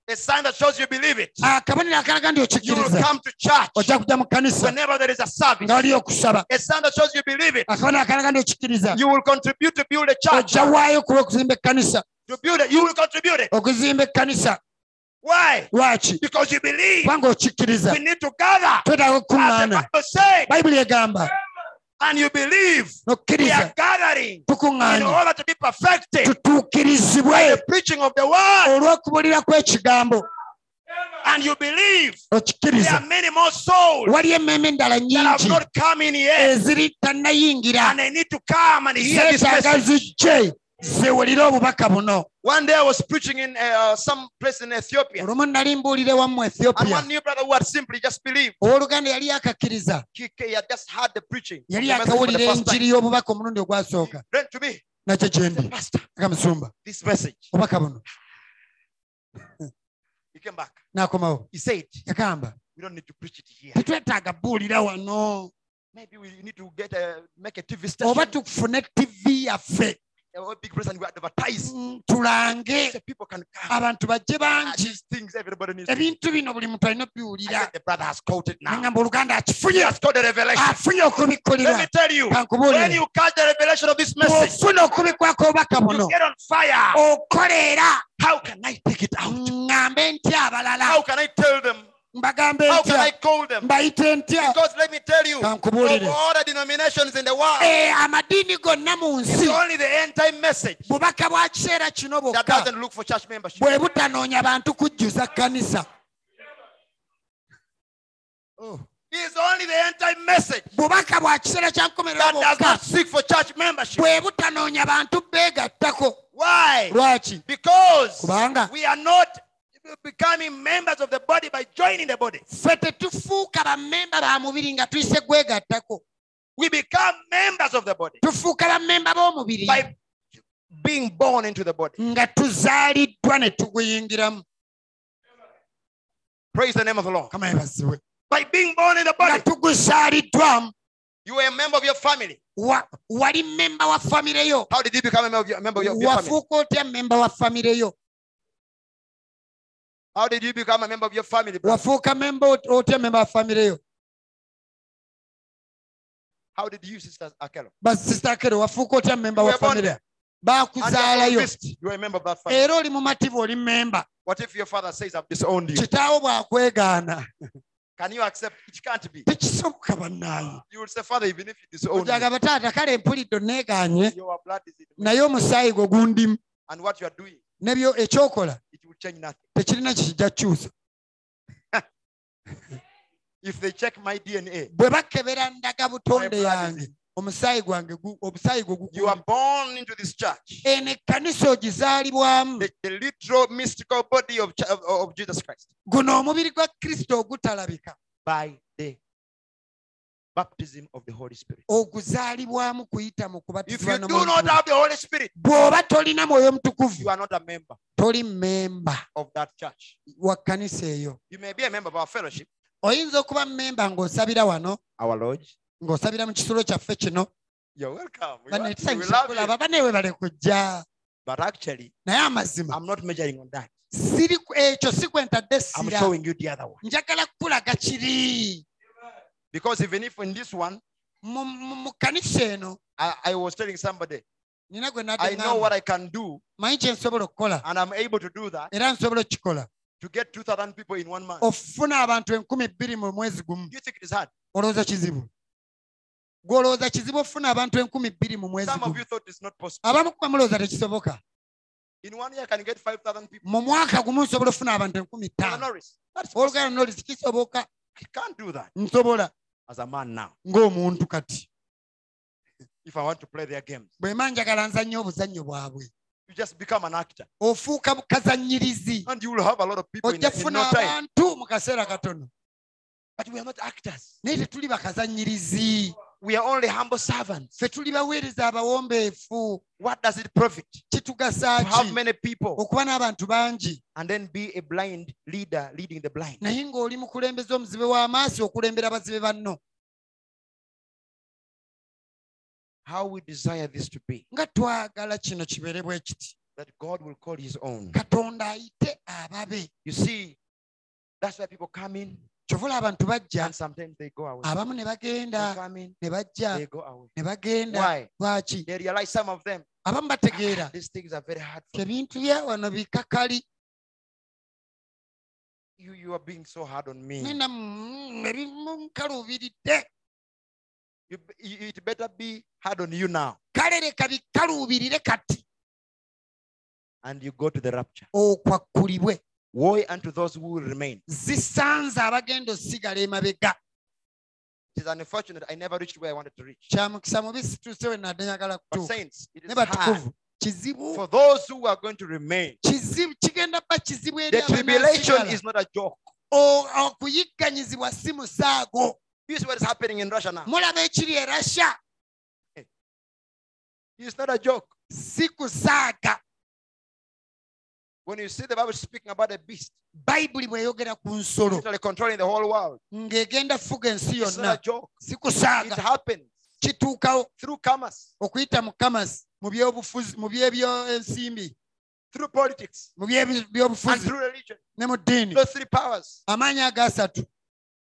A sign that shows you believe it.
akabonero akalaga nti
You will
okikkiriza
come to church
ojja kujja mu kkanisa
whenever there is a service.
nga waliyo okusaba Ah,
A sign that shows you believe it.
akabonero akalaga nti okikkiriza
You will contribute to build a church.
ojja waayo kuba okuzimba ekkanisa
To build it, you will contribute it.
okuzimba ekkanisa
Why?
lwaki
Because you believe.
kubanga okikkiriza
We need to gather.
twetaaga
As the
okukuŋŋaana
Bible says,
bayibuli egamba
and you believe. We
n'okukkiriza
are gathering in
tukuŋŋaanye
order to be perfected.
tutuukirizibwe
By the preaching of the word,
Oh, olw'okubulira kw'ekigambo
and you believe there
okikkiriza
are many more souls
waliyo emmeeme endala
that have
nnyingi
not come in yet,
eziri tannayingira
and they need to come and hear this
zeetaaga
message.
zijje ziwulire obubaka buno
One day I was preaching in uh, some place in Ethiopia,
olumu nali mbuulire wamu
and
ethiopia
one new brother who had simply just believed,
owooluganda yali yakakkiriza
he, he had just heard the preaching.
yali
the message for the
yakawulira
first time.
enjiri y'obubaka omulundi ogwasooka
He went to me,
nakyo gye ndi
Pastor,
aga musumba
this message.
obubaka buno
He came back.
n'akomawo
He said,
yagamba
We don't need to preach it here.
tetwetaaga buulira wano
Maybe we need to get a make a TV
oba
station
tufune tivi yaffe
or a big place and we advertise
mm, tulange
so people can come.
abantu bajje
Ah,
bangi
These things everybody needs. to do.
ebintu bino buli muntu alina
I
obiwulira
said, the brother has quoted now.
nengamba oluganda
He
akifunye
has got the revelation.
afunye
Let me
okubikulira
tell you, when
kankubuulire
you catch the revelation of this message,
ofuna okubikwako obubaka buno
you get on
Oh.
fire.
okola era
How can I take it out?
ŋŋambe nti abalala
How can I tell them
mbagamba
How can I
entya
call them?
mbayite entya
Because let me tell you, of
kankubuulire
all the denominations in the world,
Eh, amadiini gonna mu nsi
it's only the end time message
bubaka bwa kiseera kino
that
bwokka
doesn't look for church membership.
bwe butanoonya bantu kujjuza kkanisa
It's only the end time message
bubaka bwa kiseera kyankomerera
that does
bwokka
not seek for church membership.
bwe butanoonya bantu beegattako
Why?
lwaki
Because
kubanga
we are not becoming members of the body by joining the body.
ffe tetufuuka bammemba ba mubiri nga tuyise gwegattako
We become members of the body
tufuuka bammemba b'omubiri
by being born into the body.
nga tuzaaliddwa ne tuguyingiramu
Praise the name of the Lord.
kama yebazibwe
By being born in the
nga
body,
tuguzaaliddwamu
you were a member of your family.
Wa- wali mmemba wa famire yo
How did you become a member of your, member of your, your family?
wafuuka otya mmemba wa famire yo
How did you become a member of your family? brother?
wafuuka memba ot- otya memba wa famire yo
How did you, Sister Akelo?
basisita kero wafuuka otya memba
You
wa
were born
famire
And you are
baakuzaalayo
convinced you are a member of that family.
era oli mu mativu oli mmemba
What if your father says, I've disowned you?
kitaawo bw'akwegaana
Can you accept? It can't be.
tekisoboka bannaayi
You will say, Father, even if you disown me,
ogagaba taata kale mpulidde onneegaanye
your blood is in me.
naye omusaayi gwo gundimu
And what you are doing,
nebyo ekyokola
it will change nothing.
tekirina kijja kukyusa
If they check my DNA,
bwe bakebera
my
ndaga butonde
blood is
yange
in.
omusaayi gwange gu- omusaayi gwo
You are
gugu
born into this church,
eno ekkanisa ogizaalibwamu
the, the literal mystical body of, Ch- of, of Jesus Christ,
guno omubiri gwa kristo ogutalabika
by the baptism of the Holy Spirit.
oguzaalibwamu kuyita mu
If you
kubatizibwa
do not have the Holy Spirit,
bw'oba tolina mwoyo
you
mutukuvu
are not a member
toli mmemba
of that church.
wa kkanisa eyo
You may be a member of our fellowship,
oyinza okuba mmemba ng'osabira wano
our lodge.
ng'osabira mu kisolo kyaffe kino
You're welcome. We, want you, we
banetusanyisa
love you.
kulaba banewe bale kujja
But actually,
naye amazima
I'm not measuring on that.
siri eh, ekyo si kwe ntadde
I'm
sira
showing you the other one.
njagala kukulaga kiri
Because even if in this one,
mu mu- mu kkanisa eno
I, I was telling somebody,
nina gwe
I know what
nadde
I can do,
manyi kye nsobola okukola
and I'm able to do that
era nsobola okukikola
to get 2,000 people in one month.
ofuna abantu enkumi bbiri mu mwezi gumu
Do you think it is hard?
olowooza kizibu gwolowooza kizibu ofuna abantu enkumi bbiri mu mwezi
Some of
gumu
you thought it's not possible.
abamu kuba mulowooza tekisoboka
In one year, I can get 5,000 people.
mu mwaka gumu nsobola ofuna abantu enkumi
Brother
ttaano
Norris, that's possible.
oluganda nolisi kisoboka
I can't do that
nsobola
as a man now
ng'omuntu kati
if I want to play their games.
bwe ma njagala nzannya obuzannyo bwabwe
You just become an actor,
ofuuka bukazannyirizi
and you will have a lot of people in,
ojja
in
kufuna
no time.
abantu mu kaseera katono
But we are not actors.
naye tetuli bakazannyirizi
We are only humble servants.
ffe tuli baweereza abawombeefu
What does it profit to have
kitugasaaki
many people
okuba n'abantu bangi
and then be a blind leader leading the blind?
naye ng'oli mukulembeza omuzibe w'amaaso okulembera abazibe banno
How we desire this to be,
nga twagala kino kibeere bwe kiti
that God will call His own.
katonda ayite ababe
You see, that's why people come in
kyovula abantu bajja
and sometimes they go away.
abamu ne
They
bagenda
come in,
ne bajja
they go away.
ne bagenda
Why?
lwaki
They realize some of them, "Ah,
abamu bategeera
these things are very hard for me.
ebintu bya wano bikakali
you. You are being so hard on me.
nena mm, ebimu nkaluubiridde
You, you- it better be hard on you now.
kale leka bikaluubirire kati
And you go to the rapture.
okwakkulibwe
Woe unto those who will remain.
zisanze abagenda osigala emabega
It is unfortunate I never reached where I wanted to reach.
kya mukisa mubi situuse we nadde njagala
But
kutuuka
saints, it
ne
is hard
batukuvu kizibu
for those who are going to remain.
kizibu kigenda ba kizibu eri
The tribulation
abanaasigala.
is not a joke.
O- okuyigganyizibwa si musaago
You see what is happening in Russia now.
mulaba ekiri e rasha
It's not a joke.
si kusaaga
When you see the Bible speaking about a beast,
bayibuli bw'eyogera ku nsolo
literally controlling the whole world,
ng'egenda fuga ensi
it's not
yonna
a joke.
si
It
kusaaga
happens
kituukawo
through commerce,
okuyita mu kamasi mu byobufuzi mu byebyensimbi
through politics,
mu
and
byobufuzi
through religion.
ne mu ddiini
Those three powers.
amaanyi agasatu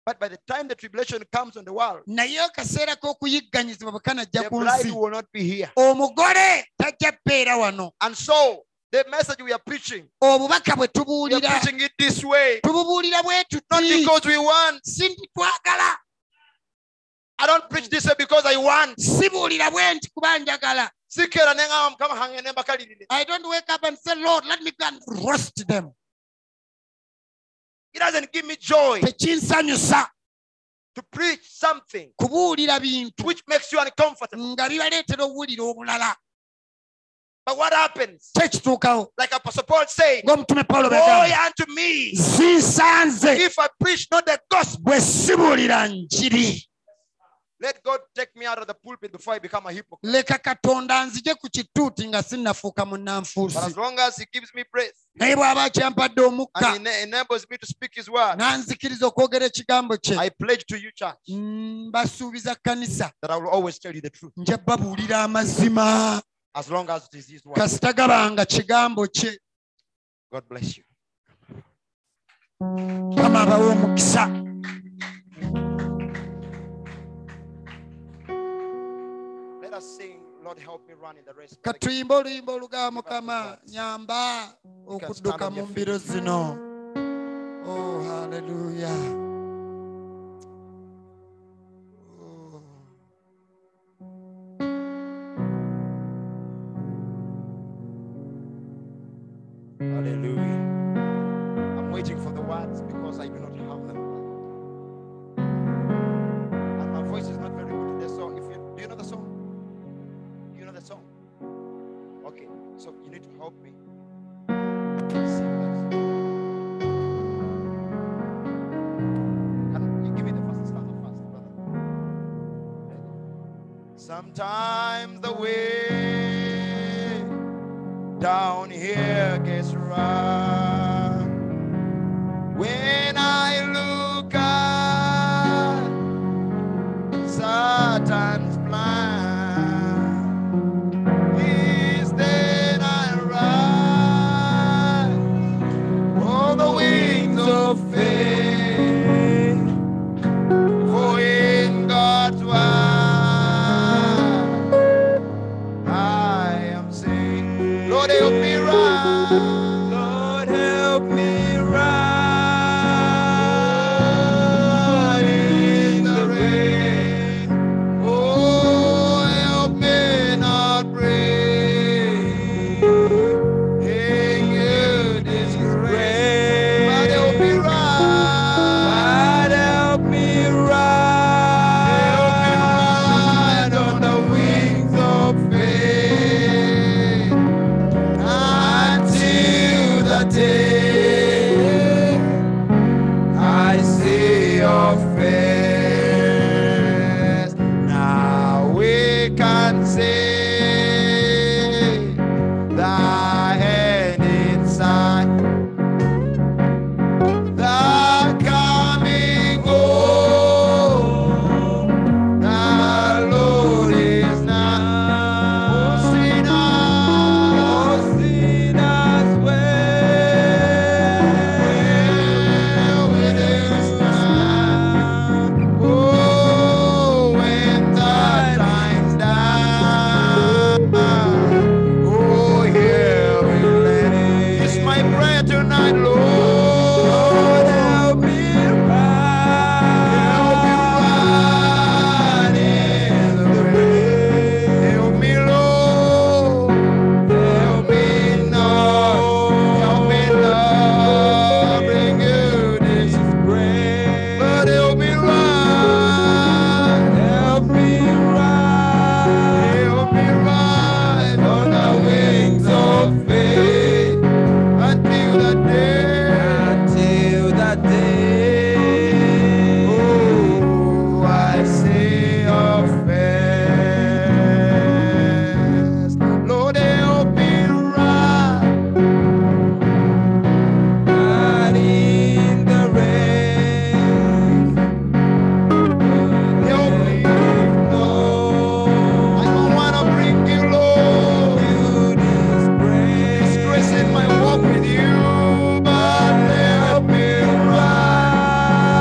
But by the time the tribulation comes on the world,
naye akaseera k'okuyigganyizibwa bwe kanajja
the
ku
bride
nsi
will not be here.
omugole tajja bbeera wano
And so The message we are preaching,
obubaka bwe
we are
tubuulira
preaching it this way.
tububuulira bwe
Not
tuti
because we want.
si nti twagala
I don't preach this way because I want.
sibuulira bwe nti kuba njagala
Sikera nenga mukama hange ne mbakalirire.
i don't wake up and say lord let me go and roast them
It doesn't give me joy
tekinsanyusa
to preach something
kubuulira bintu
which makes you uncomfortable.
nga bibaleetera obuwulira obulala
But what happens?
kyekituukawo
Like Apostle Paul said,
ng'omutume pawulo
Woe
bwagamba
unto me
zinsanze
if I preach not the gospel.
bwe sibuulira njiri
Let God take me out of the pulpit before I become a hypocrite.
leka katonda nzije ku kituuti nga sinnafuuka
But as
munnanfuusi
long as He gives me breath
naye bw'aba kyampadde omukka
and He enables me to speak His word,
n'anzikiriza okwogera ekigambo kye
I pledge to you, church,
Mm. mbasuubiza kkanisa
that I will always tell you the truth
nja babuulira amazima
as long as it is His word.
kasitagabanga kigambo kye
God bless you.
kama abawe omukisa
Let us sing, Lord, help me run in the race.
ka tuyimbe oluyimba olugaba mukama nyamba okudduka mu mbiro zino oh haleluya Oh.
Hallelujah. I'm waiting for the words because I do not have them. And my voice is not very good today. So if you do you know the song? Do you know the song? Okay. So you need to help me. Sing that song. Can you give me the first stanza first, brother? Sometimes the way down here gets rough. When I look at Satan's plan, is then I rise on the wings of faith. For in God's word, I am saying, Lord, help me run. Lord, help me Oh,